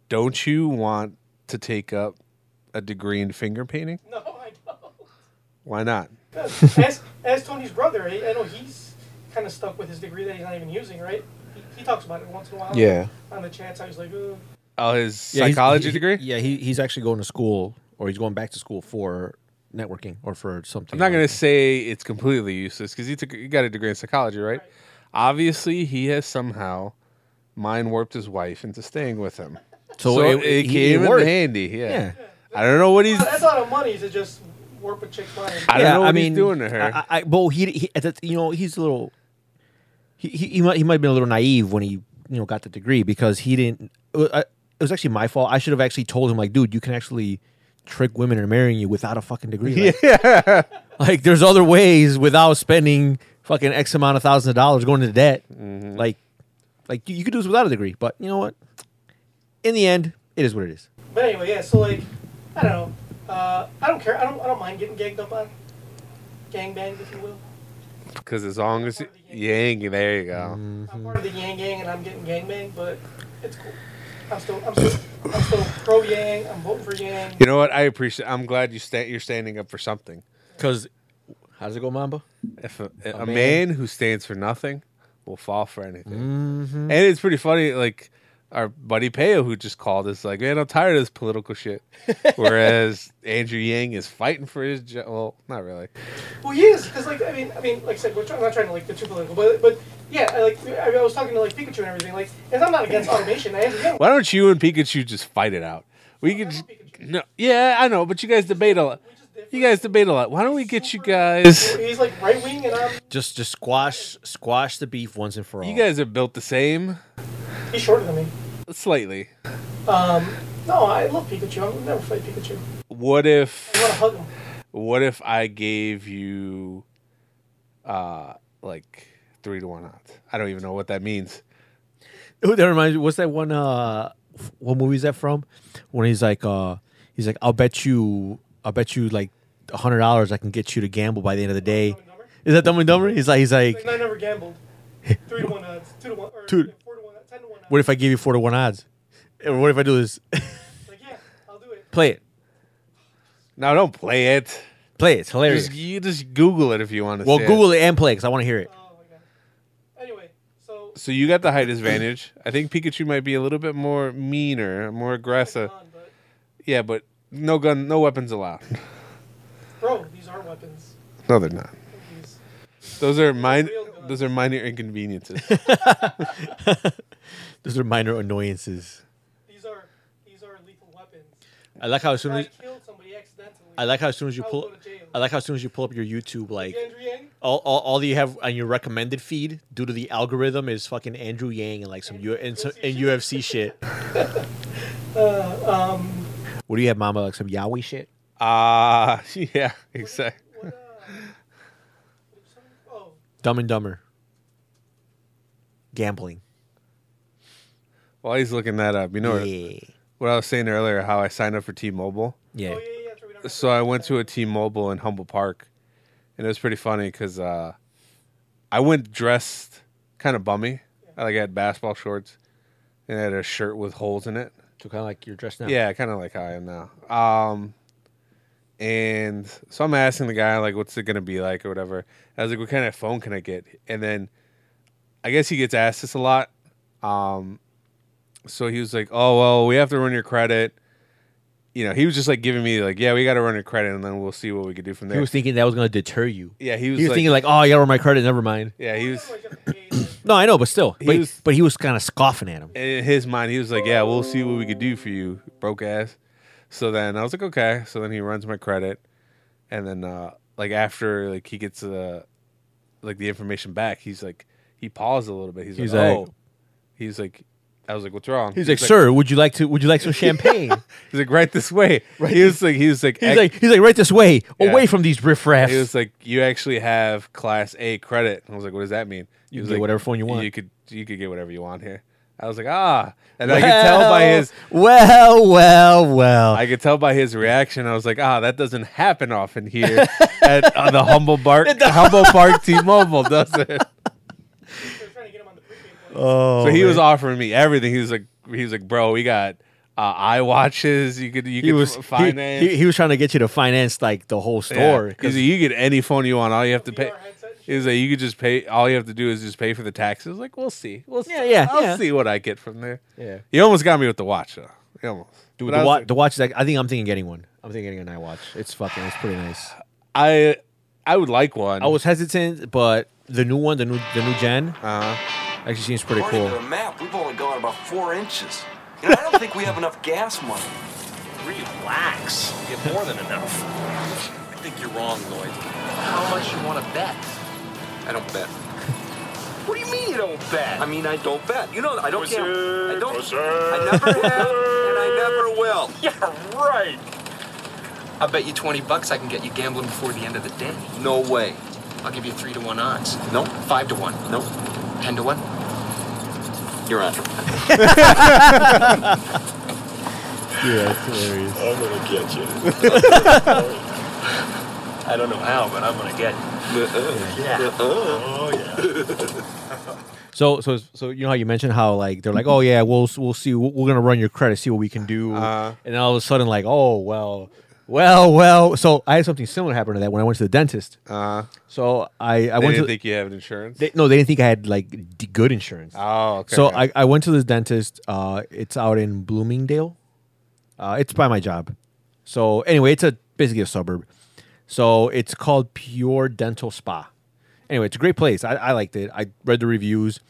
don't you want to take up a degree in finger painting?
no, I don't.
Why not?
as, as Tony's brother, I, I know he's kind of stuck with his degree that he's not even using, right? He, he talks about it once in a while.
Yeah.
On the chats, I was like, Ugh.
Oh, his
Yeah, he's-
psychology
he- he-
degree?
Yeah, he, he's actually going to school or he's going back to school for networking or for something.
I'm not gonna say it's completely useless because he took he got a degree in psychology, right? Obviously, he has somehow mind warped his wife into staying with him. So, it,
he-
came
it
in
worked.
handy. Yeah.
Yeah.
I don't know what he's.
that's a lot of money to just warp a chick's mind.
I don't
yeah,
know what
I
he's
mean,
doing to her.
I, I, I- well, he, he at that, you know he's a little. He he, he might he might have been a little naive when he you know got the degree because he didn't. It was, I, it was actually my fault. I should have actually told him like, dude, you can actually trick women into marrying you without a fucking degree. Like, yeah. Like there's other ways without spending fucking x amount of thousands of dollars going into debt.
Mm-hmm.
Like, like you, you could do this without a degree. But you know what? In the end, it is what it is.
But anyway, yeah. So like, I don't know. Uh, I don't care. I don't. I don't mind getting ganged up on, gang banged, if you will.
Because as long as Yang, there you go.
Mm.
I'm part of the Yang Gang, and I'm getting gang banged, but it's cool. I'm still. I'm still. I'm still pro Yang. I'm voting for Yang.
You know what? I appreciate. I'm glad you sta- you're standing up for something.
Because how does it go, Mamba?
If a, a, man.
man- Mm-hmm.
who stands for nothing will fall for anything, and it's pretty funny. Like our buddy Peo, who just called, is like, man, I'm tired of this political shit. Whereas Andrew Yang is fighting for his job. Well, not really.
Well, he is because like I mean, I mean, like I said, we're trying, not trying to like the too political, but but yeah, I, like I, I was talking to like Pikachu and everything, like, and I'm not against automation. I am against
Why don't you and Pikachu just fight it out? We could. j- No, yeah, I know, but you guys debate a lot. You guys debate a lot. Why don't we get you guys?
He's like right wing, and I'm
Just just squash squash the beef once and for all.
You guys are built the same,
he's shorter than me.
slightly.
No, I love Pikachu. I would never fight Pikachu.
What
I want
if?
to hug him.
What if I gave you, uh, like three to one odds? I don't even know what that means.
Ooh, oh, that reminds me. What's that one? Uh, f- what movie is that from? When he's like, uh, he's like, I'll bet you, I'll bet you like a hundred dollars I can get you to gamble by the end of the day. Is that Dumb and Dumber? He's like, he's like,
Like I never gambled. Three to one odds. Two to one. Or
Two-
Four to one. Ten to one. Odds.
what if I give you four to one odds? Or what if I do this?
Like yeah, I'll do it.
play it,
No, don't play it.
play it. It's hilarious.
Just, you just Google it if you want to.
well,
see it.
Google it and play because I want to hear it.
Oh my god. Anyway, so
So you got the height advantage. I think Pikachu might be a little bit more meaner, more aggressive.
on, but
Yeah, but no gun, no weapons allowed.
bro, these are weapons.
No, they're not.
These-
Those are minor.
Real gun.
Those are minor inconveniences.
Those are minor annoyances.
These are these are lethal weapons.
I like how as soon
I
as
killed somebody accidentally.
I like how as soon as you
I would
pull,
go to jail.
I like how as soon as you pull up your YouTube, like
Andrew Yang.
all, all, all that you have on your recommended feed due to the algorithm is fucking Andrew Yang and like some U- and, some, and UFC shit.
Uh, um,
What do you have, Mama? Like some Yahweh shit?
Ah, yeah, exactly.
What, uh, oh,
Dumb and Dumber. Gambling.
While he's looking that up, you know what-
Yeah.
what I was saying earlier, how I signed up for T-Mobile.
Yeah.
oh yeah, yeah, that's right. We never
So I went to a T-Mobile in Humble Park, and it was pretty funny because uh, I went dressed kind of bummy. I like had basketball shorts, and I had a shirt with holes in it.
So kind of like you're dressed now.
Yeah, kind of like how I am now. Um, and so I'm asking the guy like, "What's it gonna be like?" or whatever. I was like, "What kind of phone can I get?" And then, I guess he gets asked this a lot. Um, so he was like, "Oh well, we have to run your credit." You know, he was just like giving me like, "Yeah, we got to run your credit, and then we'll see what we could do from there."
He was thinking that was gonna deter you.
yeah, he
He
was,
was
like,
thinking like, oh, I gotta run my credit. Never mind.
yeah, he was.
like got the gay, like,
No, I know, but still, but,
was-
but he was kind of scoffing at him.
in his mind, he was like, "Yeah, we'll see what we could do for you, broke ass." So then I was like, "Okay." So then he runs my credit, and then uh, like after like he gets the like the information back, he's like he paused a little bit. He's,
He's
like,
like-
"Oh," he's like, "I was like, what's wrong?"
He's like, sir, would you like to? Would you like some champagne?
he's like right this way." Right. He was like, he was like,
He's
"Ac-
like, he's like, right this way,
Yeah.
away from these riffraffs.
He was like, "You actually have Class A credit." And I was like, "What does that mean?" He
You can
was
get
like,
whatever phone you want.
You could you could get whatever you want here. I was like, "Ah," and I could tell by his
well, well, well.
I could tell by his reaction. I was like, ah, that doesn't happen often here at on the humble park, humble park T-Mobile, does it?
they're trying to get him on the prepaid plan.
oh,
so he was offering me everything. He was like, he was like, bro, we got uh, eye watches. You could, you
he
could
was
f-
he,
finance.
he, he was trying to get you to finance like the whole
Yeah.
store.
He's
'cause-
like, you get any phone you want. All you have to pay.
VR headset and shit.
He's like, you could just pay. All you have to do is just pay for the taxes. Like, we'll see. We'll
Yeah,
see.
yeah,
I'll
yeah.
see what I get from there.
yeah.
He almost got me with the watch though. He almost.
Dude,
But
the,
I was
wa-
like-
the watch is like, I think I'm thinking getting one. I'm thinking getting an iWatch. It's fucking, it's pretty nice.
I, I would like one.
I was hesitant, but the new one, the new, the new gen,
Uh,
actually seems pretty
According
cool.
to the map, we've only gone about four inches. You know, I don't think we have enough gas money.
Relax. You have more than enough. I think you're wrong, Lloyd.
How much you want to bet? I don't bet.
What do you mean you don't
I
bet?
mean, I don't bet. You know, I don't gamble. I don't.
Proceed,
I never have, and I never will.
Yeah, right.
I'll bet you 20 bucks I can get you gambling before the end of the day.
No way.
I'll give you 3 to 1 odds.
No.
5 to 1.
No.
10 to 1.
You're on.
Yeah, that's hilarious.
I'm gonna get you. I don't know how, but I'm gonna get you. Oh yeah.
So, so, so you know how you mentioned how like they're like, oh yeah, we'll we'll see, we're gonna run your credit, see what we can do,
Uh-huh.
and then all of a sudden like, oh well, Well, well. So I had something similar happen to that when I went to the dentist.
Uh,
so I, I
they
went
didn't
to
think you have insurance.
They, no, they didn't think I had like d- good insurance.
Oh, okay.
So I, I went to this dentist. Uh, it's out in Bloomingdale. Uh, it's by my job. So anyway, it's a basically a suburb. So it's called Pure Dental Spa. Anyway, it's a great place. I, I liked it. I read the reviews.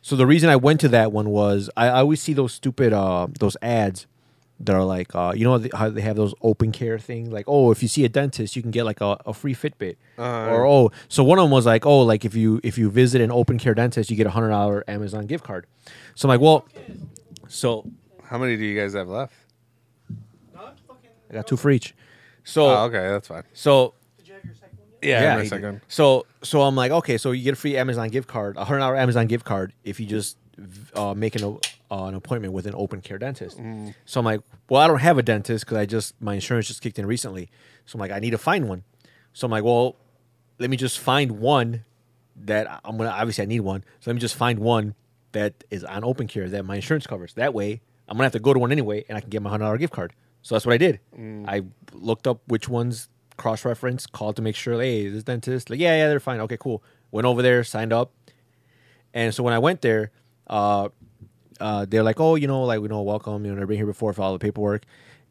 So the reason I went to that one was I, I always see those stupid uh, those ads that are like uh, you know th- how they have those open care things like oh if you see a dentist you can get like a, a free Fitbit
Uh,
or oh so one of them was like oh like if you if you visit an open care dentist you get a hundred dollar Amazon gift card so I'm like well so
how many do you guys have left?
I got two for each so
Oh, okay, that's fine.
so
Yeah, I have my
he did.
second.
So so I'm like, okay, so you get a free Amazon gift card, a hundred dollar Amazon gift card, if you just uh, make an o- uh, an appointment with an open care dentist.
Mm.
So I'm like, well, I don't have a dentist because I just my insurance just kicked in recently. So I'm like, I need to find one. So I'm like, well, let me just find one that I- I'm gonna obviously I need one. So let me just find one that is on open care that my insurance covers. That way, I'm gonna have to go to one anyway, and I can get my hundred dollar gift card. So that's what I did.
Mm.
I looked up which ones cross reference, called to make sure, hey, is this dentist? Like, yeah, yeah, they're fine. Okay, cool. Went over there, signed up. And so when I went there, uh, uh, they're like, oh, you know, like, we know, welcome. You know, never been here before, for all the paperwork.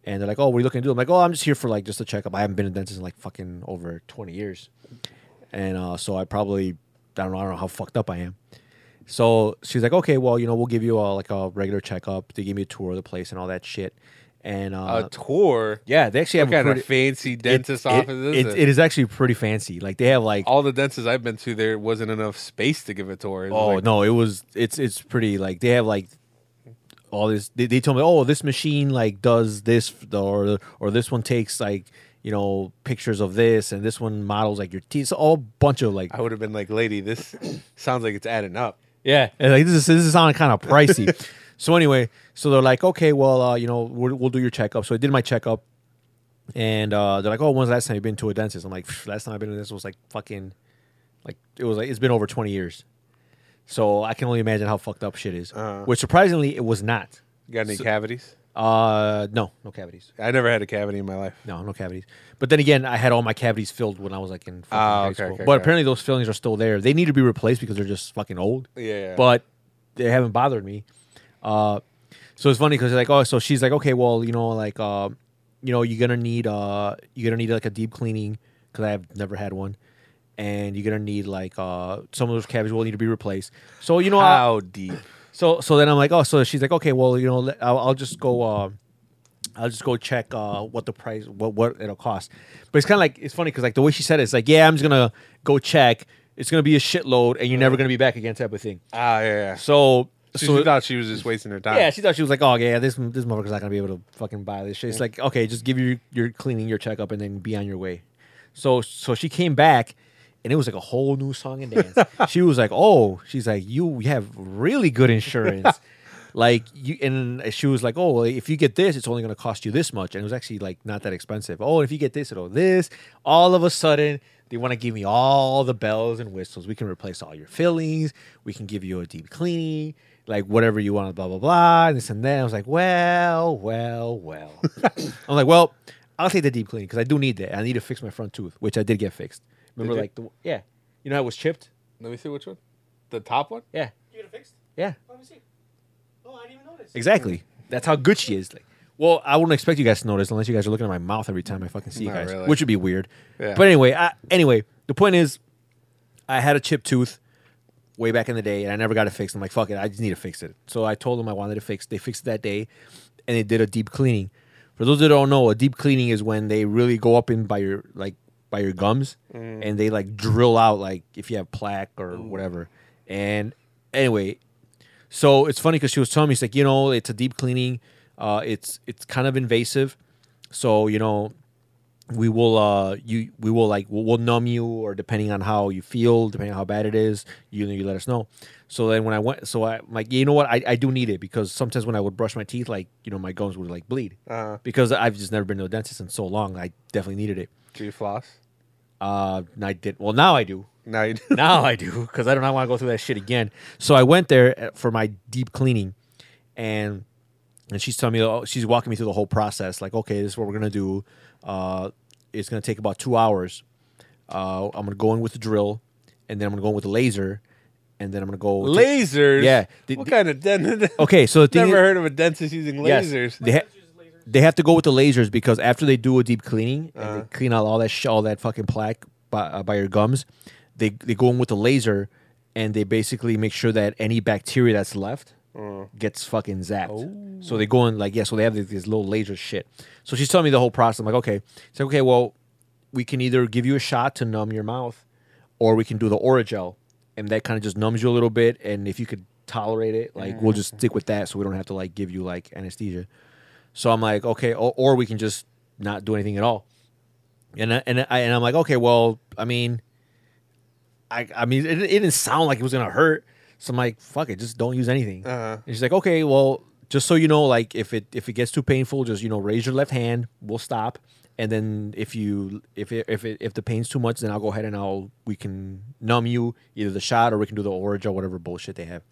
And they're like, oh, what are you looking to do? I'm like, oh, I'm just here for like just a checkup. I haven't been a dentist in like fucking over 20 years. And uh, so I probably, I don't know, I don't know how fucked up I am. So she's like, okay, well, you know, we'll give you a, like a regular checkup. They gave me a tour of the place and all that shit. And uh,
a tour?
Yeah, they actually
What
have
kind
a
of fancy dentist office is
it,
it?
it is actually pretty fancy. Like they have like
All the dentists I've been to, there wasn't enough space to give a tour. It was
oh
like-
no, it was it's it's pretty like they have like all this. They, they told me oh this machine like does this or or this one takes like you know pictures of this and this one models like your teeth. It's all bunch of like
I would have been like, lady, this sounds like it's adding up.
Yeah, and, like this is this is sounding kind of pricey. so anyway, so they're like, okay, well, uh, you know, we'll, we'll do your checkup. So I did my checkup, and uh, they're like, oh, when's the last time you've been to a dentist? I'm like, "Pff, last time I've been to this was like fucking, like it was like it's been over twenty years. So I can only imagine how fucked up shit is.
Uh-huh.
Which surprisingly, it was not.
You got any
So-
cavities?
Uh, no, no cavities.
I never had a cavity in my life.
No, no cavities. But then again, I had all my cavities filled when I was like in
Oh,
fucking high
okay,
school.
okay,
but
okay.
apparently those fillings are still there. They need to be replaced because they're just fucking old.
Yeah.
But they haven't bothered me. Uh, so it's funny because like, oh, so she's like, okay, well, you know, like, uh, you know, you're gonna need uh, you're gonna need like a deep cleaning because I've never had one, and you're gonna need like uh, some of those cavities will need to be replaced. So you know I-
How deep?
so so then I'm like, oh, so she's like, okay, well, you know, let- I'll, I'll just go. Uh, I'll just go check uh, what the price, what what it'll cost. But it's kind of like it's funny because like the way she said it, it's like, yeah, I'm just gonna go check. It's gonna be a shitload, and you're never gonna be back again, type of thing.
Ah, yeah. yeah.
So
she,
so
she thought she was just wasting her time.
yeah, she thought she was like, oh yeah, this this motherfucker's not gonna be able to fucking buy this shit. It's like, okay, just give your your cleaning your checkup and then be on your way. So so she came back, and it was like a whole new song and dance. she was like, oh, she's like, you have really good insurance. Like you and she was like, oh, well, if you get this, it's only going to cost you this much, and it was actually like not that expensive. Oh, if you get this, it'll this. All of a sudden, they want to give me all the bells and whistles. We can replace all your fillings. We can give you a deep cleaning, like whatever you want, blah blah blah, and this and that. I was like, well, well, well. I'm like, well, I'll take the deep cleaning because I do need that. I need to fix my front tooth, which I did get fixed. Remember,
you?
like the yeah, you know, how it was chipped.
Let me see which one. The top one?
Yeah.
You get it fixed?
Yeah.
Let me see. Oh, I didn't even notice.
Exactly. That's how good she is. Like, well, I wouldn't expect you guys to notice unless you guys are looking at my mouth every time I fucking see you
Not
guys,
really.
which would be weird.
Yeah.
But anyway, I, anyway, the point is, I had a chipped tooth way back in the day, and I never got it fixed. I'm like, fuck it, I just need to fix it. So I told them I wanted it fixed. They fixed it that day, and they did a deep cleaning. For those that don't know, a deep cleaning is when they really go up in by your like by your gums,
Mm.
and they like drill out like if you have plaque or whatever. And anyway, so it's funny because she was telling me, she's like, you know, it's a deep cleaning. Uh, it's it's kind of invasive. So you know, we will uh you we will like we'll, we'll numb you or depending on how you feel depending on how bad it is you you let us know so then when i went so i I'm like you know what I, I do need it because sometimes when i would brush my teeth like you know my gums would like bleed
Uh,
because i've just never been to a dentist in so long i definitely needed it
do you floss?
uh and i did well now i do
Now you
now I do because I do eh, not want to go through that shit again. So I went there uh, for my deep cleaning, and and she's telling me oh, she's walking me through the whole process like okay this is what we're gonna do uh, it's gonna take about two hours uh, i'm gonna go in with the drill and then i'm gonna go in with the laser and then i'm gonna go with the-
Lasers.
yeah The-
what
the-
kind of dentist?
okay so the thing
never
is-
heard of a dentist using
Yes.
lasers.
They, ha- they have to go with the lasers because after they do a deep cleaning and they clean out all that sh- all that fucking plaque by, uh, by your gums, they they go in with the laser and they basically make sure that any bacteria that's left gets fucking zapped. So they go in like yeah, so they have this, this little laser shit. So she's telling me the whole process. I'm like okay, it's like okay, well we can either give you a shot to numb your mouth, or we can do the Oragel, and that kind of just numbs you a little bit. And if you could tolerate it, like we'll just stick with that, so we don't have to like give you like anesthesia. So I'm like, okay, or, or we can just not do anything at all. And I, and I and I'm like, okay, well, I mean, I I mean, it, it didn't sound like it was gonna hurt. So I'm like, fuck it, just don't use anything. And she's like, okay, well, just so you know, like if it if it gets too painful, just you know, raise your left hand. We'll stop, and then if you if it, if it, if the pain's too much, then I'll go ahead and I'll we can numb you either the shot or we can do the orange or whatever bullshit they have.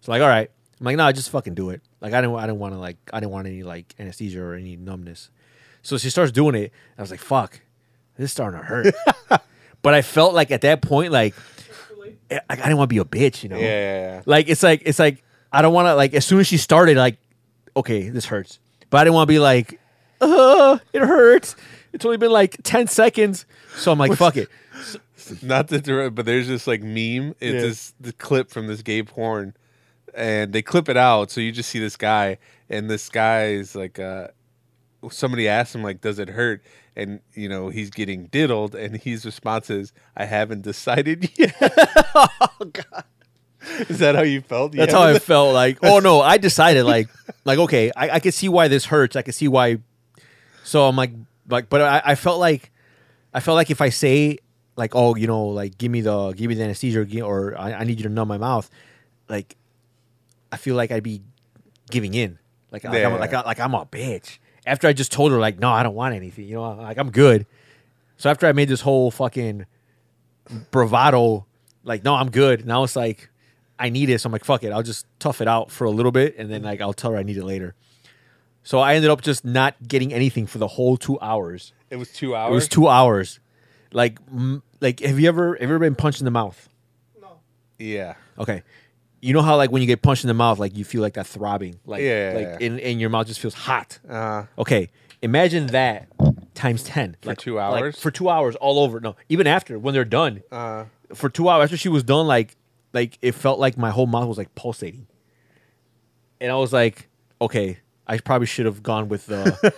So like, all right, I'm like, no, just fucking do it. Like I didn't I didn't want to like I didn't want any like anesthesia or any numbness. So she starts doing it. I was like, fuck, this is starting to hurt. but I felt like at that point, like I, I didn't want to be a bitch, you know.
Yeah, yeah, yeah.
Like it's like it's like I don't want to like as soon as she started like okay this hurts, but I didn't want to be like uh it hurts. It's only been like ten seconds, so I'm like fuck it.
Not that they're, but there's this like meme. It's
Yeah.
this the clip from this Gabe Horn, and they clip it out, so you just see this guy, and this guy is like, uh, somebody asked him like, "Does it hurt?" And you know he's getting diddled, and his response is, "I haven't decided yet." oh God, is that how you felt? You
That's how I
haven't-
felt. Like, oh no, I decided like, like okay, I, I could see why this hurts. I could see why. So I'm like, like, but I, I felt like, I felt like if I say like, oh, you know, like give me the give me the anesthesia or, gi- or I, I need you to numb my mouth, like, I feel like I'd be giving in. Like, like, I'm,
Yeah.
like, I- like I'm a bitch. After I just told her like, no, I don't want anything. You know, like I'm good. So after I made this whole fucking bravado, like, no, I'm good. Now it's like, I need it. So I'm like, fuck it. I'll just tough it out for a little bit and then like I'll tell her I need it later. So I ended up just not getting anything for the whole two hours.
It was two hours.
It was two hours. Like, m- like have you ever have you ever been punched in the mouth?
Yeah.
Okay. You know how like when you get punched in the mouth, like you feel like that throbbing, like
Yeah, yeah,
like
yeah.
In, and your mouth just feels hot.
Uh,
Okay, imagine that times ten for
two hours? Uh.
for two hours all over. No, even after when they're done, for two hours after she was done, like like it felt like my whole mouth was like pulsating, and I was like, okay, I probably should have gone with the.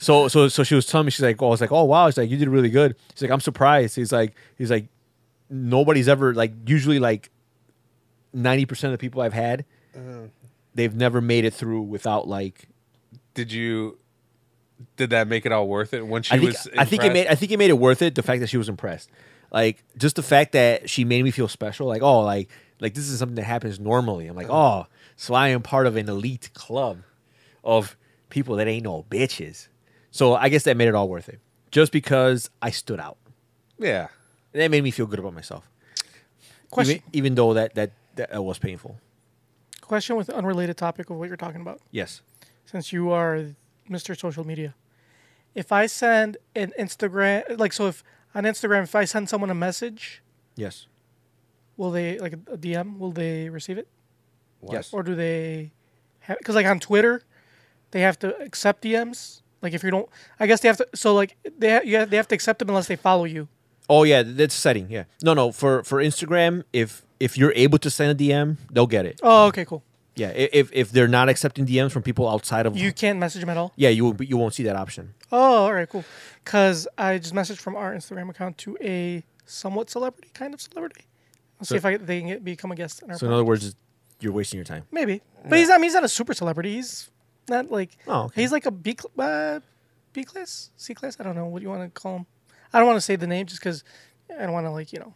so so so she was telling me she's like, oh, I was like, oh wow, she's like, you did really good. She's like, I'm surprised. He's like, he's like, nobody's ever like usually like ninety percent of the people I've had,
Uh-huh.
they've never made it through without like
did you? Did that make it all worth it? When she
I think,
was,
I think it
impressed?
made I think it made it worth it. The fact that she was impressed, like just the fact that she made me feel special. Like oh, like like this is something that happens normally. I'm like oh, so I am part of an elite club of people that ain't no bitches. So I guess that made it all worth it, just because I stood out.
Yeah.
And that made me feel good about myself.
Question.
Even, even though that that that was painful.
Question with unrelated topic of what you're talking about.
Yes.
since you are Mr. Social Media, if I send an Instagram, like, so if on Instagram, if I send someone a message,
Yes.
will they, like a DM, will they receive it?
Yes.
Or do they have, because, like, on Twitter, they have to accept DMs. Like, if you don't, I guess they have to, so, like, they, ha- you have, they have to accept them unless they follow you.
Oh yeah, that's setting. Yeah. No no for for Instagram if if you're able to send a DM they'll get it.
Oh, okay, cool.
Yeah, i- if if they're not accepting DMs from people outside of
You can't message them at all?
yeah, you won't be- you won't see that option.
Oh, all right, cool. Because I just messaged from our Instagram account to a somewhat celebrity, kind of celebrity. Let's
So-
see if I, they can get, become a guest. On our
So in
podcast.
other words, you're wasting your time.
Maybe, but he's not. I mean, he's not a super celebrity. He's not like.
Oh, okay.
He's like a B, cl- uh, B class, C class. I don't know what you want to call him. I don't want to say the name just because I don't want to like you know.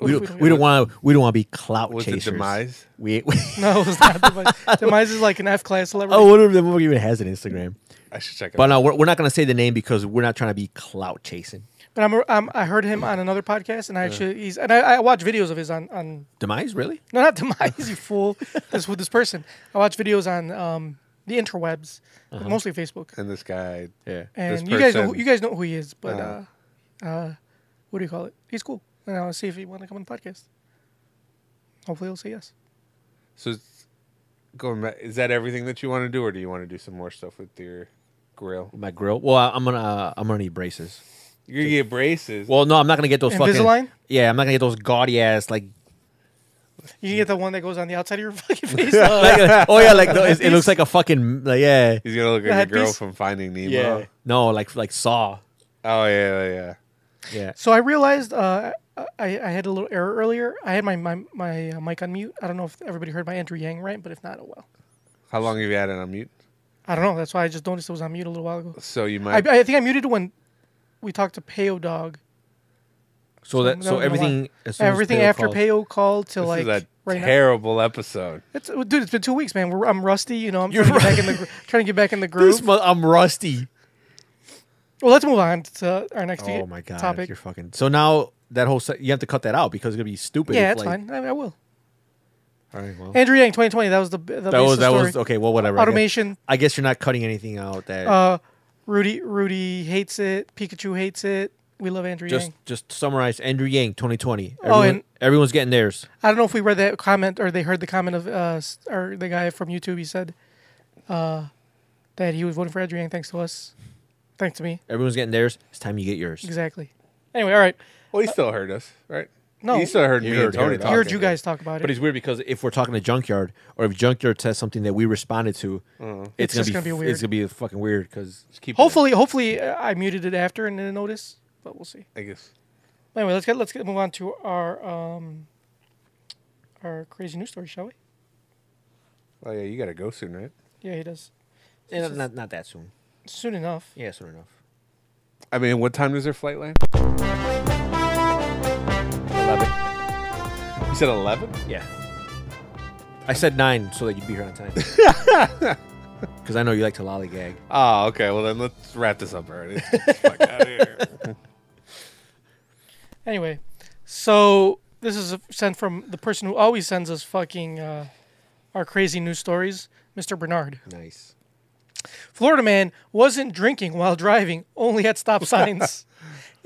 We
What if
don't, we don't want to we don't want to be clout
Was it
chasers.
demise?
We,
No, it's not demise. demise is like an F class celebrity.
oh, whatever the movie even has an Instagram.
I should check it.
But
out.
no, we're, we're not going to say the name because we're not trying to be clout chasing.
But I'm, I'm I heard him on another podcast, and I actually he's and I, I watch videos of his on on
Demise, really?
no not demise you fool this with this person. I watch videos on um the interwebs, but
Uh-huh.
mostly Facebook.
And this guy,
yeah,
And you guys know who, you guys know who he is, but uh, uh, what do you call it? He's cool, and I'll see if he want to come on the podcast. Hopefully, he'll say yes.
So, it's- going back, is that everything that you want to do, or do you want to do some more stuff with your grill?
my grill. Well, I- I'm gonna uh, I'm gonna need braces.
You're gonna get braces.
Well, no, I'm not gonna get those
Invisalign?
fucking. Yeah, I'm not gonna get those gaudy ass like.
You can get the one that goes on the outside of your fucking face.
like- oh yeah, like no, it, it looks like a fucking like, yeah.
He's gonna look
The
like a girl
headpiece?
from Finding Nemo.
Yeah. No, like like Saw.
Oh yeah, yeah,
yeah.
So I realized uh, I, I had a little error earlier. I had my my, my uh, mic on mute. I don't know if everybody heard my Andrew Yang rant, but if not, oh well.
How long have you had it on mute?
I don't know. That's why I just noticed it was on mute a little while ago.
So you
I,
might.
I think I muted it when we talked to Payo Dog.
So that
that
so
was a
everything
lot.
as soon as
everything
Payo
after
calls-
Payo called to
this
like
is a
right now.
terrible episode.
It's, dude, it's been two weeks, man. We're, I'm rusty. You know, I'm trying to, get back in the, gr- trying to get back in the
This
groove.
mo- I'm rusty.
well, let's move on to our next
Oh my god,
topic.
you're fucking. So now that whole se- you have to cut that out because it's gonna be stupid.
yeah,
if,
that's
like-
fine. I, I will.
All right, well.
Andrew Yang, 2020. That was the the
that was
basis
that
story.
was okay. Well, whatever. I guess-
Automation.
I guess, you're not cutting anything out there.
Uh, Rudy Rudy hates it. Pikachu hates it. We love Andrew
just
Yang.
just summarize Andrew Yang 2020.
Oh,
Everyone-
and-
everyone's getting theirs.
I don't know if we read that comment or they heard the comment of uh s- or the guy from YouTube. He said uh, that he was voting for Andrew Yang thanks to us, thanks to me.
Everyone's getting theirs. It's time you get yours.
Exactly. Anyway, all right.
Well, he still heard us, right?
No.
he still heard
You
me
heard-
and Tony
heard us.
talking.
He
heard you guys talk about it.
But it's weird because if we're talking to Junkyard or if Junkyard says something that we responded to,
It's
it's,
just gonna
gonna, be,
be
f-
weird.
It's gonna be fucking weird because keep.
hopefully, hopefully uh, I muted it after and didn't notice, but we'll see.
I guess.
Anyway, let's get let's get move on to our um our crazy news story, shall we?
Oh yeah, you gotta go soon, right?
Yeah, he does.
not, Eh, not not that soon.
Soon enough.
Yeah, soon enough.
I mean, what time does their flight land? Eleven. You said eleven?
Yeah. I said nine so that you'd be here on time. Because I know you like to lollygag.
Oh, okay. Well, then let's wrap this up already. Get the fuck out of here.
Anyway, so this is a, sent from the person who always sends us fucking uh, our crazy news stories, Mr. Bernard.
Nice.
Florida man wasn't drinking while driving, only at stop signs.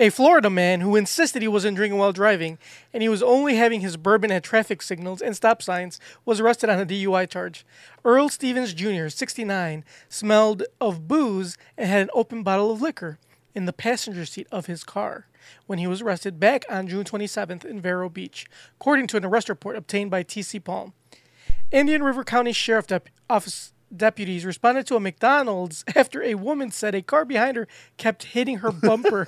a Florida man who insisted he wasn't drinking while driving and he was only having his bourbon at traffic signals and stop signs was arrested on a DUI charge. Earl Stevens Jr., 69, smelled of booze and had an open bottle of liquor in the passenger seat of his car when he was arrested back on June 27th in Vero Beach, according to an arrest report obtained by TC Palm. Indian River County Sheriff Dep- Office deputies responded to a McDonald's after a woman said a car behind her kept hitting her bumper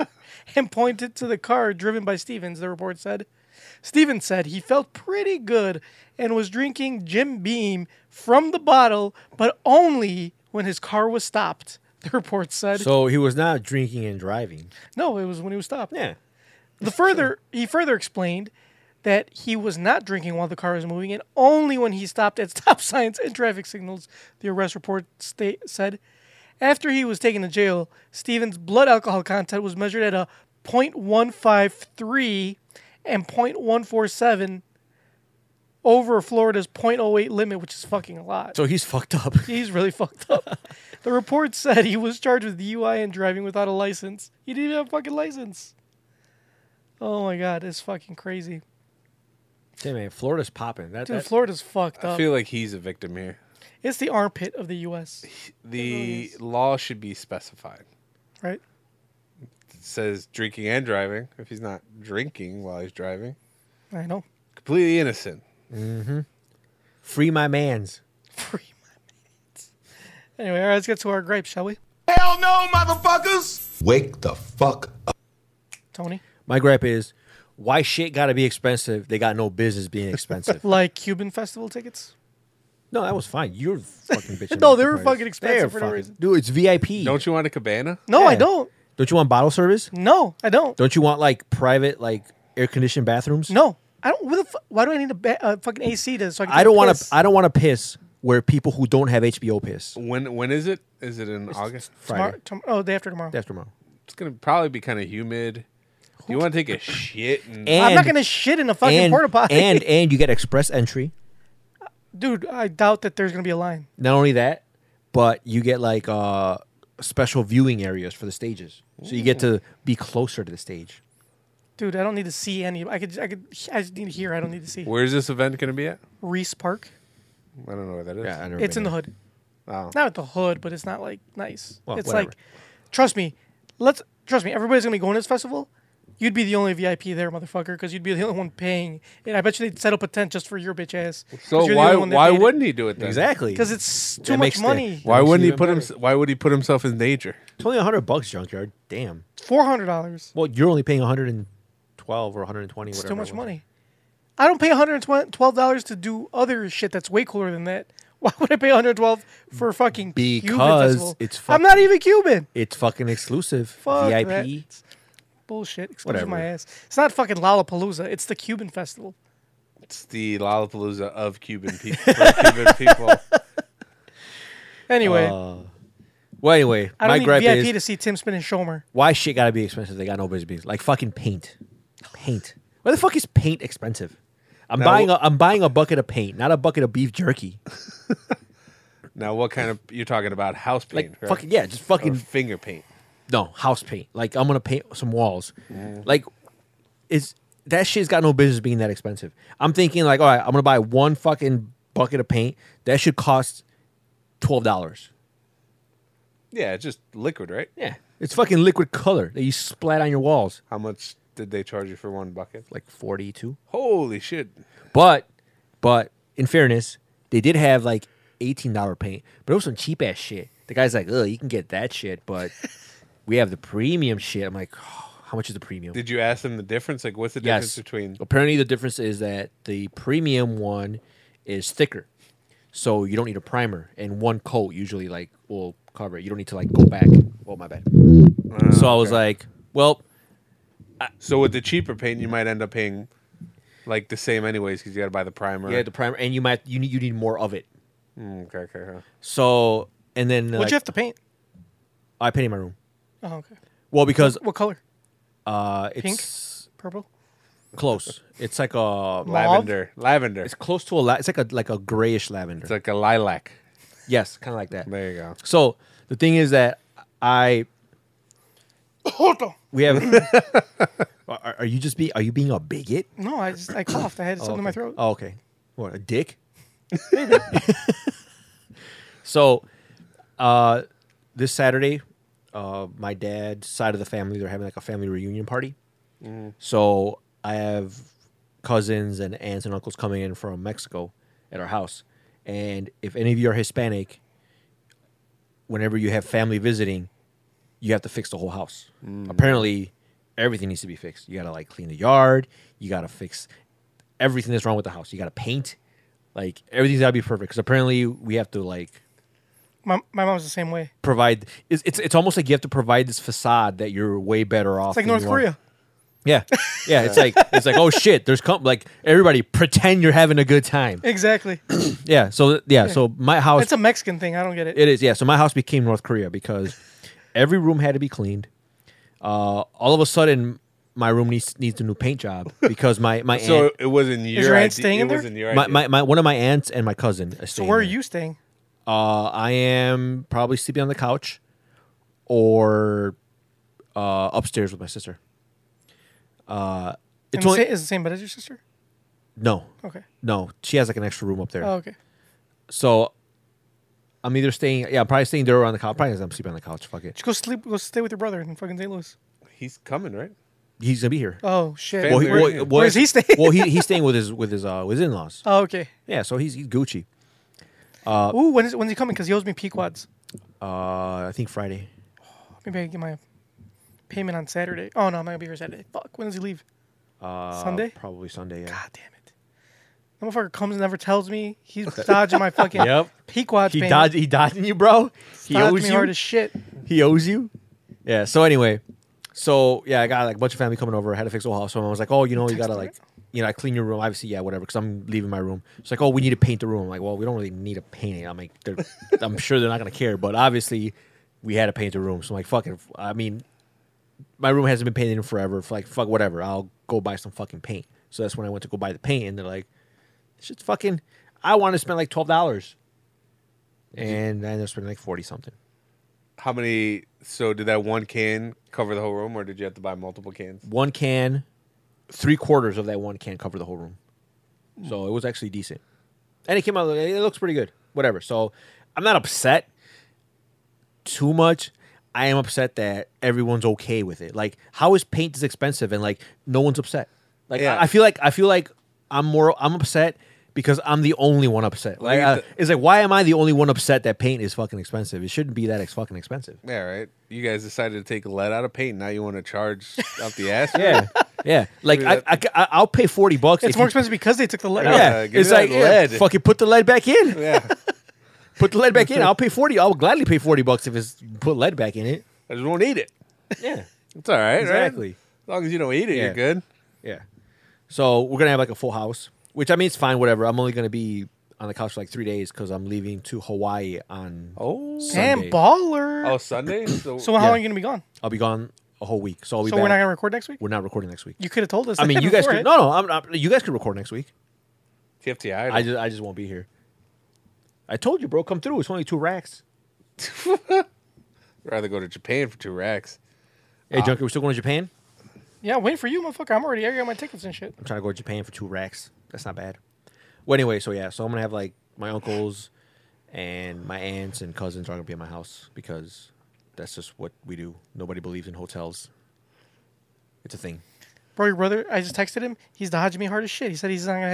and pointed to the car driven by Stevens, the report said. Stevens said he felt pretty good and was drinking Jim Beam from the bottle, but only when his car was stopped, the report said.
So he was not drinking and driving.
no, it was when he was stopped.
Yeah.
The further he further explained that he was not drinking while the car was moving, and only when he stopped at stop signs and traffic signals. The arrest report sta- said, after he was taken to jail, Stevens' blood alcohol content was measured at a 0.153 and 0.147 over Florida's 0.08 limit, which is fucking a lot.
So he's fucked up.
He's really fucked up. the report said he was charged with DUI and driving without a license. He didn't even have a fucking license. Oh my god, it's fucking crazy.
Hey man, Florida's popping. That,
Dude,
that-
Florida's fucked
I
up.
feel like he's a victim here.
it's the armpit of the US,
The law should be specified.
right?
It says drinking and driving. If he's not drinking while he's driving,
I know.
completely innocent.
free my man's.
Anyway, all right, let's get to our gripes, shall we?
Hell no, motherfuckers!
Wake the fuck up.
Tony?
My gripe is, why shit gotta be expensive? They got no business being expensive.
Like Cuban festival tickets?
no, that was fine. You're fucking bitching.
No,
about
they
the
were
price.
fucking expensive
They're
for no reason.
Dude, it's VIP.
Don't you want a cabana?
No, I
Yeah.
don't.
Don't you want bottle service?
No, I don't.
Don't you want like private, like air conditioned bathrooms?
No. I don't. What the fu- why do I need a ba- uh, fucking AC to so I can
I don't want
piss?
to. I don't want to piss where people who don't have HBO piss.
When when is it? Is it in August?
Tomorrow,
Friday.
tom- oh, day after tomorrow.
That's tomorrow.
It's gonna probably be kind of humid. you want to take a shit? And,
I'm not
And-
gonna shit in a fucking
and,
porta potty.
And and you get express entry.
dude, I doubt that there's gonna be a line.
Not only that, but you get like uh, special viewing areas for the stages, so you get to be closer to the stage.
Dude, I don't need to see any. I could, I could, I just need to hear. I don't need to see.
Where's this event going to be at?
Reese Park?
I don't know where that is.
Yeah,
It's in the hood.
Oh.
Not at the hood, but it's not like nice.
Well,
it's
whatever.
like, trust me, let's trust me. Everybody's gonna be going to this festival. You'd be the only VIP there, motherfucker, because you'd be the only one paying. And I bet you they'd set up a tent just for your bitch ass.
So why why wouldn't he do it then?
Exactly.
Because it's too much money.
why wouldn't he
even
put him? Why would he put himself in danger?
It's only hundred bucks, junkyard. Damn.
Four hundred dollars.
Well, you're only paying 112 or 120.
It's
whatever
too
it
much
was.
money. I don't pay one hundred and twelve dollars to do other shit that's way cooler than that. Why would I pay one hundred twelve for a fucking Cuban
Because
festival?
it's
I'm not even Cuban.
It's fucking exclusive.
Fuck
VIP.
that. Bullshit. Excuse my
Whatever.
ass. It's not fucking Lollapalooza. It's the Cuban festival.
It's the Lollapalooza of Cuban people. Cuban people.
Anyway,
Uh, well, anyway,
I
my
don't need
gripe
VIP
is
to see Tim Spin and Shomer.
why shit gotta be expensive? They got no business being like fucking paint. Paint. Why the fuck is paint expensive? I'm
Now-
buying a I'm buying a bucket of paint, not a bucket of beef jerky.
Now, what kind of you're talking about? House paint, right?
fucking- yeah, just fucking-
Or finger paint.
No, house paint. Like I'm gonna paint some walls. Like is that shit's got no business being that expensive. I'm thinking like, all right, I'm gonna buy one fucking bucket of paint. That should cost twelve dollars.
Yeah, it's just liquid, right?
Yeah. It's fucking liquid color that you splat on your walls.
How much did they charge you for one bucket?
Like forty two.
Holy shit!
But but in fairness, they did have like eighteen dollar paint, but it was some cheap ass shit. The guy's like, ugh, you can get that shit, but we have the premium shit. I'm like, "Oh, how much is the premium?
Did you ask them the difference? Like, what's the difference between?
Apparently, the difference is that the premium one is thicker, so you don't need a primer, and one coat usually like will cover it. You don't need to like go back. Oh my bad. so I was like, well,
So with the cheaper paint, you might end up paying like the same anyways because you got to buy the primer.
yeah, the primer, and you might you need you need more of it.
Mm, okay, okay. huh.
So and then
What'd
like,
you have to paint?
I painted my room.
Oh, okay.
Well, because
What color?
uh,
Pink?
it's
Purple?
close. It's like a
Lavender, lavender.
It's close to a la- it's like a like a grayish lavender.
It's like a lilac.
yes, kind of like that.
There you go.
So the thing is that I
Hold on.
we have. are, are you just be? Are you being a bigot?
No, I just I coughed. I had something in my throat.
Oh, okay. What a dick. so, uh, this Saturday, uh, my dad's side of the family they're having like a family reunion party. So I have cousins and aunts and uncles coming in from Mexico at our house, and if any of you are Hispanic, whenever you have family visiting, you have to fix the whole house. Apparently, everything needs to be fixed. You gotta like clean the yard. You gotta fix everything that's wrong with the house. You gotta paint. Like everything's gotta be perfect because apparently we have to like
My, my mom's the same way.
provide. It's, it's it's almost like you have to provide this facade that you're way better off.
It's like
than
North
you are.
Korea.
Yeah, yeah. It's like it's like oh shit. There's com- like everybody pretend you're having a good time.
Exactly.
Yeah. So yeah. So my house.
It's a Mexican thing. I don't get it.
It is, yeah. So my house became North Korea because every room had to be cleaned. Uh, all of a sudden, my room needs needs a new paint job because my my
So
aunt,
it wasn't your,
your aunt
idea.
staying
it
in there?
wasn't your
my,
idea.
my, my one of my aunts and my cousin.
so
Are staying
where are
there.
you staying?
Uh, I am probably sleeping on the couch or uh, upstairs with my sister. Uh,
And
it's
the
only,
sa- is the same bed as your sister?
no,
Okay.
no. She has like an extra room up there.
Oh, okay.
So I'm either staying, yeah, I'm probably staying there or on the couch. Probably I'm sleeping on the couch. Fuck it.
Just go sleep. Go stay with your brother in fucking St. Louis.
He's coming, right?
He's gonna be here.
Oh shit.
Family
Well, he,
Where-
well,
reunion.
well,
Where's he staying?
well, he, he's staying with his with his uh with his in laws.
oh okay.
Yeah, so he's, he's Gucci.
Ooh, when is when's he coming? Because he owes me Pequods.
Uh, I think Friday.
Maybe I can get my payment on Saturday. Oh no, I'm not gonna be here Saturday. Fuck. When does he leave?
Uh,
Sunday?
probably Sunday. Yeah.
God damn it. That motherfucker comes and never tells me. He's dodging my fucking
Yep.
Pequod's
He
payment.
dodged. He dodging you, bro. He
Dodged
owes
me
you.
hard as shit.
He owes you. Yeah. So anyway, so yeah, I got like a bunch of family coming over. I had to fix the whole house. So I was like, oh, you know, you gotta like, you know, I clean your room. Obviously, yeah, whatever. Because I'm leaving my room. It's like, oh, we need to paint the room. I'm like, well, we don't really need to paint it. I'm like, they're, I'm sure they're not gonna care, but obviously, we had to paint the room. So I'm like, fuck it. I mean, my room hasn't been painted in forever. For like, fuck, whatever. I'll go buy some fucking paint. So that's when I went to go buy the paint, and they're like, shit's fucking. I want to spend like twelve dollars. and I ended up spending like forty something.
How many? So did that one can cover the whole room, or did you have to buy multiple cans?
One can, three quarters of that one can cover the whole room. So it was actually decent, and it came out. It looks pretty good. Whatever. So I'm not upset too much. I am upset that everyone's okay with it. Like, how is paint this expensive and like no one's upset? Like,
Yeah.
I, I feel like I feel like I'm more I'm upset because I'm the only one upset.
Like,
Like,
it's
I- it's like why am I the only one upset that paint is fucking expensive? It shouldn't be that ex fucking expensive.
Yeah, right. You guys decided to take lead out of paint. Now you want to charge up the ass?
Yeah, yeah. Like I, I, I I'll pay forty bucks.
It's
if
more
you-
expensive because they took the lead.
Yeah, it's like yeah, fucking put the lead back in.
Yeah,
put the lead back in. I'll pay forty. I'll gladly pay forty bucks if it's put lead back in it.
I just won't eat it.
Yeah,
it's all right. right?
Exactly.
As long as you don't eat it,
Yeah.
you're good.
Yeah. So we're gonna have like a full house, which I mean it's fine, whatever. I'm only gonna be on the couch for like three days because I'm leaving to Hawaii on
oh
Damn,
Sunday.
baller.
Oh, Sunday. So,
So how
Yeah.
long are you gonna be gone?
I'll be gone a whole week, so I'll be
So
back.
we're not gonna record next week.
We're not recording next week.
You could have told us.
I mean,
that
you guys. Could,
beforehand.
no, no, I'm not, you guys could record next week.
TFTI.
I just, I just won't be here. I told you, bro, come through. It's only two racks.
I'd rather go to Japan for two racks.
Ah.
Hey, Junker, we still going to Japan?
Yeah, wait for you, motherfucker. I'm already. I got my tickets and shit.
I'm trying to go to Japan for two racks. That's not bad. Well, anyway, so yeah, so I'm gonna have like my uncles and my aunts and cousins are gonna be at my house because that's just what we do. Nobody believes in hotels. It's a thing.
Bro, your brother. I just texted him. He's dodging me hard as shit. He said he's not gonna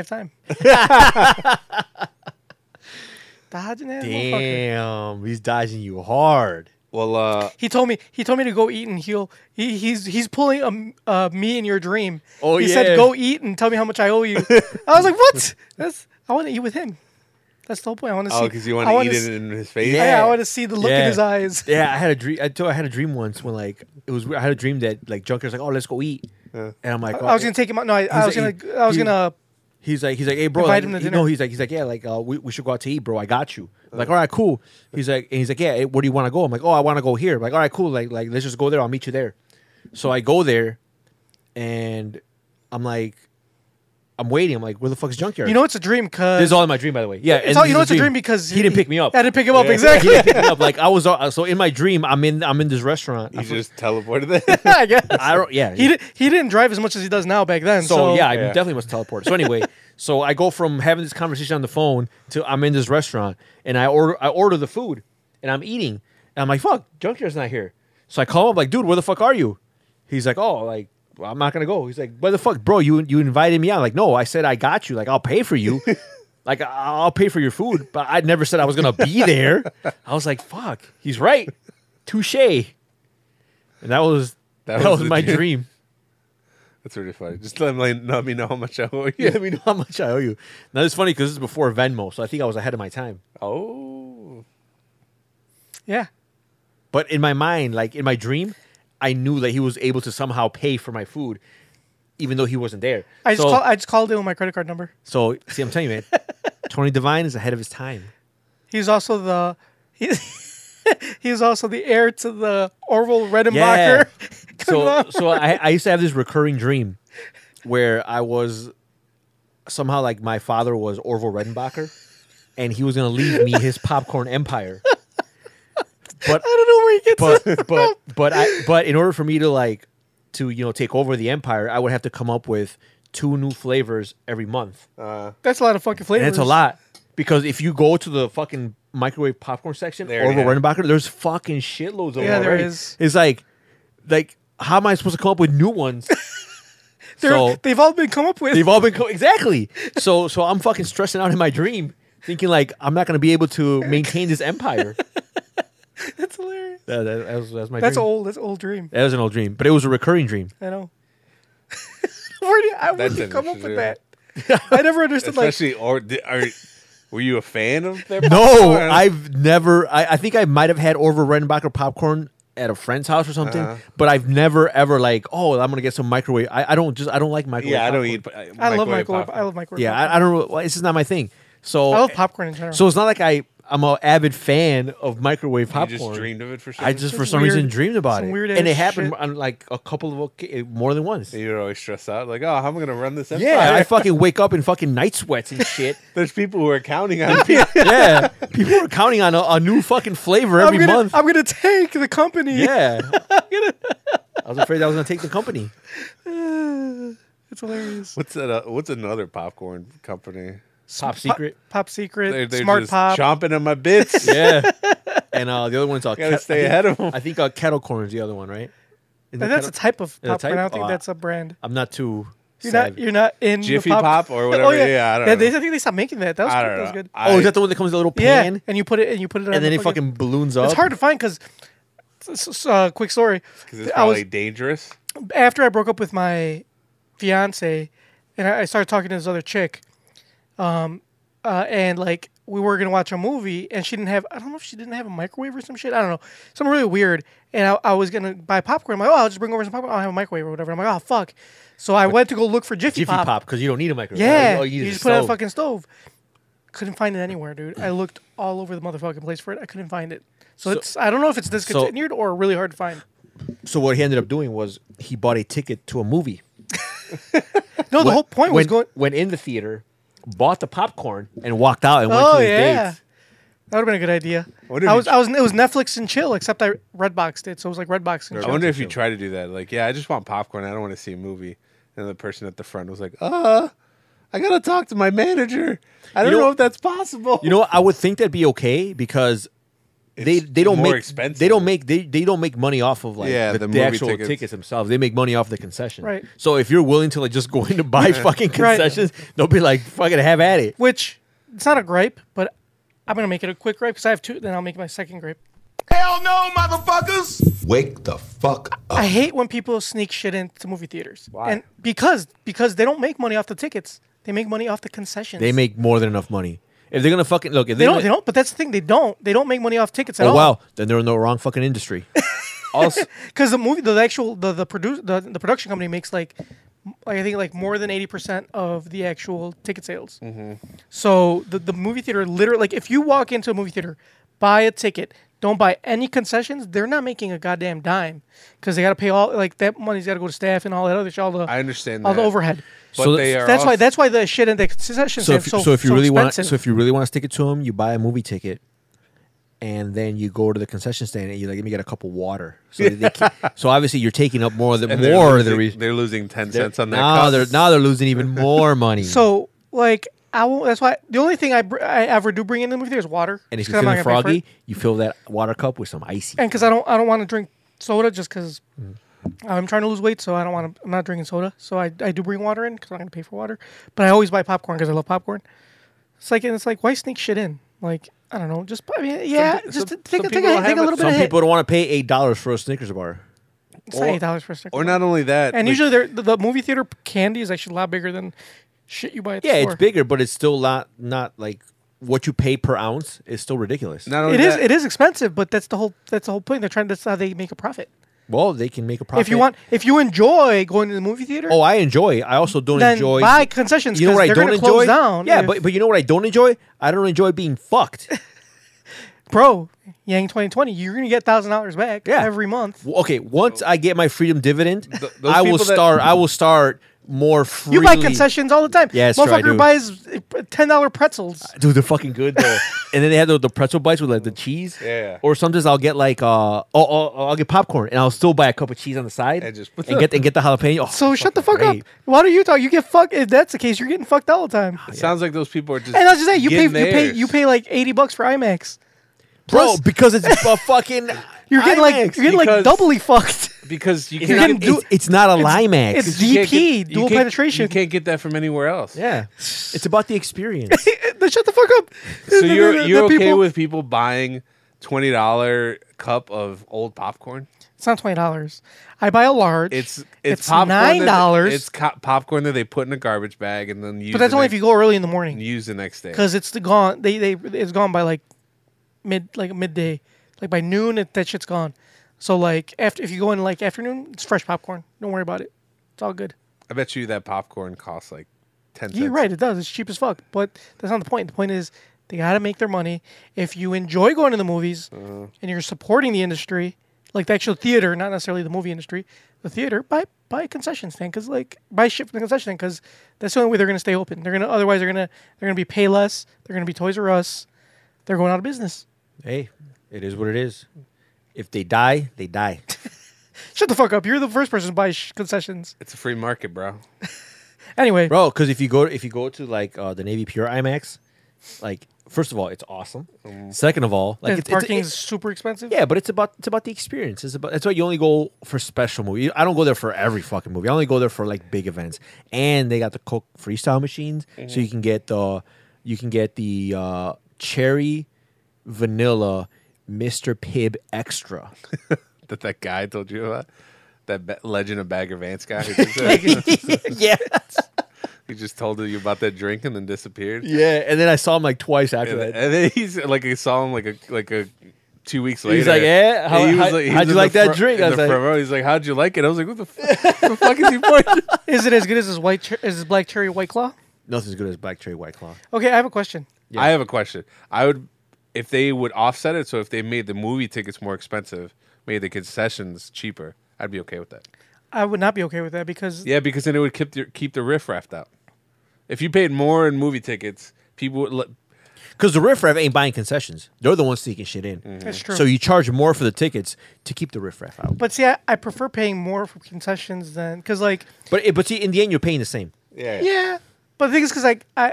have time. dodging that motherfucker.
Damn, he's dodging you hard.
Well, uh,
He told me he told me to go eat and he'll he, he's he's pulling um uh, me in your dream.
Oh,
he
yeah.
said go eat and tell me how much I owe you. I was like, what? That's I want to eat with him. That's the whole point. I want to see.
oh, because you
I
want
wanna
to eat
s-
it in his face.
Yeah, I want to see the look in his eyes.
Yeah, I had a dream. I, told, I had a dream once when like it was. weird. I had a dream that like Junker's like, oh, let's go eat, and I'm like, "Oh,
I was gonna take him out. No, I, I was
He's
gonna.
like,
I was
he-
gonna.
He's like, he's like, hey, bro,
Invite
like,
him to
you
dinner.
know, he's like, he's like, yeah, like uh, we, we should go out to eat, bro. I got you. I'm like, all right, cool. He's like, and he's like, yeah, eh, where do you want to go? I'm like, oh, I want to go here. I'm like, all right, cool. Like, like let's just go there. I'll meet you there. So I go there, and I'm like, I'm waiting. I'm like, where the fuck's junkyard?
You know, it's a dream because
this is all in my dream, by the way. Yeah,
It's
and
all-
this
you
is
know, it's a dream because
he, didn't pick me up.
I didn't pick him up
Yeah,
exactly.
He didn't pick me up. Like I was all, so in my dream. I'm in. I'm in this restaurant. I
He
for-
just teleported it.
I guess.
I don't. Yeah.
He did, he didn't drive as much as he does now back then. So,
So, yeah, I
Yeah.
definitely must teleport. So anyway, so I go from having this conversation on the phone to I'm in this restaurant and I order I order the food and I'm eating and I'm like, fuck, Junkyard's not here. So I call him up like, dude, where the fuck are you? He's like, oh, like well, I'm not gonna go. He's like, where the fuck, bro? You you invited me out? I'm like, no, I said I got you. Like I'll pay for you. like I- I'll pay for your food, but I never said I was gonna be there. I was like, fuck, he's right, touche. And that was
That was
that, was,
the
my
dream.
dream.
That's really funny. Just let, him, like, let me know how much I owe you.
Yeah, let me know how much I owe you. Now it's funny because this is before Venmo, so I think I was ahead of my time.
Oh,
yeah.
But in my mind, like in my dream, I knew that he was able to somehow pay for my food, even though he wasn't there.
I just
so,
call, I just called him with my credit card number.
so see, I'm telling you, man, Tony Divine is ahead of his time.
He's also the he's, he's also the heir to the Orville Redenbacher.
Yeah. so
on.
so I, I used to have this recurring dream where I was somehow like my father was Orville Redenbacher, and he was gonna leave me his popcorn empire.
I
But
don't know where he gets it.
but but but I but in order for me to like to you know take over the empire, I would have to come up with two new flavors every month,
That's a lot of fucking flavors.
and it's a lot because if you go to the fucking microwave popcorn section
They
or
already
the
have
Redenbacher, there's fucking shitloads of them
Yeah, there
already.
is.
It's like like how am I supposed to come up with new ones?
They're-
so
they've all been come up with.
they've all been co- exactly. So so I'm fucking stressing out in my dream, thinking like I'm not gonna be able to maintain this empire.
That's hilarious.
That, that, that was, that was my
That's
dream.
old. That's old dream.
That was an old dream, but it was a recurring dream.
I know. where did I where
That's
did you come up with
interesting.
that? I never understood. Like
especially or di- are, were you a fan of their?
No, I've never. I, I think I might have had Orville Redenbacher popcorn at a friend's house or something,
Uh-huh.
but I've never ever like, oh, I'm gonna get some microwave. I, I don't just I don't like microwave.
yeah, I don't
popcorn.
eat. uh,
I love microwave. I love microwave.
Yeah, I, I don't. Well, this is not my thing. So
I love popcorn in general.
So it's not like I I'm an avid fan of microwave
You just
popcorn.
dreamed of it for some
I
reason?
just for
That's
some reason
weird.
dreamed about
Some
it,
weird
and it
ass
happened
shit.
on like a couple of oca- more than once.
You're always stressed out, like, oh, how am I gonna run this? Empire?
Yeah, I fucking wake up in fucking night sweats and shit.
There's people who are counting on people.
yeah, people are counting on a, a new fucking flavor every
I'm gonna,
month.
I'm gonna take the company.
Yeah, I was afraid that was gonna take the company.
it's hilarious.
What's that? Uh, what's another popcorn company?
Pop Secret.
Pop secret.
They're, they're
smart
just
pop.
chomping on my bits.
yeah, and uh, the other one's uh,
Gotta
ket-
stay
I think-
ahead of 'em.
I think uh, kettle corn is the other one, right?
And
Isn't it
that's a
kettle-
type of
is it a
popcorn. I don't think
Oh,
that's a brand.
I'm not too.
You're not.
savvy.
You're not in the
Jiffy
Pop or whatever,
Oh yeah,
yeah, I don't
They,
know.
I think they stopped making that. That was,
I
good.
don't
That was
know.
good.
I-
oh, is that the one that comes in a little pan?
Yeah, and you put it and you put it, on
and then
the
it fucking balloons up.
It's hard to find because. Uh, quick story.
because it's
I
probably
was
dangerous.
after I broke up with my fiance, and I I started talking to this other chick, um, uh, and like we were gonna watch a movie, and she didn't have I don't know if she didn't have a microwave or some shit. I don't know, something really weird. And I, I was gonna buy popcorn. I'm like, oh, I'll just bring over some popcorn. I'll have a microwave or whatever. I'm like, oh fuck. So I went to go look for Jiffy,
Jiffy Pop because you don't need a microwave.
Yeah,
All
you,
need is
just put it on the
stove.
fucking stove. Couldn't find it anywhere, dude. I looked all over the motherfucking place for it. I couldn't find it. So,
So-
it's I don't know if it's
so-
discontinued or really hard to find.
So what he ended up doing was he bought a ticket to a movie.
No, the
When-
whole point was
when-
going.
went in the theater, bought the popcorn, and walked out and went
oh
to his
yeah,
dates.
that would have been a good idea.
What if
I
you-
was, I was, it was Netflix and chill, except I Redboxed it, so it was like Redbox and
I
chill.
wonder if you try to do that. Like, yeah, I just want popcorn. I don't want to see a movie. And the person at the front was like, uh, I gotta talk to my manager. I
You
don't
know-
know, if that's possible.
You know, what? I would think that'd be okay because they they don't
more
make
expensive.
they don't make they, they don't make money off of like
Yeah,
the,
the
the
movie
actual tickets.
tickets.
themselves. They make money off the concession.
Right.
So if you're willing to like just go in to buy fucking
Right.
concessions, they'll be like fucking have at it.
Which it's not a gripe, but I'm gonna make it a quick gripe because I have two. Then I'll make my second gripe.
Hell no, motherfuckers!
Wake the fuck up.
I hate when people sneak shit into movie theaters.
Why?
And because because they don't make money off the tickets, they make money off the concessions.
They make more than enough money. If they're gonna fucking look, if
They
they're
don't. They don't. But that's the thing. They don't. They don't make money off tickets at
oh
all.
wow, then they're in the wrong fucking industry. also,
Because the movie, the actual, the the produce, the, the production company makes like, m- like I think like more than eighty percent of the actual ticket sales.
Mm-hmm.
So the the movie theater literally, like, if you walk into a movie theater, buy a ticket, don't buy any concessions. They're not making a goddamn dime because they got to pay all like that money's got to go to staff and all that other shit. All the
I understand
all
that.
the overhead.
But
So
they are
that's why
also-
that's why the shit in the concession
so
so
if,
so,
so if you
so
really want,
expensive.
so if you really want to stick it to them, you buy a movie ticket, and then you go to the concession stand and you like, let me get a cup of water. So, they keep, so obviously you're taking up more than
And they're
more of
losing,
the reason.
they're losing 10
They're-
cents on that.
now
cup.
they're now they're losing even more money.
Mm-hmm. So like I won't. That's why the only thing I br- I ever do bring in the movie theater is water.
and if
'cause
you're
I'm not
feeling
gonna pay for it.
froggy, you fill that water cup with some icy.
and because I don't I don't want to drink soda just because
Mm-hmm.
I'm trying to lose weight, so I don't want to. I'm not drinking soda, so I, I do bring water in because I'm gonna pay for water. But I always buy popcorn because I love popcorn. It's like and it's like why sneak shit in? Like I don't know, just I mean, yeah,
pe-
just
some-
take
some
a, take
people
a, take
have
a
it.
little bit
Some
of hit.
people don't want to pay eight dollars for a Snickers bar.
It's not eight dollars for a sticker.
Or not only that.
And
like,
usually they're, the, the movie theater candy is actually a lot bigger than shit you buy at the
Yeah,
store.
it's bigger, but it's still not not like what you pay per ounce is still ridiculous.
Not
It is it is expensive, but that's the whole that's the whole point. They're trying that's how they make a profit.
Well, they can make a profit
If you want, if you enjoy going to the movie theater,
Oh, I enjoy. I also don't
Then
enjoy
buy concessions, 'cause they're gonna close down
Yeah,
if-
but but you know what I don't enjoy? I don't enjoy being fucked.
bro, Yang 2020, you're gonna get thousand dollars back
Yeah.
every month.
W- Okay, once I get my freedom dividend,
those
I will
people that-
start. I will start more freely.
You buy concessions all the time.
Yes, sure, I
motherfucker
do.
buys uh, ten dollar pretzels.
dude. They're fucking good though. and then they have the, the pretzel bites with like the cheese.
Yeah.
Or sometimes I'll get like uh, oh, oh, oh, I'll get popcorn and I'll still buy a cup of cheese on the side and
just-
get and get the jalapeno. Oh,
So shut the fuck
great.
up. Why do you talk? You get fucked. If that's the case, you're getting fucked all the time.
It sounds like those people are just.
And that's just it. You pay. You
getting
pay.
theirs.
You pay like eighty bucks for IMAX.
bro, because it's a fucking.
You're getting like
IMAX,
you're getting
because-
like doubly fucked.
Because you
You
can't,
can
get-
do-
It's, it's not a Limax.
it's
you can't
DP,
get- you
dual
can't-
penetration.
You can't get that from anywhere else.
Yeah, it's about the experience.
Then shut the fuck up.
So
The- the-
you're,
the- the
you're okay
people-
with people buying $20 cup of old popcorn?
It's not twenty dollars. I buy a large.
It's it's, popcorn that-
nine dollars.
It's co- popcorn that they put in a garbage bag and then use.
but that's
the
only if
next-
you go early in the morning.
and use the next day.
because it's the gone. They they it's gone by like mid like midday, like by noon it, that shit's gone. So like after if you go in like afternoon, it's fresh popcorn. Don't worry about it. It's all good.
I bet you that popcorn costs like ten.
You're
cents.
right. It does. It's cheap as fuck. But that's not the point. The point is They got to make their money. If you enjoy going to the movies
Uh-huh.
and you're supporting the industry, like the actual theater, not necessarily the movie industry, the theater, buy buy a concession stand because like buy shit from the concession stand because that's the only way they're gonna stay open. They're gonna otherwise they're gonna they're gonna be pay less. They're gonna be Toys R Us. They're going out of business.
Hey, it is what it is. If they die, they die.
Shut the fuck up. You're the first person to buy sh- concessions.
It's a free market, bro.
Anyway,
bro, because if you go if you go to like uh, the Navy Pier IMAX, like first of all, it's awesome. Second of all, like
Like
it's,
parking
it's,
is super expensive.
yeah, but it's about it's about the experience. It's about that's why you only go for special movie. I don't go there for every fucking movie. I only go there for like big events. And they got the Coke freestyle machines, so you can get the you can get the uh, cherry vanilla Mr. Pibb extra.
that that guy I told you about that ba- legend of Bagger Vance guy. Who just,
yeah.
he just told you about that drink and then disappeared.
Yeah, and then I saw him like twice after
And,
that.
and then he's like, I saw him like a like a two weeks later.
He's like, "Eh?
And
How-
he
how- how'd
in the
you like that
front-
drink?"
in
I was
the
like-
front row. he's like, "How'd you like it?" I was like, "What the fuck, the fuck is he pointing?"
Is it as good as his white? Cher- is his black cherry white claw?
Nothing's good as Black Cherry White Claw.
Okay, I have a question.
I have a question. I would, if they would offset it, so if they made the movie tickets more expensive, made the concessions cheaper, I'd be okay with that.
I would not be okay with that because
Yeah, because then it would keep the, keep the riffraff out. If you paid more in movie tickets, people would. Let,
Because the riffraff ain't buying concessions. They're the ones sneaking shit in.
That's true.
So you charge more for the tickets to keep the riffraff out.
But see, I, I prefer paying more for concessions than because like
But it, but see, in the end, you're paying the same.
yeah.
yeah. But the thing is, because like I,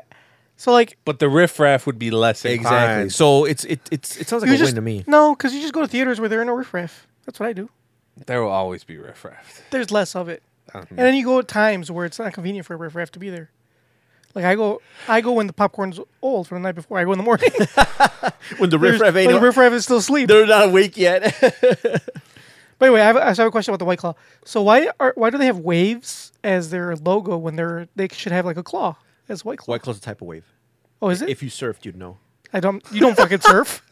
so like
But the riffraff would be less inclined.
So it's it it's it sounds like
you
a
just
win to me.
no, because you just go to theaters where they're in a riffraff. That's what I do.
There will always be riffraff.
There's less of it, and then you go at times where it's not convenient for a riffraff to be there. Like I go, I go when the popcorn's old from the night before. I go in the morning.
When the
There's-
riffraff ain't,
when the riffraff is still asleep.
they're not awake yet.
By the way, I have, I have a question about the white claw. So why are why do they have waves as their logo when they're they should have like a claw as white claw?
White Claw's a type of wave.
Oh, is it?
If you surfed, you'd know.
I don't. You don't fucking surf.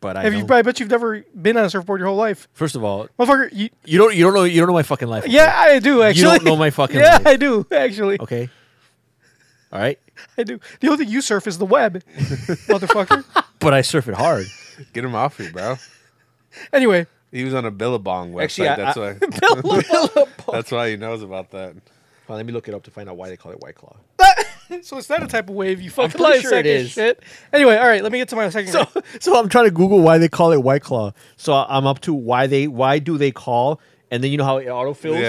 But I
Have
know.
you? I bet you've never been on a surfboard your whole life,
First of all,
motherfucker. You,
you don't you don't know you don't know my fucking life.
yeah, I do actually.
know my fucking
Yeah,
life.
I do actually.
Okay. All right.
I do. The only thing you surf is the web, motherfucker.
But I surf it hard.
Get him off you, bro.
Anyway,
He was on a Billabong website.
Actually, I-
that's
I-
why. That's why he knows about that.
Well, let me look it up to find out why they call it White Claw.
so it's not a type of wave. You fucking
pretty
lie
sure
sack
it
of
is.
shit. Anyway, all right. Let me get to my second.
so, so I'm trying to Google why they call it White Claw. So I'm up to why they why do they call and then you know how it autofills.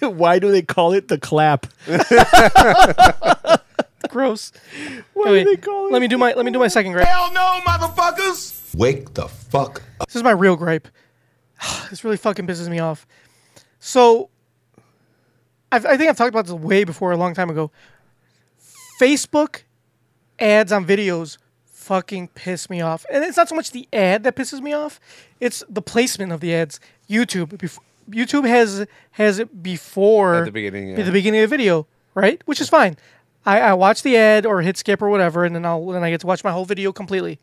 Yeah.
why do they call it the clap?
gross.
Why
Anyway,
do they call it?
let me do my let me do my second gripe.
Hell no, motherfuckers!
Wake the fuck up.
This is my real gripe. this really fucking pisses me off. So, I've, I think I've talked about this way before a long time ago. Facebook ads on videos fucking piss me off. And it's not so much the ad that pisses me off, it's the placement of the ads. YouTube bef- YouTube has has it before
At the beginning, yeah.
the beginning of the video, right? Which is fine. I, I watch the ad or hit skip or whatever, and then I'll then I get to watch my whole video completely.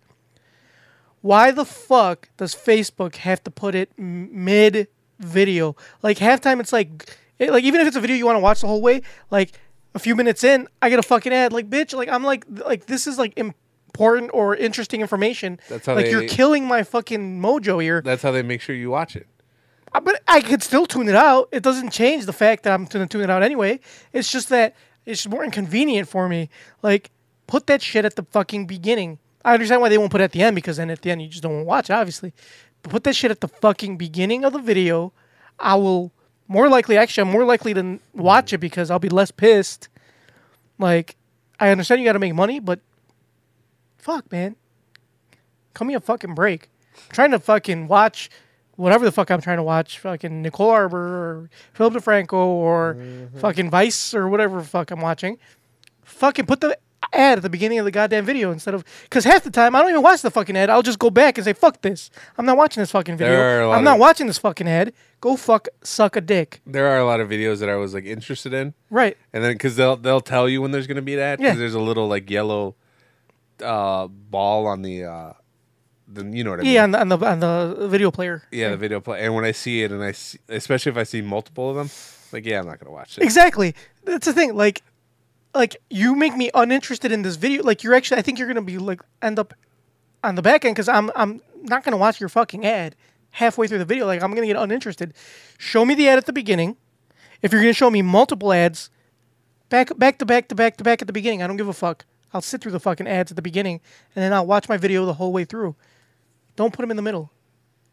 Why the fuck does Facebook have to put it m- mid video? Like halftime, it's like, it, like even if it's a video you want to watch the whole way, like a few minutes in, I get a fucking ad. Like bitch, like I'm like like this is like important or interesting information.
That's how
like
they-
you're killing my fucking mojo here.
That's how they make sure you watch it.
Uh, But I could still tune it out. It doesn't change the fact that I'm going to tune it out anyway. It's just that it's just more inconvenient for me. Like, put that shit at the fucking beginning. I understand why they won't put it at the end because then at the end you just don't want to watch it, obviously. But put that shit at the fucking beginning of the video. I will more likely, actually, I'm more likely to n- watch it because I'll be less pissed. Like, I understand you got to make money, but fuck, man. Come me a fucking break. I'm trying to fucking watch whatever the fuck I'm trying to watch, fucking Nicole Arbor or Philip DeFranco or
Mm-hmm.
fucking Vice or whatever fuck I'm watching. Fucking put the ad at the beginning of the goddamn video instead of because half the time I don't even watch the fucking ad. I'll just go back and say fuck this. I'm not watching this fucking video.
There are a lot
I'm not
of-
watching this fucking ad. Go fuck suck a dick.
There are a lot of videos that I was like interested in,
Right.
and then because they'll they'll tell you when there's gonna be an ad. 'cause
Yeah.
There's a little like yellow uh, ball on the uh, the you know what I mean.
Yeah, on the on the, on the video player.
Yeah, the video play. And when I see it, and I see, especially if I see multiple of them, like yeah, I'm not gonna watch it.
Exactly. That's the thing. Like, like you make me uninterested in this video. Like you're actually, I think you're gonna be like end up on the back end because I'm I'm not gonna watch your fucking ad halfway through the video. Like I'm gonna get uninterested. Show me the ad at the beginning. If you're gonna show me multiple ads, back back to back to back to back at the beginning. I don't give a fuck. I'll sit through the fucking ads at the beginning and then I'll watch my video the whole way through. Don't put them in the middle.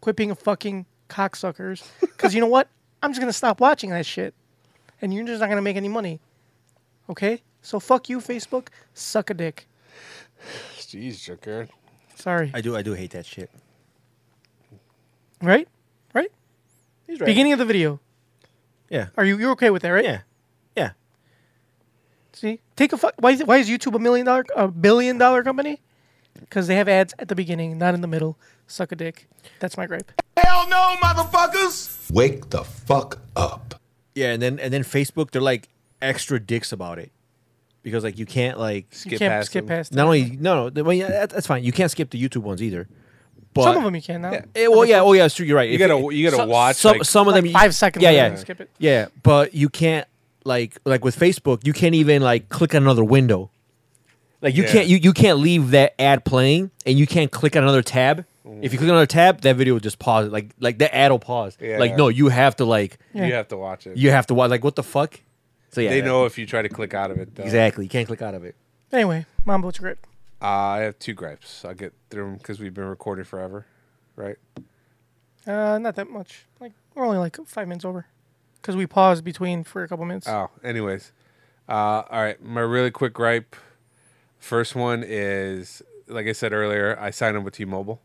Quit being a fucking cocksuckers. Because you know what? I'm just gonna stop watching that shit, and you're just not gonna make any money. Okay? So fuck you, Facebook. Suck a dick.
Jeez, Joker.
Sorry.
I do. I do hate that shit.
Right? Right?
He's right.
Beginning of the video.
Yeah.
Are you you okay with that, right?
Yeah. Yeah.
See, take a fuck. Why is why is YouTube a million dollar a billion dollar company? Because they have ads at the beginning, not in the middle. Suck a dick. That's my gripe.
Hell no, motherfuckers!
Wake the fuck up. Yeah, and then and then Facebook, they're like extra dicks about it because like you can't like
You skip can't past skip them. past
Not only no, no, well, yeah, that- that's fine. You can't skip the YouTube ones either. But
Some of them you can now.
Eh, well, yeah, oh yeah, it's true. You're right.
You gotta- you gotta
some-
watch,
some
like-
some of them.
Like
you-
five seconds
Yeah,
and
yeah.
then skip it.
Yeah, but you can't like like with Facebook, you can't even like click on another window. Like you
Yeah.
can't you, you can't leave that ad playing and you can't click on another tab. If you click on another tab, that video will just pause. Like like that ad will pause.
Yeah.
Like no, you have to like
Yeah.
You have to watch it.
you have to watch. Like what the fuck? So yeah,
they
that-
know if you try to click out of it. Though.
exactly. You can't click out of it.
Anyway, Mambo, what's your gripe?
Uh, I have two gripes. I'll get through them because we've been recording forever, right?
Uh, not that much. Like we're only like five minutes over, because we paused between for a couple minutes.
Oh, anyways. Uh, all right. My really quick gripe. First one is, like I said earlier, I signed up with T-Mobile.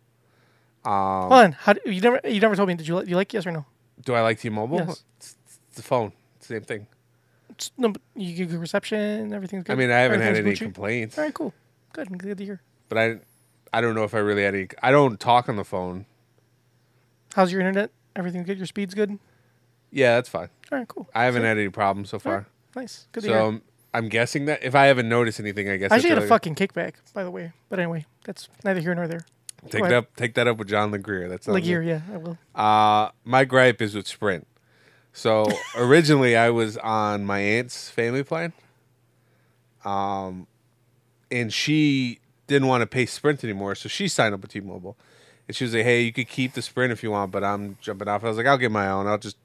Hold on, how do, you never you never told me? Did you like you like yes or no?
Do I like T-Mobile?
Yes.
It's, it's the phone. Same thing.
It's- No, but you get good reception. Everything's good.
I mean, I haven't had any
Everything's Gucci?
complaints,
All right, cool, good, I'm glad to hear.
but I, I don't know if I really had any. I don't talk on the phone.
How's your internet? Everything good? Your speed's good?
Yeah, that's fine.
All right, cool.
I haven't had any problems so
All
far.
right, nice. Good to
So um,
hear.
I'm, I'm guessing that if I haven't noticed anything, I guess
I actually
that's
had a
really-
fucking kickback, by the way. But anyway, that's neither here nor there.
take that up. Take that up with John Legreer. That's not
Like
me.
here, yeah, I will.
Uh, my gripe is with Sprint. So originally I was on my aunt's family plan. Um, and she didn't want to pay Sprint anymore, so she signed up with T-Mobile. And she was like, "Hey, you could keep the Sprint if you want, but I'm jumping off." I was like, "I'll get my own. I'll just."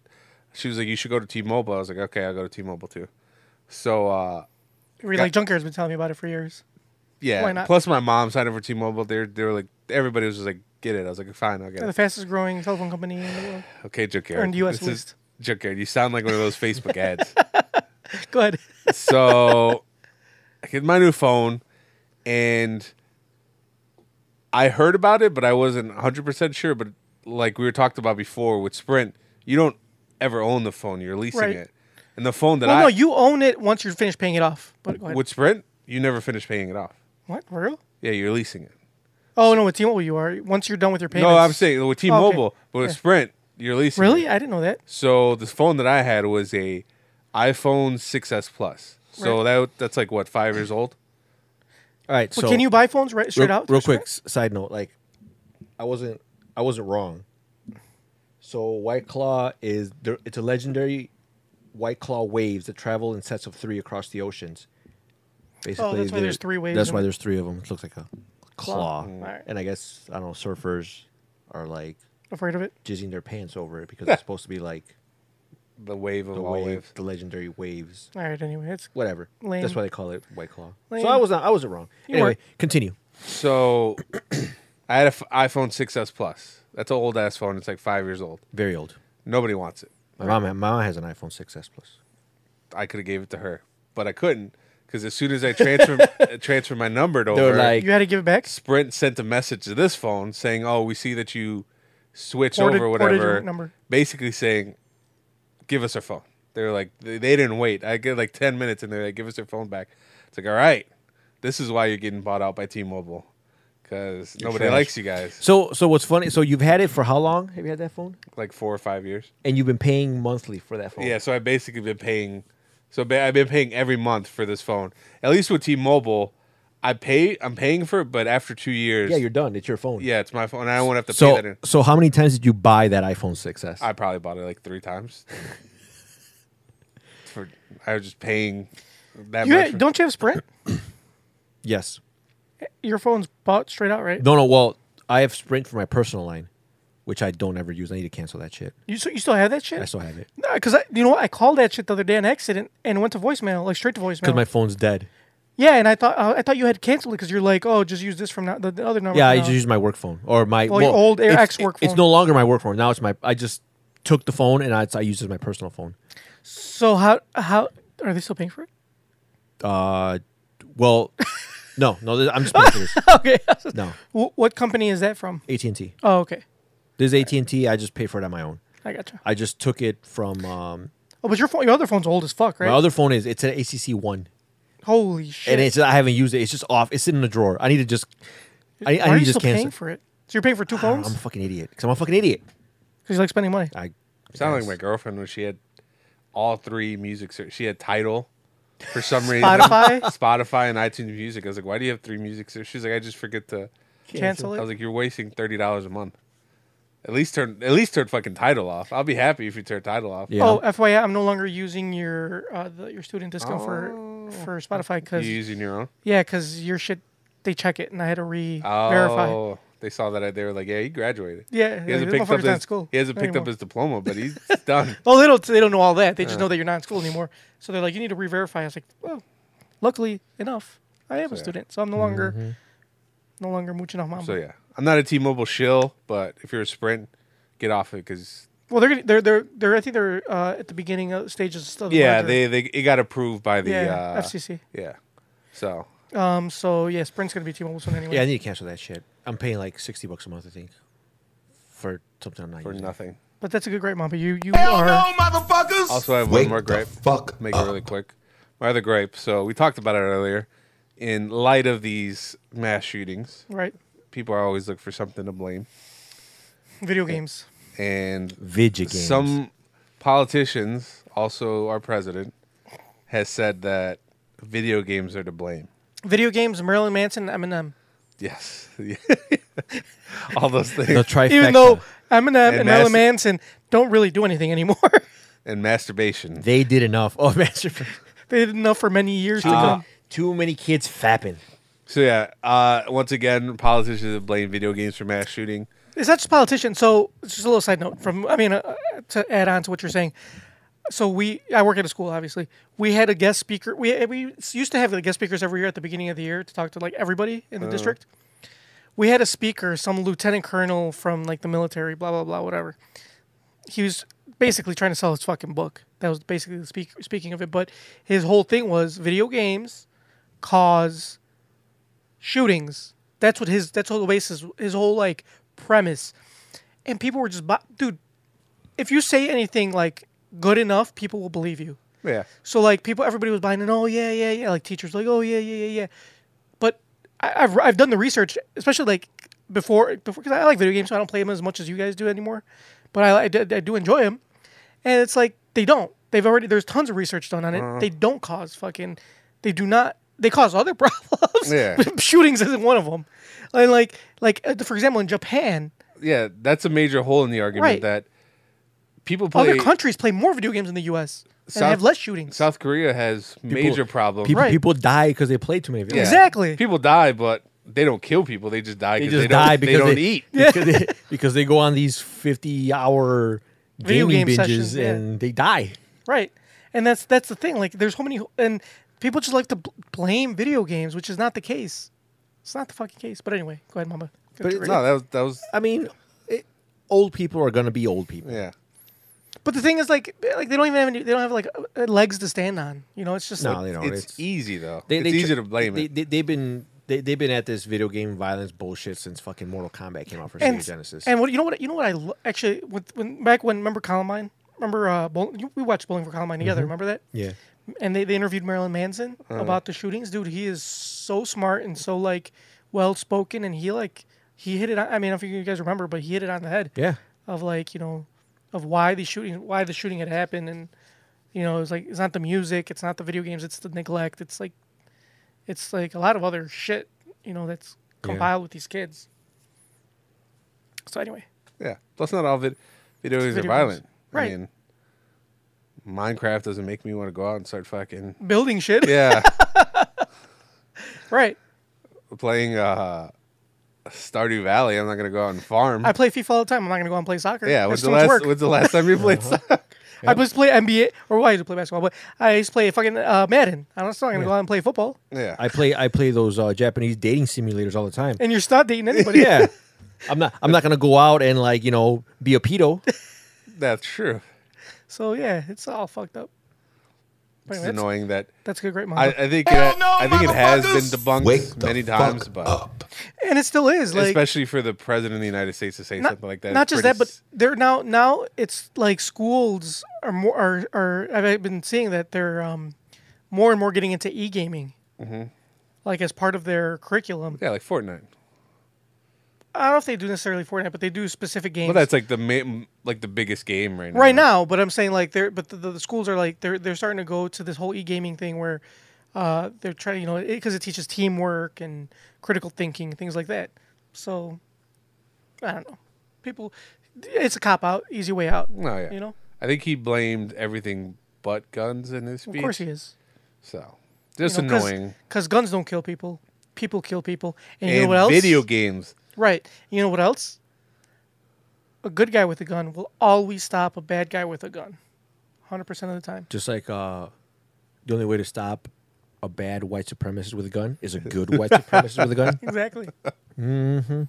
She was like, "You should go to T-Mobile." I was like, "Okay, I'll go to T-Mole too." So uh,
Really, like Junker's been telling me about it for years.
yeah.
Why not?
Plus, my mom signed up for T-Mobile. They're they're like everybody was just like, "Get it." I was like, "Fine, I'll get
They're
it."
the fastest growing telephone company in the world.
Okay, Joke
Or in the US
This is-
list.
Joke Aaron, you sound like one of those Facebook ads.
Go ahead.
so I get my new phone and I heard about it, but I wasn't 100% sure. But like we were talked about before with Sprint, you don't ever own the phone, you're leasing
Right.
it. And the phone that
Well,
I.
no, you own it once you're finished paying it off. But go ahead.
with Sprint, you never finish paying it off.
what? For real?
Yeah, you're leasing it.
Oh no, with T-Mobile you are. Once you're done with your payments.
No, I'm saying with T Mobile, but with
Yeah.
Sprint, you're leasing it.
Really? I didn't know that.
So the phone that I had was a iPhone 6s Plus. So that that's like what five years old.
All right.
But
so
can you buy phones right straight
real,
out?
real
through
quick s- side note like i wasn't i wasn't wrong so white claw is there it's a legendary white claw waves that travel in sets of three across the oceans basically
Oh, that's why
they're-
there's three waves
that's
in
why
it.
there's three of them it looks like a claw,
Alright.
and i guess i don't know surfers are like
Sprint? Afraid of it?
jizzing their pants over it because it's supposed to be like
The wave of
the
all
wave,
waves.
the legendary waves
All right. Anyway, it's
whatever
Lame.
that's why they call it white claw
Lame.
so i was not i wasn't wrong
You
anyway
weren't.
continue
So I had an iPhone 6s Plus. That's an old ass phone. It's like five years old.
very old
Nobody wants it.
my mom my mom has an iphone 6s plus
I could have gave it to her, but I couldn't because as soon as I transferred uh, transferred my number to
They were
over,
like-
you had to give it back.
Sprint sent a message to this phone saying, "Oh, we see that you switch
Ported-
over
ported
whatever."
your number.
Basically saying, "Give us our phone." They're like, they, they didn't wait. I get like ten minutes, and they're like, "Give us our phone back." It's like, all right, this is why you're getting bought out by T-Mobile because nobody
trash.
likes you guys.
So, so what's funny? So you've had it for how long? Have you had that phone?
Like four or five years.
And you've been paying monthly for that phone.
Yeah, so I've basically been paying. So ba- I've been paying every month for this phone. At least with T-Mobile, I pay. I'm paying for it, but after two years,
Yeah, you're done. It's your phone.
yeah, it's my phone. and I won't have to pay
So,
that. In.
so how many times did you buy that iPhone 6s?
I probably bought it like three times. for I was just paying that
You
much.
ha- don't you have Sprint?
Yes.
Your phone's bought straight out, right?
No, no. Well, I have Sprint for my personal line, which I don't ever use. I need to cancel that shit.
You so you still have that shit?
I still have it
No, because you know what? I called that shit the other day on accident and it went to voicemail, like straight to voicemail.
because my phone's dead.
yeah, and I thought uh, I thought you had canceled it because you're like, oh, just use this from now, the, the other number.
yeah,
from
I
now
just use my work phone or my
Well, Oh, your old Air
it's-
X work
It's
phone.
no longer my work phone. Now it's my. I just took the phone and I, I use it as my personal phone.
So how how are they still paying for it?
Uh, well, no, no. th- I'm just being serious.
okay.
No,
Wh- what company is that from?
AT and T.
Oh, okay.
There's AT and T. I just pay for it on my own.
I gotcha.
I just took it from um,
Oh, but your phone, your other phone's old as fuck, right?
my other phone. Is it's an ACC one.
Holy shit!
and it's I haven't used it. It's just off. It's sitting in a drawer. I need to just. I,
Why
I
are you
need to just
still
cancel.
paying for it? So you're paying for two
I don't know,
phones?
I'm a fucking idiot. Because I'm a fucking idiot.
Because you like spending money.
I
Sound like my girlfriend when she had all three music. Ser- she had Title for some reason,
Spotify?
Spotify, and iTunes Music. I was like, "Why do you have three music?" Ser-? She's like, "I just forget to
Cancel it.
I was like, "You're wasting thirty dollars a month. At least turn at least turn fucking Title off. I'll be happy if you turn Title off.
Oh, FYI, I'm no longer using your uh, the, your student discount
Oh.
for for Spotify because
you using your own?
yeah, because your shit they check it and I had to re
Oh,
verify.
they saw that I- they were like, "Yeah, he graduated.
Yeah,
he
like, this
hasn't picked up
motherfucker's not in
his
school
He hasn't picked up
anymore.
his diploma, but he's done.
Oh, they don't they don't know all that. They just
Yeah.
know that you're not in school anymore. So they're like, you need to re verify. I was like, well, luckily enough, I am a
So, yeah. Mm-hmm.
student, so I'm no longer no longer mooching off my.
So yeah, I'm not a T-Mobile shill, but if you're a Sprint, get off it because
Well, they're gonna, they're they're they're I think they're uh, at the beginning of stages of the
yeah,
merger.
they they it got approved by the
Yeah,
uh,
FCC.
Yeah, so
Um. So yeah, Sprint's gonna be T-Mobile soon anyway.
Yeah, I need to cancel that shit. I'm paying like sixty bucks a month, I think, for something I'm not
for
using.
nothing.
But that's a good gripe, Mamba. You you are.
motherfuckers!
Also, I have
Wake
one more
the
gripe.
fuck
Make it really quick. My other gripe. So we talked about it earlier. In light of these mass shootings,
Right.
People are always looking for something to blame.
Video games.
and
Video games.
Some politicians, also our president, has said that video games are to blame.
Video games. Marilyn Manson. Eminem.
Yes, all those things.
Even though Eminem and,
And
Marilyn
Mas-
Manson don't really do anything anymore.
and masturbation.
They did enough. Oh, masturbation.
they did enough for many years to
Uh,
come.
Too many kids fapping.
So yeah, uh, once again, politicians have blamed video games for mass shooting.
It's not just politicians. So it's just a little side note from. I mean, uh, uh, to add on to what you're saying. So we, I work at a school. Obviously, we had a guest speaker. We uh, we used to have the guest speakers every year at the beginning of the year to talk to like everybody in the
Uh.
district. We had a speaker, some lieutenant colonel from like the military, blah blah blah, whatever. He was basically trying to sell his fucking book. That was basically the speak, speaking of it. But his whole thing was video games cause shootings. That's what his that's whole basis his whole like premise. And people were just bu- dude, if you say anything like good enough, people will believe you.
Yeah.
So like people everybody was buying in, oh yeah, yeah, yeah. Like teachers like, oh yeah, yeah, yeah, yeah. But I, I've I've done the research, especially like before before because I like video games, so I don't play them as much as you guys do anymore. But I I, did- I do enjoy them, and it's like they don't. They've already there's tons of research done on it.
Uh-huh.
They don't cause fucking. They do not. They cause other problems.
Yeah.
But shootings isn't one of them. And like like uh, for example in Japan,
Yeah, that's a major hole in the argument
Right.
that people play.
other countries play more video games than the U.S. and
South-
have less shootings.
South Korea has major problems.
People,
Right.
people die because they play too many videos.
Yeah. People die, but they don't kill people. They just die.
They
'cause
just
they don't,
die because
they don't
they-
eat.
because, they, because they go on these fifty-hour
Video
gaming
game
binges
sessions, yeah.
and they die.
Right, and that's that's the thing. Like, there's so many, and people just like to bl- blame video games, which is not the case. It's not the fucking case. But anyway, go ahead, Mama.
But it-
no, that was that was.
I mean, it, old people are gonna be old people.
Yeah.
But the thing is, like, like they don't even have any, they don't have like uh, legs to stand on. You know, it's just
No,
like,
they don't.
it's easy, though. It's
tr-
easy to blame
e-, they,
it.
They, have been they, they've been at this video game violence bullshit since fucking Mortal Kombat came out for Sega
and,
Genesis.
and what you know what you know what I lo- actually with, when back when remember Columbine remember uh bowl, you- we watched Bowling for Columbine together
Mhm.
remember that
Yeah.
and they, they interviewed Marilyn Manson
Uh-huh.
about the shootings dude he is so smart and so like well spoken and he like he hit it on, I mean I don't know if you guys remember but he hit it on the head
Yeah.
of like you know of why the shooting why the shooting had happened and you know it's like it's not the music it's not the video games it's the neglect it's like it's like a lot of other shit you know that's
Yeah.
compiled with these kids so anyway
Yeah. Plus, not all vid- video games
video
are
games.
violent.
Right.
I mean, Minecraft doesn't make me want to go out and start fucking
Building shit.
Yeah,
right.
playing uh, Stardew Valley. I'm not gonna go out and farm.
I play FIFA all the time. I'm not gonna go out and play soccer.
yeah,
That's
when's
too
the
much
last?
work.
When's the last time you played? soccer?
I just play NBA, or well, I used to play basketball, but I used to play fucking uh, Madden. I'm not going to go out and play football.
Yeah.
I play I play those uh, Japanese dating simulators all the time.
And you're just not dating anybody.
yeah. I'm not I'm not gonna go out and like, you know, be a pedo.
That's true.
So yeah, it's all fucked up. But
It's
anyway, that's-
annoying that
That's good, great
I,
mom.
I think it, I think it has been debunked many times, but
and it still is like
especially for the president of the United States to say
not,
something like that.
Not
it's
just
pretty
that, but they're now now it's like schools are more are, are I've been seeing that they're um, more and more getting into e gaming
Mhm.
like as part of their curriculum.
Yeah, like Fortnite.
I don't know if they do necessarily Fortnite, but they do specific games.
Well, that's like the ma- like the biggest game right now.
right now but i'm saying like they're but the, the, the schools are like they're they're starting to go to this whole e-gaming thing where uh they're trying you know because it, teaches teamwork and critical thinking things like that so i don't know people it's a cop out easy way out
No, Oh, yeah.
you know
I think he blamed everything but guns in his speech.
of course he is
So just annoying.
because guns don't kill people people kill people and,
And,
you know what else
video games.
right you know what else a good guy with a gun will always stop a bad guy with a gun 100% of the time
Just like uh, the only way to stop a bad white supremacist with a gun is a good white supremacist with a gun.
exactly
Mm-hmm.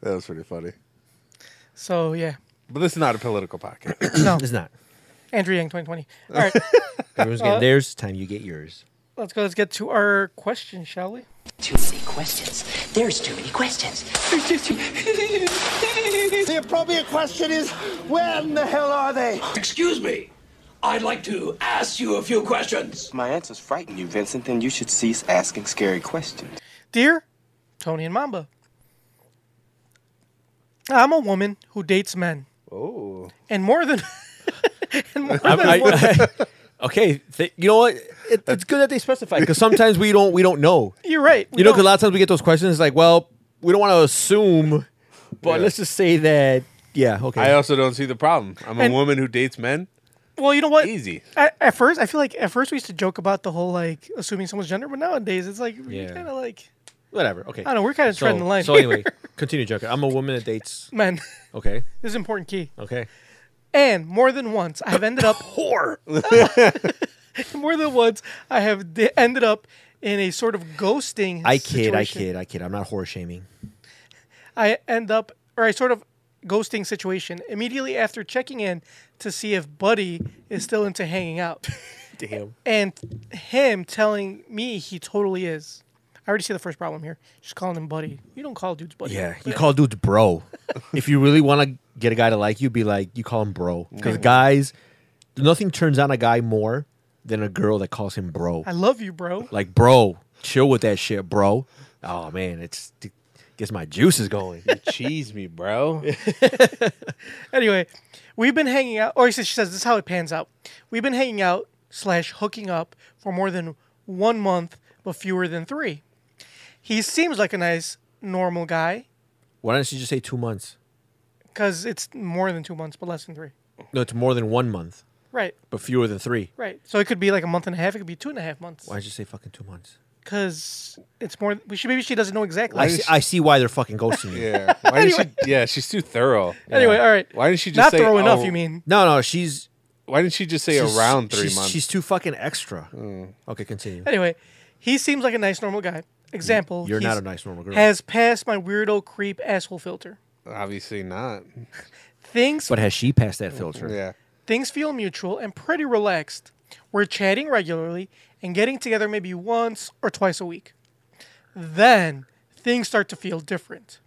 That was pretty funny.
so yeah
But this is not a political podcast.
No.
It's not.
Andrew Yang 2020. All right.
Everyone's
Uh,
getting theirs. Time you get yours.
Let's go. Let's get to our question, shall we?
Too many questions. There's too many questions.
the appropriate question is when the hell are they?
Excuse me. I'd like to ask you a few questions.
My answers frighten you, Vincent. Then you should cease asking scary questions.
Dear Tony and Mamba, I'm a woman who dates men,
Oh.
and more than and more than
I-
one-
okay, th- you know what? It, it's good that they specify because sometimes we don't we don't know.
You're right.
You know, because a lot of times we get those questions like, well, we don't want to assume, but
Yeah.
let's just say that, yeah, okay.
I also don't see the problem. I'm a
And-
woman who dates men.
Well, you know what?
Easy.
At, at first, I feel like at first we used to joke about the whole like assuming someone's gender, but nowadays it's like you
Yeah.
kind of like
Whatever. Okay.
I don't know, we're kinda
so,
treading the line
So
here.
anyway, continue, Joker. I'm a woman that dates.
men.
Okay.
this is important key.
Okay.
And more than once, I've ended up
whore.
more than once, I have d- ended up in a sort of ghosting.
I kid. I
situation.
kid. I kid. I'm not horror shaming.
I end up, or I sort of ghosting situation immediately after checking in to see if Buddy is still into hanging out.
Damn.
And him telling me he totally is. I already see the first problem here. Just calling him Buddy. You don't call dudes Buddy.
Yeah. You call dudes bro. if you really want to get a guy to like you, be like you call him bro. Because guys, nothing turns on a guy more than a girl that calls him bro.
I love you, bro.
Like bro, chill with that shit, bro. Oh man, it's it gets my juices going.
You cheese me, bro.
Anyway, we've been hanging out, or he says, she says, this is how it pans out. We've been hanging out slash hooking up for more than one month, but fewer than three. He seems like a nice, normal guy,
Why don't you just say two months?
because it's more than two months, but less than three.
No, it's more than one month,
Right,
but fewer than three.
right. So it could be like a month and a half. It could be two and a half months.
Why did you say fucking two months?
Because it's more. We should, maybe she doesn't know exactly.
I see, I see why they're fucking ghosting me.
Yeah. Why did she? Yeah, she's too thorough.
anyway, all right.
Why didn't she just
not
say,
throwing up?
oh,
You mean?
No, no, she's
Why didn't she just say
she's-
around three
she's-
months? Mm.
She's too fucking extra. Okay, continue.
Anyway, he seems like a nice, normal guy. Example:
You're not
he's-
a nice normal girl.
Has passed my weirdo creep asshole filter.
Obviously not.
Things
but has she passed that filter?
Yeah.
Things feel mutual and pretty relaxed. We're chatting regularly and getting together maybe once or twice a week. Then things start to feel different.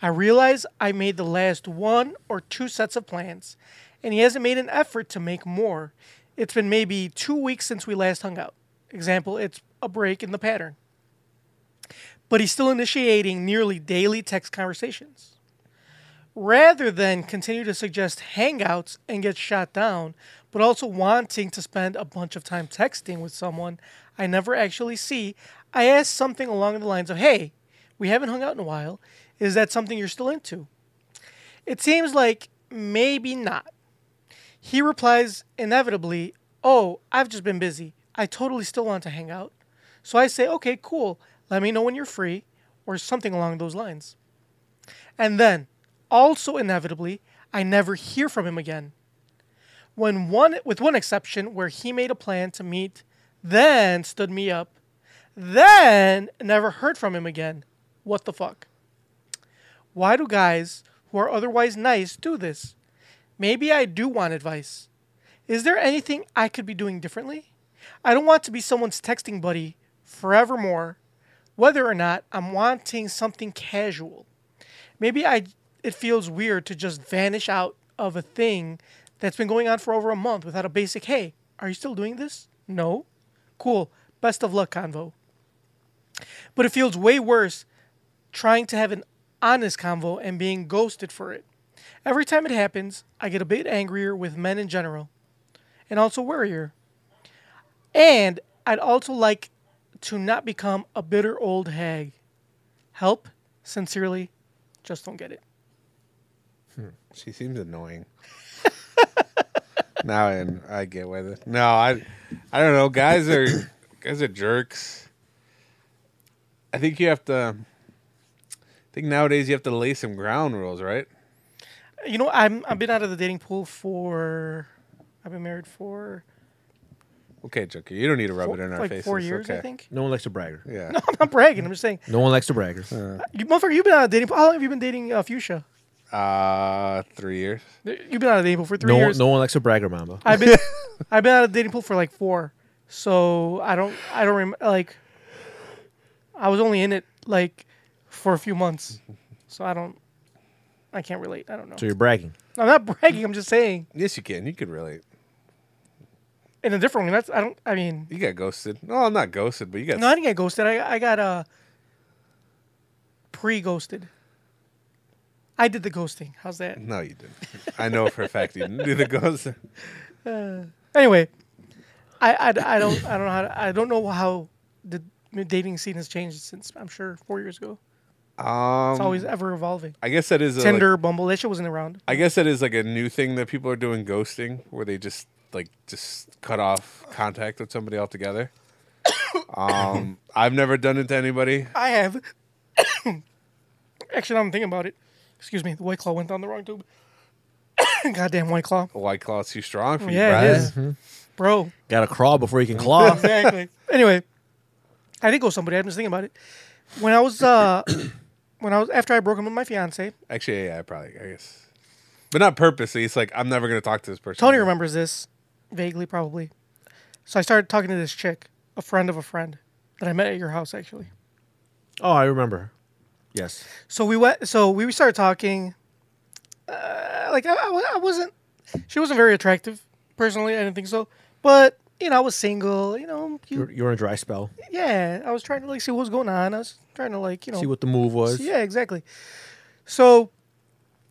I realize I made the last one or two sets of plans, and he hasn't made an effort to make more. It's been maybe two weeks since we last hung out. Example, it's a break in the pattern. But he's still initiating nearly daily text conversations. Rather than continue to suggest hangouts and get shot down, but also wanting to spend a bunch of time texting with someone I never actually see, I asked something along the lines of, Hey, we haven't hung out in a while. Is that something you're still into? It seems like maybe not. He replies inevitably, oh, I've just been busy. I totally still want to hang out. So I say, okay, cool. Let me know when you're free or something along those lines. And then, also inevitably, I never hear from him again. When one with one exception where he made a plan to meet, then stood me up, then never heard from him again. What the fuck? Why do guys who are otherwise nice do this? Maybe I do want advice. Is there anything I could be doing differently? I don't want to be someone's texting buddy forevermore, whether or not I'm wanting something casual. Maybe I it feels weird to just vanish out of a thing that's been going on for over a month without a basic hey, are you still doing this? No. Cool. Best of luck, convo. But it feels way worse trying to have an honest convo and being ghosted for it. Every time it happens, I get a bit angrier with men in general and also worrier. And I'd also like to not become a bitter old hag. Help, sincerely, just don't get it.
She seems annoying. now and I get with it. No, I, I don't know. Guys are guys are jerks. I think you have to. I think nowadays you have to lay some ground rules, right?
You know, I'm I've been out of the dating pool for I've been married for
Okay, Joker, you don't need to rub
Four-
it in our
like
faces.
four years, I
okay.
think.
No one likes a bragger.
Yeah.
No, I'm not bragging. I'm just saying,
No one likes a bragger.
you, motherfucker, you've been out of dating. pool. How long have you been dating uh, Fuchsia?
Uh, three years.
You've been out of dating pool for three
no,
years.
no one likes a bragger, Mamba.
I've been I've been out of dating pool for like four, so I don't I don't remember like I was only in it like for a few months, so I don't I can't relate. I don't know.
So you're bragging.
I'm not bragging. I'm just saying
Yes, you can. You could relate.
in a different way. That's I don't. I mean,
You got ghosted. No, I'm not ghosted, but you got.
no, I didn't get ghosted. I I got uh pre ghosted. I did the ghosting. How's that?
No, you didn't. I know for a fact you didn't do the ghost.
Uh, anyway, I, I, I don't I don't know how to, I don't know how the dating scene has changed since I'm sure four years ago.
Um,
It's always ever evolving.
I guess that is a, like-
Tinder, Bumble. That shit wasn't around.
I guess that is like a new thing that people are doing ghosting, where they just like just cut off contact with somebody altogether. um, I've never done it to anybody.
I have. Actually, now I'm thinking about it. Excuse me, the white claw went down the wrong tube. Goddamn white claw,
White claw's too strong for you,
Yeah, it
Brad.
is. bro.
Got to crawl before you can claw.
exactly. Anyway, I did go somebody. I'm just thinking about it. When I was uh, when I was after I broke up with my fiance,
Actually, yeah, I probably, I guess, but not purposely. It's like I'm never gonna talk to this person.
Tony remembers this vaguely, probably. So I started talking to this chick, a friend of a friend that I met at your house, actually.
Oh, I remember. Yes.
So we went. So we started talking. Uh, like I, I, wa- I wasn't. She wasn't very attractive, personally. I didn't think so. But you know, I was single. You know, you-
You're, you're in a dry spell.
yeah. I was trying to like see what was going on. I was trying to like you know
See what the move was.
Yeah, exactly. So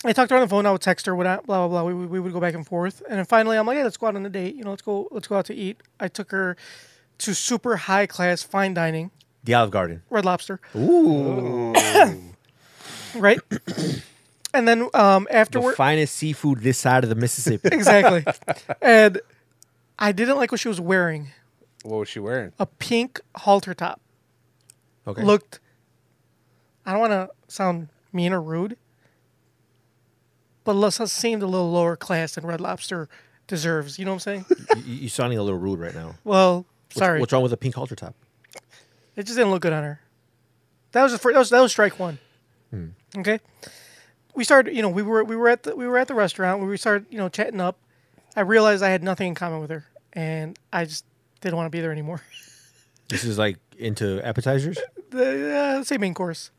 I talked to her on the phone. I would text her. Would I, blah blah blah. We, we, we would go back and forth, and then finally I'm like, hey, let's go out on a date. You know, let's go let's go out to eat. I took her to super high class fine dining,
The Olive Garden.
Red Lobster,
Ooh.
right? and then um,
the
afterward,
finest seafood this side of the Mississippi.
exactly. and I didn't like what she was wearing.
What was she wearing?
A pink halter top.
Okay.
Looked. I don't want to sound mean or rude, but less seemed a little lower class than Red Lobster deserves. You know what I'm saying?
you, you're sounding a little rude right now.
well,
What's-
sorry,
What's wrong with a pink halter top?
it just didn't look good on her. That was the first, that was that was strike one. Okay. We started, you know, we were we were at the we were at the restaurant. We started, you know, chatting up. I realized I had nothing in common with her, and I just didn't want to be there anymore.
This is like into appetizers.
the uh, same main course.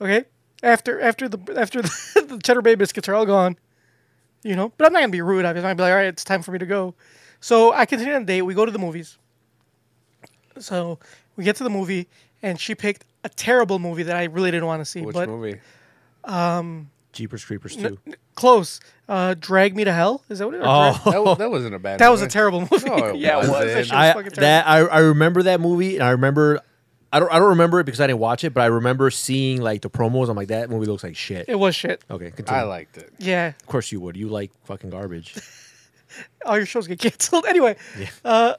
Okay, after after the after the, the cheddar bay biscuits are all gone, you know. But I'm not gonna be rude. I'm just gonna be like, all right, it's time for me to go. So I continue on the date. We go to the movies. So we get to the movie, and she picked a terrible movie that I really didn't want to see.
Which
but
movie?
um,
Jeepers Creepers
n-
too.
n- close. Uh, Drag Me to Hell. Is that what it? or Drag-
That, wa- that wasn't a bad.
That was a
movie.
terrible movie.
No, it
Yeah, it was. That
wasn't.
shit was
I
fucking
that I, I remember that movie and I remember I don't I don't remember it because I didn't watch it, but I remember seeing like the promos. I'm like that movie looks like shit.
It was shit.
Okay, continue.
I liked it.
Yeah.
Of course you would. You like fucking garbage.
all your shows get canceled. Anyway, uh,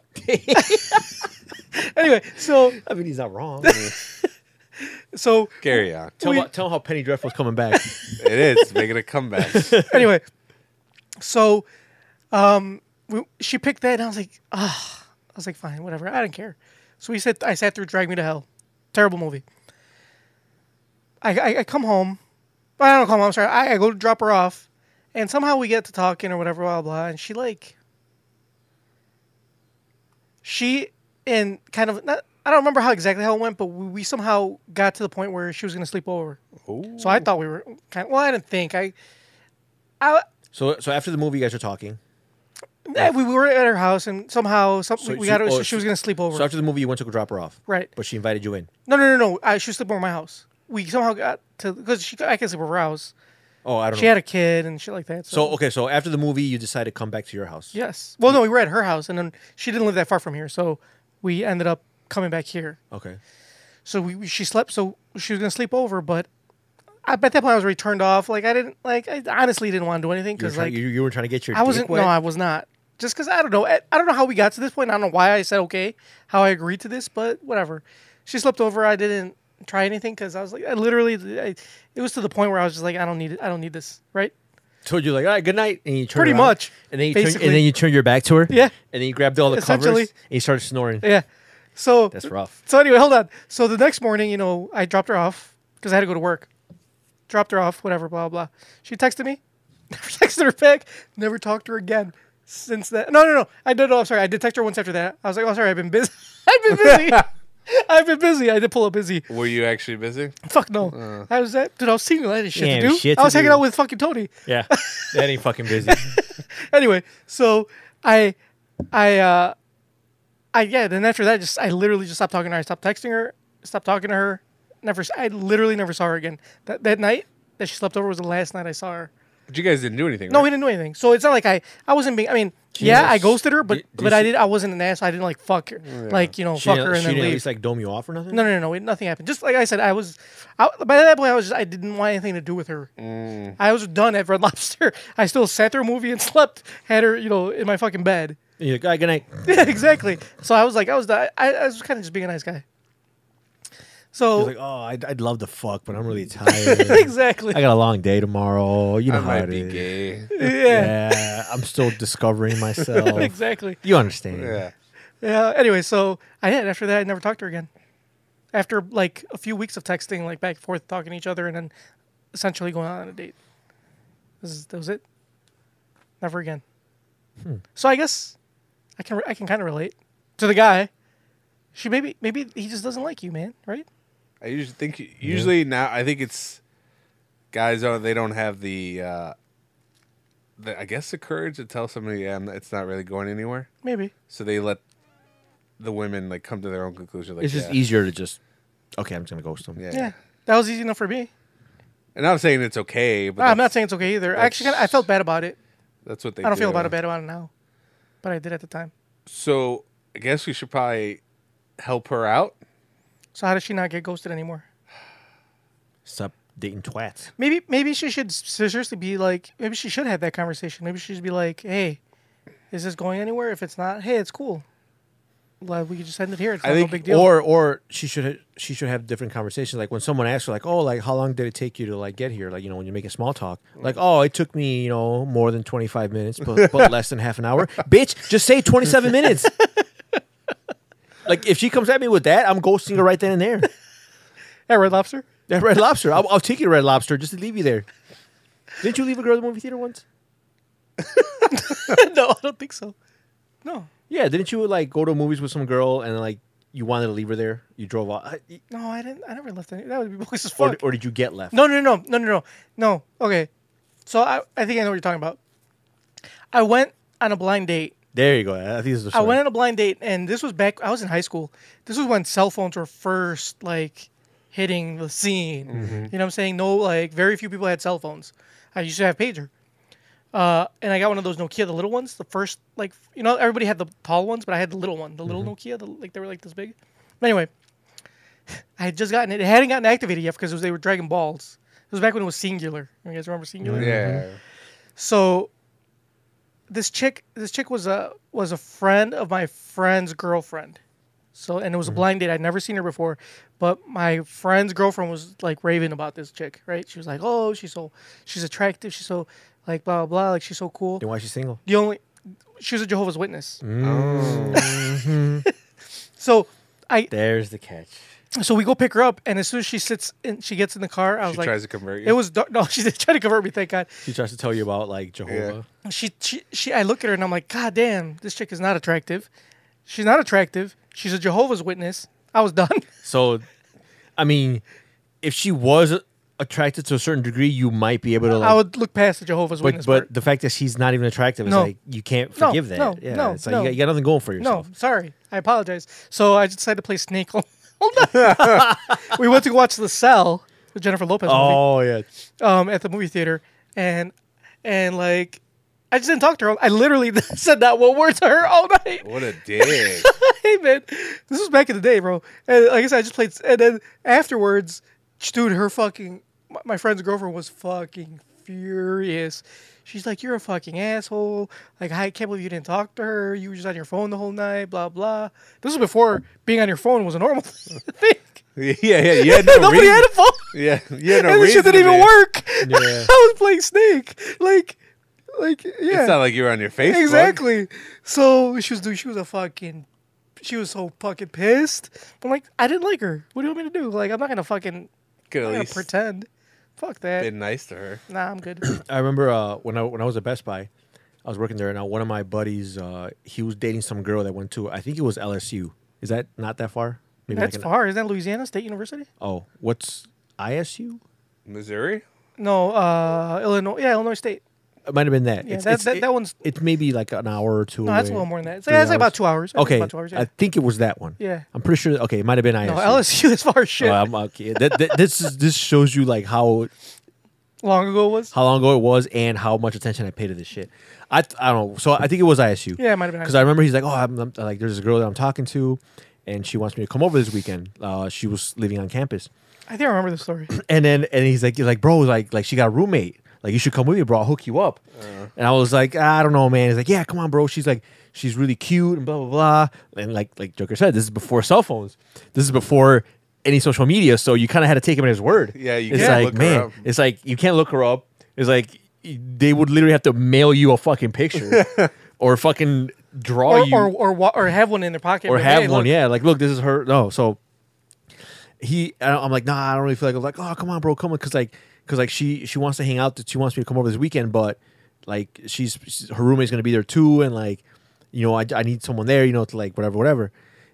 anyway, so
I mean he's not wrong.
so
Carry on.
Tell,
We-
him- tell him how Penny Dreadful's coming back.
It is making a comeback.
anyway, so um, we, she picked that, and I was like, ah, I was like, fine, whatever, I don't care. So we said, I sat through Drag Me to Hell, terrible movie. I, I, I come home, I don't come home. I'm sorry, I, I go to drop her off, and somehow we get to talking or whatever, blah blah, and she like, she and kind of not. I don't remember how exactly how it went, but we, we somehow got to the point where she was going to sleep over. So I thought we were kind of. Well, I didn't think I. I
So so after the movie, you guys are talking.
eh, we were at her house and somehow some,
So
we
so-
got her.
oh,
so she was gonna sleep over.
So after the movie, you went to go drop her off.
Right.
But she invited you in.
no, no, no, no. I, she was sleeping over at my house. We somehow got to because she. I can sleep over her house.
Oh, I don't
She
know.
had a kid and shit like that. So,
so oh, okay, so after the movie, you decided to come back to your house.
yes. Well, no, we were at her house and then she didn't live that far from here, so we ended up coming back here.
Okay.
So we, we- she slept. So she was gonna sleep over, but I, by that point I was already turned off. Like I didn't like. I honestly didn't want to do anything
You were,
because
trying,
like
you, you were trying to get your.
I wasn't.
Dick wet?
No, I was not. Just because I don't know. I, I don't know how we got to this point. I don't know why I said okay, how I agreed to this, but whatever. She slept over. I didn't try anything because I was like, I literally, I, it was to the point where I was just like, I don't need it. I don't need this. Right?
So you're like, all right, good night, and you turn
Pretty
around,
much,
and then you turn, and
basically.
then you turn your back to her.
Yeah.
And then you grabbed all the covers
Essentially.
and you started snoring.
Yeah. So
That's rough.
So anyway, hold on. So the next morning, you know, I dropped her off because I had to go to work. Dropped her off. Whatever. Blah blah. She texted me. Never texted her back. Never talked to her again since that. No, no, no. I did. Oh, I'm sorry. I did text her once after that. I was like, oh, sorry. I've been busy. I've been busy. I've been busy. I did pull up busy.
Were you actually busy?
Fuck no. I was that dude. I was single. I had shit
Yeah,
to do.
Uh. shit
I
to
was hanging
do.
out with fucking Tony.
Yeah. that ain't fucking busy.
anyway, so I, I, uh, I yeah. Then after that, just I literally just stopped talking to her. I stopped texting her. Stopped talking to her. Never. I literally never saw her again. That that night that she slept over was the last night I saw her.
But you guys didn't do anything.
No,
right?
we didn't do anything. So it's not like I I wasn't being. I mean, yeah, I ghosted her, but
Did- did
but I
she-
did. I wasn't an ass. I didn't like fuck her. Like you know,
she
fuck
didn't-
her and
she
then
didn't at
leave.
least like dome you off or nothing.
No, no, no, no. it- Nothing happened. Just like I said, I was I, by that point. I was just, I didn't want anything to do with her.
Mm.
I was done at Red Lobster. I still sat through a movie and slept. Had her, you know, in my fucking bed.
And you're like, all right, good night.
Yeah, exactly. So I was like, I was, I, I was kind of just being a nice guy.
She's
So
like, oh, I'd, I'd love to fuck, but I'm really tired.
exactly,
I got a long day tomorrow. You know
I
how
might
it
be
is.
gay.
yeah,
Yeah, I'm still discovering myself.
exactly.
You understand?
Yeah.
Yeah. Anyway, so I had after that, I never talked to her again. After like a few weeks of texting, like back and forth, talking to each other, and then essentially going out on a date. This is, that was it. Never again.
Hmm.
So I guess I can I can kind of relate to the guy. She maybe maybe he just doesn't like you, man. Right?
I usually think usually now I think it's guys are they don't have the, uh, the I guess the courage to tell somebody yeah, I'm- it's not really going anywhere.
Maybe.
So they let the women like come to their own conclusion. Like,
it's just
yeah,
easier to just. Okay, I'm just gonna ghost him.
Yeah.
Yeah. That was easy enough for me.
And I'm saying it's okay, but
I'm not
that's-
saying it's okay either. I actually, kinda, I felt bad about it.
that's what they.
I don't feel
do.
about it bad about it now, but I did at the time.
So I guess we should probably help her out.
So how does she not get ghosted anymore?
Stop dating twats.
Maybe maybe she should seriously be like maybe she should have that conversation. Maybe she should be like, hey, is this going anywhere? If it's not, hey, it's cool. Like, we could just end it here. It's
I
not no
think-
big deal.
Or or she should ha- she should have different conversations. Like when someone asks her, like, oh, like how long did it take you to like get here? Like you know when you make a small talk,
Mm.
like oh, it took me you know more than twenty five minutes, but but less than half an hour. Bitch, just say twenty seven minutes. like if she comes at me with that, I'm ghosting her right then and there.
at Red Lobster,
That Red Lobster, I'll, I'll take you to Red Lobster just to leave you there. Didn't you leave a girl at the movie theater once?
no, I don't think so. No,
Yeah, didn't you like go to movies with some girl and like you wanted to leave her there? You drove off, I-
no, I didn't. I never left any. That would be bogus as
or,
fuck.
or did you get left?
No, no, no, no, no, no, no. Okay, so I I think I know what you're talking about. I went on a blind date
There you go. I think this is the
I
story.
went on a blind date, and this was back. I was in high school. This was when cell phones were first like hitting the scene. You know what I'm saying? No, like very few people had cell phones. I used to have pager, uh, and I got one of those Nokia, the little ones. The first, like you know, everybody had the tall ones, but I had the little one, the little Nokia. The, like they were like this big. But anyway, I had just gotten it. It hadn't gotten activated yet because it was, they were Dragon Balls.
Mm-hmm.
It was back when it was singular. You guys remember singular?
Yeah.
So this chick this chick was a was a friend of my friend's girlfriend. So and it
Mm-hmm.
was a blind date. I'd never seen her before, but my friend's girlfriend was like raving about this chick, right? She was like, "Oh, she's so she's attractive. She's so like blah blah blah. Like she's so cool."
Then why is she single?
The only she was a Jehovah's Witness.
Mhm.
So I
There's the catch.
so we go pick her up, and as soon as she sits and she gets in the car, I was like,
tries to convert you.
It was dark. No, she did try to convert me. Thank God.
She tries to tell you about like Jehovah.
She, she she I look at her and I'm like, God damn, this chick is not attractive. She's not attractive. She's a Jehovah's Witness. I was done.
So, I mean, if she was attracted to a certain degree, you might be able to. Like,
I would look past the Jehovah's
but
Witness.
but the fact that she's not even attractive is
No.
like you can't
No,
forgive that.
no,
yeah,
no,
it's like
no.
you, got, you got nothing going for yourself.
no, sorry, I apologize. So I decided to play Snake. Hold on. we went to watch The Cell, the Jennifer Lopez
Oh
movie.
yeah,
um, at the movie theater, and and like I just didn't talk to her. I literally said that one word to her all night.
What a dick.
hey man, this was back in the day, bro. And like I said, I just played, and then afterwards, dude, her fucking my- my friend's girlfriend was fucking furious. She's like, "You're a fucking asshole! Like, I can't believe you didn't talk to her. You were just on your phone the whole night. Blah blah." This was before being on your phone was a normal thing.
yeah, yeah, yeah. No
Nobody
reason.
had a phone.
Yeah, yeah, no
and this shit
reason
didn't even
to be.
work.
Yeah.
I was playing Snake. Like, like yeah.
It's not like you were on your Facebook.
Exactly. So she was dude, she was a fucking she was so fucking pissed. I'm like, I didn't like her. What do you want me to do? Like I'm not gonna fucking
Could
I'm
at
not gonna
least
pretend. Fuck that.
Been nice to her.
Nah, I'm good.
I remember uh, when I when I was at Best Buy, I was working there, and uh, one of my buddies, uh, he was dating some girl that went to I think it was LSU. Is that not that far?
That's
like an-
far. Isn't that Louisiana State University?
Oh, what's ISU?
Missouri.
No, uh Illinois yeah, Illinois State.
It might have been that.
Yeah, that- that- that one's-
It's maybe like an hour or two.
No, that's a
away.
little more than that. It's-
Three
that's like about two hours. I think it's
okay,
about two hours, yeah.
I think it was that one.
Yeah.
I'm pretty sure. Okay, it might have been ISU.
No, LSU is far as shit.
Oh, I'm- okay. That- that- this is this shows you like how
Long ago it was?
how long ago it was and how much attention I paid to this shit. I th- I don't know. So I think it was ISU.
Yeah, it might have been
because I remember he's like, oh, I'm, I'm- like there's a girl that I'm talking to, and she wants me to come over this weekend. Uh, she was living on campus,
I think I remember the story.
and then and he's like, he's like bro, like like she got a roommate. Like you should come with me, bro. I'll hook you up.
Uh.
And I was like, "Ah, I don't know, man. He's like, yeah, come on, bro. She's like, she's really cute and blah blah blah. And like like Joker said, this is before cell phones. This is before any social media. So you kind of had to take him at his word.
Yeah, you
It's
can't look
like
her
man,
up.
it's like you can't look her up. It's like y- they would literally have to mail you a fucking picture or fucking draw
Or,
you
or or wa- or have one in their pocket.
or
Like,
have
hey,
one.
look.
Yeah, like look, this is her. No, so he, I don't- I'm like, nah, I don't really feel like. I'm like, oh, come on, bro, come on, because like, because like she she wants to hang out. She wants me to come over this weekend, but like she's, she's her roommate's gonna be there too, and like, you know, I, I need someone there, you know, to like whatever, whatever.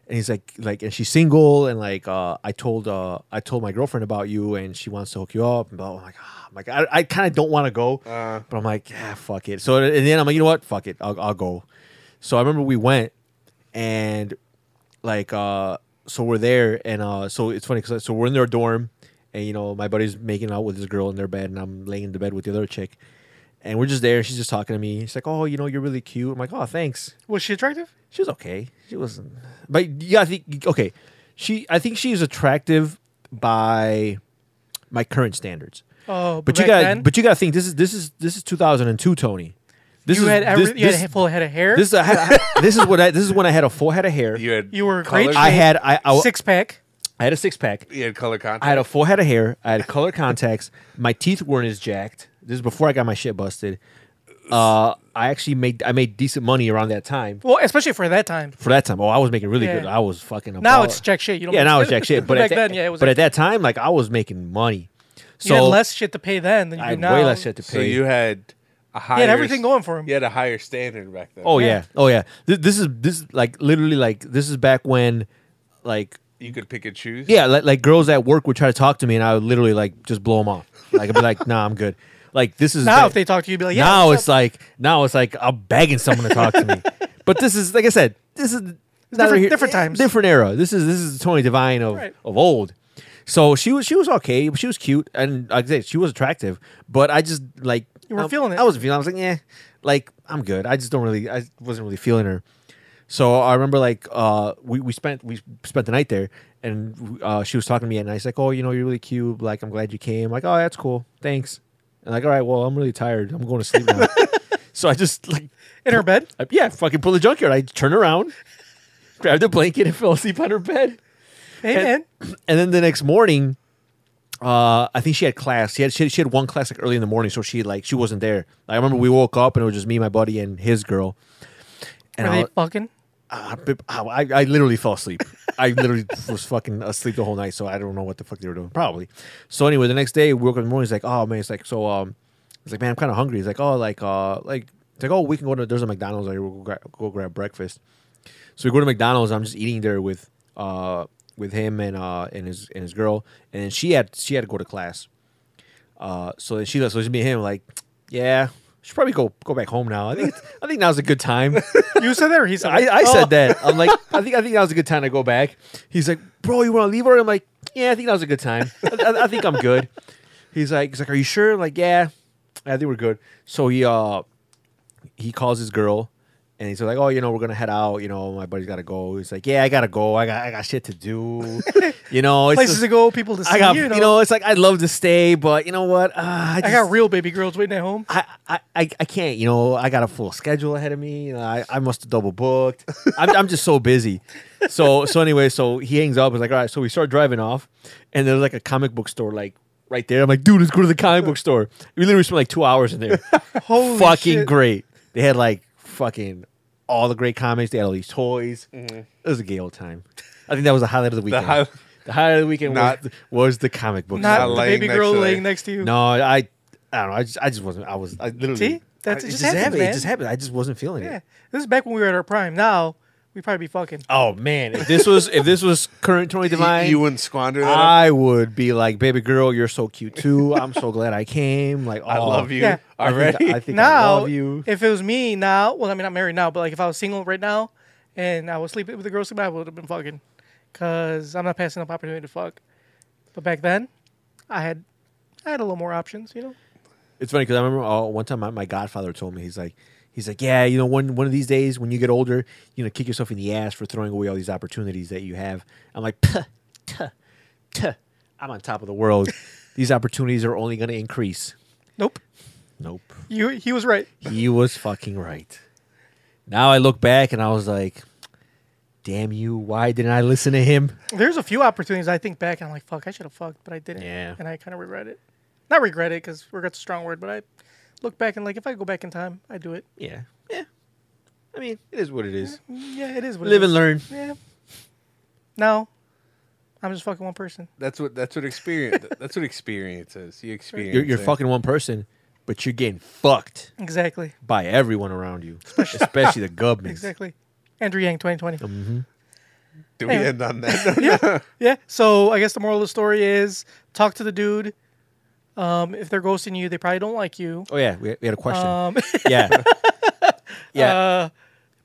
And he's like, like, and she's single, and like, uh, I told, uh, I told my girlfriend about you, and she wants to hook you up. And blah, blah. I'm like, ah, I'm like, I, I kind of don't want to go, but I'm like, yeah, fuck it. So and then I'm like, you know what, fuck it, I'll, I'll go. So I remember we went, and like uh so we're there and uh so it's funny because so we're in their dorm and you know my buddy's making out with this girl in their bed and i'm laying in the bed with the other chick and we're just there she's just talking to me she's like oh you know you're really cute i'm like oh thanks
Was she attractive?
she was okay she wasn't but yeah i think okay she i think she is attractive by my current standards
Oh,
but you
back
got
then?
but you got to think this is this is this is 2002 tony this
you
is
had every,
this,
you had
this-
a full head of hair.
this is, I had- this is what I, this is when I had a full head of hair. You
had
you were great.
I
shape,
had I, I
six pack.
I had a six pack.
You had color contact.
I had a full head of hair. I had color contacts. My teeth weren't as jacked. This is before I got my shit busted. Uh, I actually made I made decent money around that time.
Well, especially for that time.
For that time, oh, I was making really
Yeah.
good. I was fucking. a
Now
baller.
it's jack shit. You don't make
yeah, now it's
shit.
jack shit. But
Back
at that,
then, yeah, it was
But
like-
at that time, like I was making money. So
you had less shit to pay then than you
I
do
had
now.
way less shit to pay.
So you had a higher.
everything going for him.
You had a higher standard back then.
Oh yeah. Oh yeah. This, this is this is, like literally like this is back when like
You could pick and choose.
Yeah, like, like girls at work would try to talk to me, and I would literally like just blow them off. Like I'd be like, "Nah, I'm good." Like this is
Now
bad.
if they talk to you, you'd be like, yeah,
now
what's
it's like now it's like I'm begging someone to talk to me. But this is like I said, this is neither
different-
here-
different times.
different era. This is this is Tony Divine of
Right.
of old. So she was she was okay. She was cute, and like I said, she was attractive. But I just like
You weren't
I-
feeling it.
I wasn't feeling. I was like, yeah, like I'm good. I just don't really. I wasn't really feeling her. So I remember like uh we, we spent we spent the night there and uh, she was talking to me and I was like oh you know you're really cute like I'm glad you came like oh that's cool thanks and like all right well I'm really tired I'm going to sleep now So I just like
in her bed.
I, yeah, fucking pull the junkyard. I turn around, grabbed a blanket, and fell asleep on her bed.
Hey
and,
man,
And then the next morning, uh, I think she had class. She had she, had- she had one class like early in the morning, so she like she wasn't there. I remember we woke up and it was just me, my buddy, and his girl.
are
I
they
was-
fucking?
I, I, I literally fell asleep. I literally was fucking asleep the whole night, so I don't know what the fuck they were doing. Probably. So anyway, the next day we woke up in the morning. He's like, "Oh man," it's like so. Um, it's like, "Man, I'm kind of hungry." He's like, "Oh, like uh, like it's like oh, we can go to there's a McDonald's. Like, we'll go, gra- go grab breakfast." So we go to McDonald's. I'm just eating there with uh with him and uh and his and his girl, and then she had she had to go to class. Uh, so then she so it's me and him like, yeah, should probably go go back home now. I think it's, I think now's a good time.
You said that, or he said?
I,
that?
I
Oh.
said that. I'm like, I think I think that was a good time to go back. He's like, bro, you want to leave already? I'm like, yeah, I think that was a good time. I, I- I think I'm good. He's like, he's like, are you sure? I'm like, yeah, I think we're good. So he uh he calls his girl and he's like, oh, you know, we're gonna head out. You know, my buddy's gotta go. He's like, yeah, I gotta go. I got I got shit to do. you know, it's
Places
just-
to go, people to see.
I got
you know,
it's like I'd love to stay, but you know what? Uh, I,
I
just-
got real baby girls waiting at home.
I, I, I I can't, you know, I got a full schedule ahead of me. and I, I must have double booked. I'm, I'm just so busy. So, so anyway, so he hangs up. He's like, all right, so we start driving off, and there's like a comic book store, like right there. I'm like, dude, let's go to the comic book store. We literally spent like two hours in there.
Holy
fucking
shit.
great. They had like fucking all the great comics. They had all these toys.
Mhm.
It was a gay old time. I think that was the highlight of the weekend. The,
hi-
highlight of the weekend
Not-
was, was the comic book.
Not
store.
the baby girl laying next to you.
No, I, I don't know. I just, I just wasn't. I was. I literally.
See? That's-
I-
it just happens, man.
It just happened. I just wasn't feeling
Yeah,
it.
this is back when we were at our prime. Now we probably be fucking.
Oh man, if this was if this was current Tony Divine,
you wouldn't squander that.
I would be like, baby girl, you're so cute too. I'm so glad I came. Like,
I
oh,
love you
Yeah.
I think-
already.
I think
now,
I love you.
if it was me now, well, I mean, I'm married now, but like if I was single right now and I was sleeping with a girl, sleeping, I would have been fucking, cause I'm not passing up opportunity to fuck. But back then, I had, I had a little more options, you know.
It's funny because I remember uh, one time my, my godfather told me he's like he's like yeah you know one one of these days when you get older you know kick yourself in the ass for throwing away all these opportunities that you have. I'm like "Puh, tuh, tuh. I'm on top of the world. these opportunities are only going to increase.
Nope.
Nope.
You, he was right.
He was fucking right. Now I look back and I was like, damn you, why didn't I listen to him?
There's a few opportunities I think back and I'm like, fuck, I should have fucked, but I didn't.
Yeah.
And I kind of regret it. Not regret it, cause regret's a strong word, but I look back and like, if I go back in time, I do it.
Yeah. Yeah. I mean, it is what it is.
Yeah, it is what
Live
it
and
is.
learn.
Yeah. No, I'm just fucking one person.
That's what that's what experience that's what experience is. You experience.
You're, you're
it.
fucking one person, but you're getting fucked
Exactly.
by everyone around you, especially the government.
Exactly. Andrew Yang, 2020.
Do we
Anyway.
end on that?
yeah. Yeah. So I guess the moral of the story is talk to the dude. Um, if they're ghosting you, they probably don't like you.
Oh, yeah. We, we had a question.
Um,
yeah. yeah.
uh,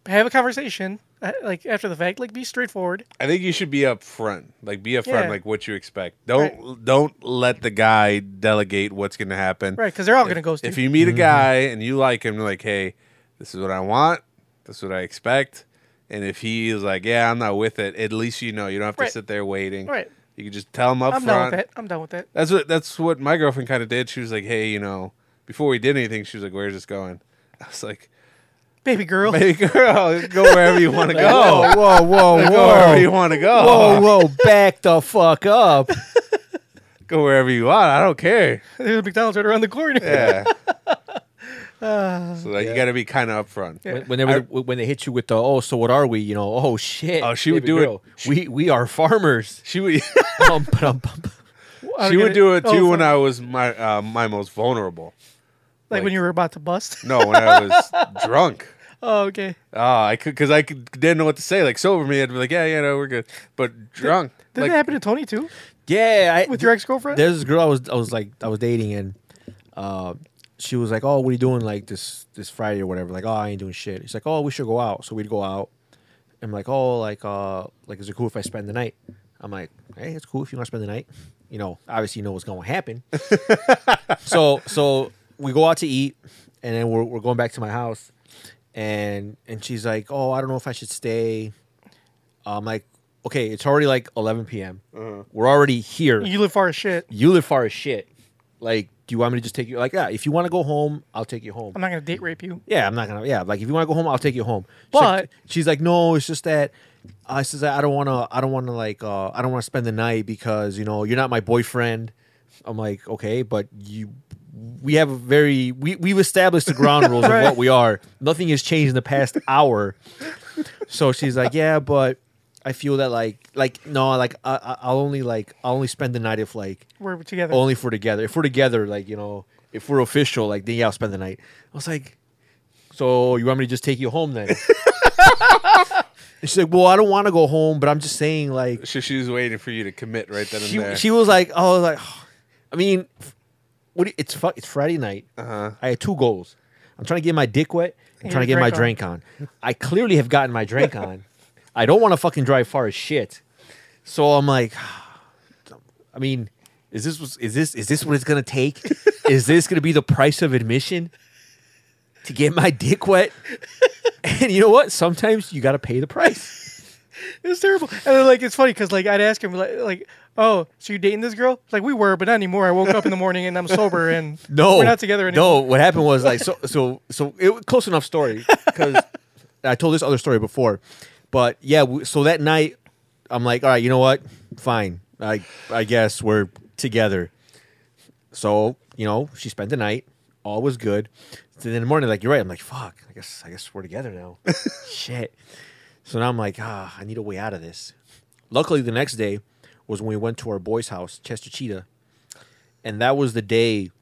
have a conversation. uh, Like after the fact, like be straightforward.
I think you should be upfront. Like be upfront,
Yeah.
like what you expect. Don't don't let the guy delegate what's going to happen.
Right, 'cause they're all gonna ghost
If
you.
you
Mm-hmm.
meet a guy and you like him, like, hey, this is what I want. This is what I expect. And if he is like, yeah, I'm not with it. At least you know you don't have to
Right.
sit there waiting.
Right.
You can just tell him up
I'm done
front.
with that. I'm done with that.
That's what that's what my girlfriend kind of did. She was like, hey, you know, before we did anything, she was like, where's this going? I was like,
Baby girl.
hey, girl, go wherever you want to go.
whoa, whoa, whoa,
Go wherever you want to go.
Whoa, whoa, back the fuck up.
Go wherever you want. I don't care.
There's a McDonald's right around the corner.
Yeah. so like, you got to be kind of upfront.
When- Whenever when they hit you with the oh, so what are we? You know, oh shit.
Oh, she would
baby
do it- she-
We we are farmers.
She would
Bum, bum, bum.
I
she
get
would do it too
Oh,
when
fuck.
I was my uh, my most vulnerable.
like,
like-
when you were about to bust.
No, when I was drunk.
oh, okay.
Ah, I could because I could, didn't know what to say. Like sober me, I'd be like, yeah, yeah, no, we're good. But drunk,
Did
like,
that happen to Tony too?
Yeah, I,
With your ex girlfriend?
There's this girl I was I was like I was dating and uh, she was like, "Oh, what are you doing like this this Friday or whatever?" Like, "Oh, I ain't doing shit." She's like, "Oh, we should go out." So we'd go out. I'm like, "Oh, like uh, like is it cool if I spend the night?" I'm like, "Hey, it's cool if you want to spend the night." You know, obviously you know what's going to happen. so so we go out to eat and then we're, we're going back to my house and and she's like, "Oh, I don't know if I should stay." I'm like, "Okay, it's already like 11 p.m. We're already here."
You live far as shit.
you live far as shit. Like do you want me to just take you? Like, yeah, if you want to go home, I'll take you home.
I'm not gonna date rape you.
Yeah, I'm not gonna. Yeah, like if you want to go home, I'll take you home. She's like- she's like, no, it's just that. I says I don't want to. I don't want to like. Uh, I don't want to spend the night because you know you're not my boyfriend. I'm like, okay, but you. We have a very we we've established the ground rules of what we are. Nothing has changed in the past hour. So she's like, yeah, but I feel that like like no, like I- I, I'll only like I'll only spend the night if like
We're together.
only if we're together. If we're together, like you know, if we're official, like then yeah, I'll spend the night. I was like, so you want me to just take you home then? and she's like, well, I don't want to go home, but I'm just saying, like
She, she was waiting for you to commit right then and
she,
there.
she was like, oh, like, I mean, f- what? do you- It's fu- it's Friday night.
Uh-huh.
I had two goals. I'm trying to get my dick wet. I'm
And
trying to
your
get my
drink
drink on. I clearly have gotten my drink on. I don't want to fucking drive far as shit. So I'm like, I mean, is this was- is this is this what it's gonna take? is this gonna be the price of admission to get my dick wet? and you know what? Sometimes you gotta pay the price.
It's terrible. And then, like, it's funny because, like, I'd ask him, like, like, oh, so you dating this girl? Like, we were, but not anymore. I woke up in the morning and I'm sober and
No,
we're not together
No,
anymore.
what happened was like so so so it was close enough story because I told this other story before, but yeah, w- so that night I'm like, all right, you know what? Fine, I I guess we're together. So you know, she spent the night, all was good. So then in the morning, like you're right, I'm like, fuck, I guess I guess we're together now. Shit. So now I'm like, ah, I need a way out of this. Luckily, the next day was when we went to our boy's house, Chester Cheetah, and that was the day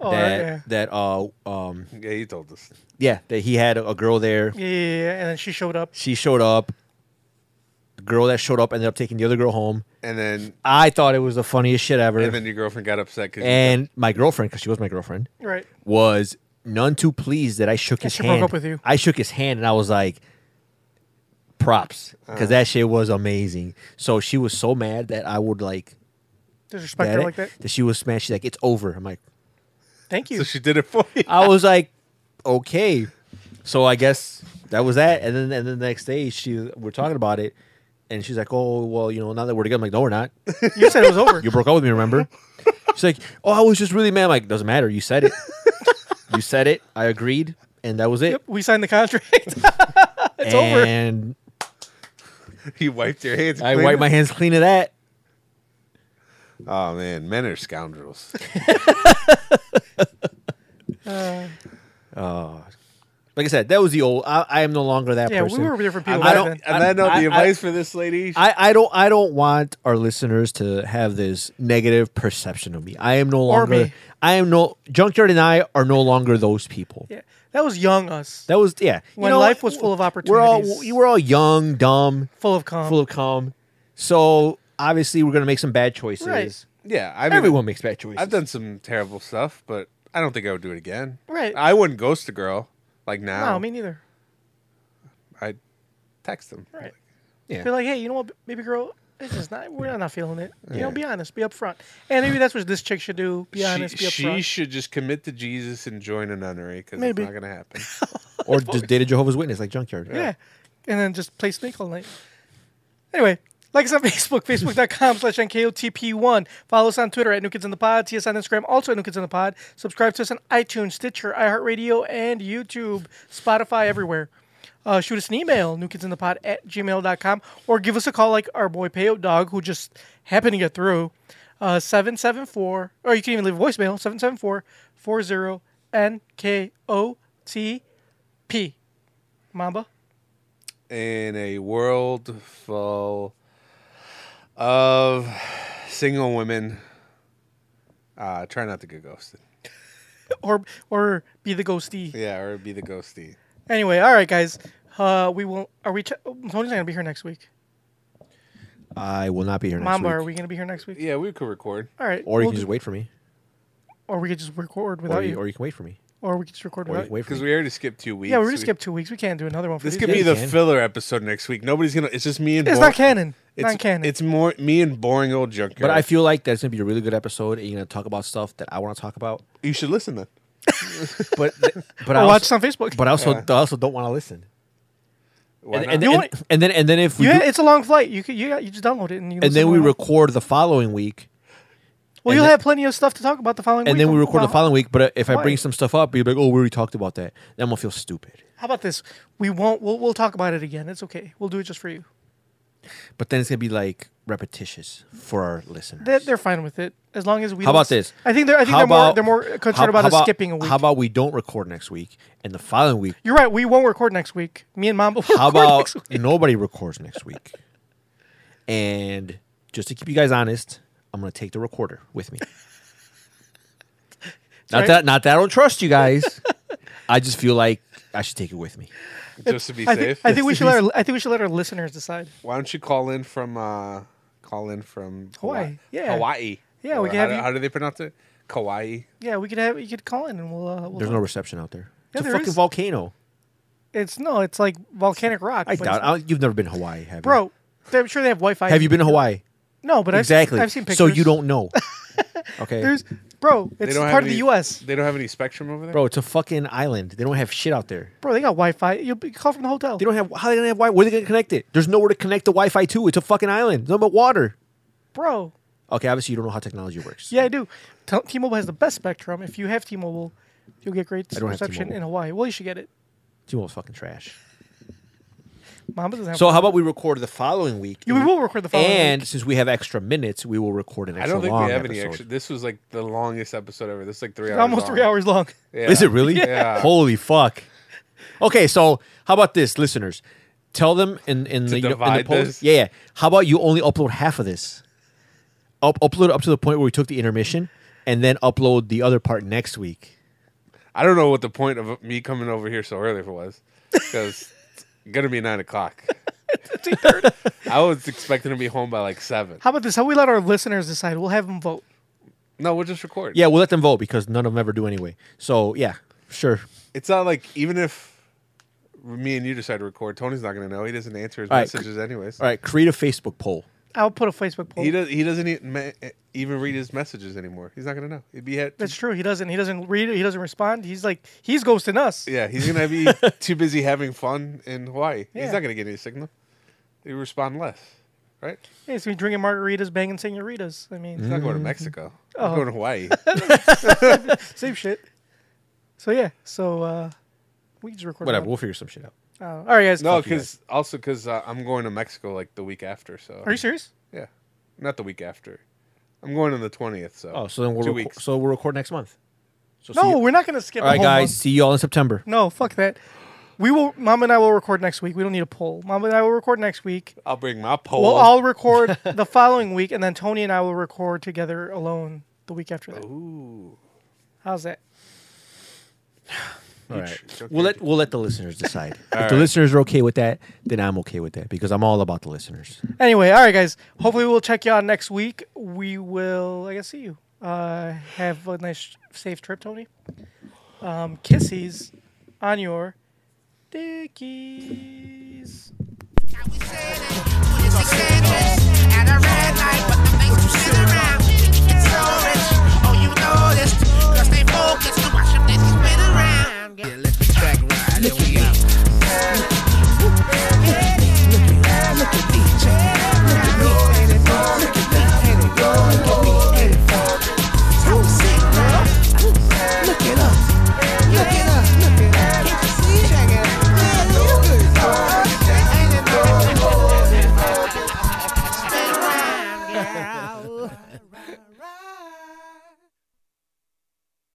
Oh,
that
okay.
that uh um
yeah, you told us.
yeah that he had a, a girl there.
Yeah, yeah, yeah. And then she showed up.
She showed up. The girl that showed up ended up taking the other girl home.
And then
I thought it was the funniest shit ever.
and then your girlfriend got upset because
and my girlfriend, because she was my girlfriend,
Right.
was none too pleased that I shook his
she broke
hand.
up with you.
I shook his hand and I was like, props, because
Uh-huh.
that shit was amazing. So she was so mad that I would like
Disrespect
that
her
it-
like that.
That she was smashed. She's like, it's over. I'm like,
Thank you.
So she did it for you.
I was like, okay. So I guess that was that. And then and then the next day she we're talking about it. And she's like, Oh, well, you know, now that we're together, I'm like, No, we're not.
You said it was over.
You broke up with me, remember? She's like, Oh, I was just really mad. I'm like, doesn't matter. You said it. you said it. I agreed. And that was it.
we signed the contract. it's over.
and
he wiped your hands.
I
clean.
wiped my hands clean of that.
Oh man, men are scoundrels.
Uh,
Uh, like I said, that was the old. I, I am no longer that
Yeah, we
person.
were different people
I
back
don't.
then.
And then
I-
on the
I-
advice for this lady,
I, I don't I don't want our listeners to have this negative perception of me. I am no
Or
longer
me.
I am no Junkyard and I are no longer those people.
yeah. That was young us.
That was yeah. You
When
know
life
what?
was full of
We're all
opportunities. Um,
we were all young, dumb,
full of calm.
full of calm. So obviously we're gonna make some bad choices.
Right.
yeah, I mean,
Everyone makes bad choices.
I've done some terrible stuff, but I don't think I would do it again.
Right.
I wouldn't ghost a girl like now.
no, me neither.
I text them.
Right.
Yeah.
Be like, hey, you know what, baby girl? It's just not. We're not feeling it. You
Yeah.
know, be honest, be upfront, and maybe that's what this chick should do. Be honest, be
she, she
upfront.
should just commit to Jesus and join a nunnery because it's
Maybe.
not going to happen.
or just dated Jehovah's Witness like Junkyard.
Yeah. And then just play Snake all night. Anyway, like us on Facebook, facebook.com slash NKOTP1. Follow us on Twitter at New Kids on the Pod. See us on Instagram, also at New Kids on the Pod. Subscribe to us on iTunes, Stitcher, iHeartRadio, and YouTube, Spotify, everywhere. Uh, shoot us an email, newkidsinthepod at gmail.com, or give us a call like our boy Payo Dog, who just happened to get through. Uh, 774, or you can even leave a voicemail, 774 40 NKOTP. Mamba?
in a world full of single women, uh, try not to get ghosted.
or or be the ghosty.
Yeah, or be the ghosty.
Anyway, all right, guys. Uh, we will. Are we? Ch- Tony's not gonna be here next week.
I will not be here next
Mamba, are
week.
we gonna be here next week?
Yeah, we could record.
All right.
Or you
we'll
can just
do-
wait for me.
Or we could just record
Or
without
you,
you.
or you can wait for me.
Or we could just record
Or you
without
can
you.
wait for
Because
me.
we already skipped two weeks.
Yeah, we already skipped two weeks. We can't do another one for
This
these
could
guys.
be the
can.
filler episode next week. Nobody's gonna. It's just me and.
It's
bor-
not canon.
It's
Not canon.
It's more me and boring old junkyard.
But I feel like that's gonna be a really good episode and you're gonna talk about stuff that I wanna talk about.
you should listen then.
But
Or
but I
watch us
also,
on Facebook.
But I also
Yeah.
I also don't want to listen.
Why
And,
not?
and,
You
and-
want-
and then and then if we
You-
do-
it's a long flight. You could, you you just download it and you.
and
listen
then we
along.
record the following week.
Well,
And
you'll
then-
have plenty of stuff to talk about the following
and
week.
then we record the
Well,
following week. But uh, if I bring
Right.
some stuff up, you'll be like, "Oh, we already talked about that." Then I'm gonna feel stupid.
How about this? We won't. We'll, we'll talk about it again. It's okay. We'll do it just for you.
But then it's gonna be like repetitious for our listener.
They're, they're fine with it as long as we.
how
don't
about
s-
this?
I think they're. I think
How
they're more.
about-
They're more concerned
how-
about
how
us skipping a week.
How about we don't record next week and the following week?
You're right. We won't record next week. Me and Mom will
How
record
about
next week.
nobody records next week? And just to keep you guys honest, I'm gonna take the recorder with me. not
right.
that, not that I don't trust you guys. I just feel like I should take it with me.
Just to be
I Think,
safe.
I think we should let. Our, I think we should let our listeners decide.
Why don't you call in from uh, call in from
Hawaii. Yeah.
Hawaii.
Yeah, we
Or
can
how,
have
do-
you-
how do they pronounce it? Kauai.
Yeah, we could have. You could call in and we'll. Uh, we'll
There's no reception out there.
Yeah,
It's a
there
fucking
is.
volcano.
It's no. It's like volcanic rock.
I
but
doubt
it's not-
I, you've never been to Hawaii, have you?
Bro, I'm sure they have Wi-Fi.
have you been to Hawaii?
No, but I've-
exactly.
I've seen pictures.
So you don't know. Okay.
There's, bro.
They
It's
don't have
part of the
any-
U.S.
They don't have any spectrum over there.
Bro, it's a fucking island. They don't have shit out there.
Bro, they got Wi-Fi. You'll be call from the hotel.
They don't have how they gonna have Wi. Where they gonna connect it? There's nowhere to connect the Wi-Fi to. It's a fucking island. Nothing but water.
Bro,
Okay, obviously you don't know how technology works.
yeah, I do. T- T-Mobile has the best spectrum. If you have T-Mobile, you'll get great
I don't have
reception
T-Mobile.
in Hawaii. Well, you should get it.
T-Mobile's fucking trash.
Mama doesn't have.
So how about we record the following week?
Yeah, we will record the following
And since we have extra minutes, we will record an
I
extra
don't think
long
we have any
episode.
extra. This was like the longest episode ever. This is like three hours.
almost three hours long.
Yeah.
Is it really?
Yeah.
Holy fuck. Okay, so how about this, listeners? Tell them in in the, you know, in the
divide
post.
this?
Yeah, yeah. How about you only upload half of this? Up, upload up to the point where we took the intermission, and then upload the other part next week.
I don't know what the point of me coming over here so early was, because it's gonna be nine o'clock. I was expecting to be home by like seven.
How about this? How we let our listeners decide? We'll have them vote.
No, we'll just record.
Yeah, we'll let them vote because none of them ever do anyway. So yeah, sure.
it's not like even if me and you decide to record, Tony's not gonna know. He doesn't answer his
All right,
messages anyways.
All right, create a Facebook poll.
I'll put a Facebook poll.
He does. He doesn't e- me- even read his messages anymore. He's not gonna know. He'd be at.
That's true. He doesn't. He doesn't read it. He doesn't respond. He's like he's ghosting us.
Yeah, he's gonna be too busy having fun in Hawaii.
Yeah.
He's not gonna get any signal. He respond less, right?
Yeah, he's gonna be drinking margaritas, banging senoritas. I mean,
He's not going to Mexico. He's
Oh.
going to Hawaii.
same shit. So yeah. So uh, we can just record.
Whatever,
one.
we'll figure some shit out.
Uh, all right, guys.
no,
Fuck you guys.
because also because uh, I'm going to Mexico like the week after. So
Are you serious?
Yeah, not the week after. I'm going on the twentieth. So
Oh, so then
two
we'll reco-
weeks.
so we'll record next month. So see
No,
you-
we're not gonna skip.
all right,
a whole
guys.
month.
See you all in September.
No, fuck that. We will. Mom and I will record next week. We don't need a poll. Mom and I will record next week.
I'll bring my pole.
We'll all record the following week, and then Tony and I will record together alone the week after that.
Ooh.
How's that?
All right.
joking.
We'll let we'll let the listeners decide. if
All
the
right.
listeners are okay with that, then I'm okay with that because I'm all about the listeners.
Anyway, all right, guys. Hopefully, we'll check you out next week. We will, I guess, see you. Uh, have a nice, safe trip, Tony. Um, kisses on your dickies.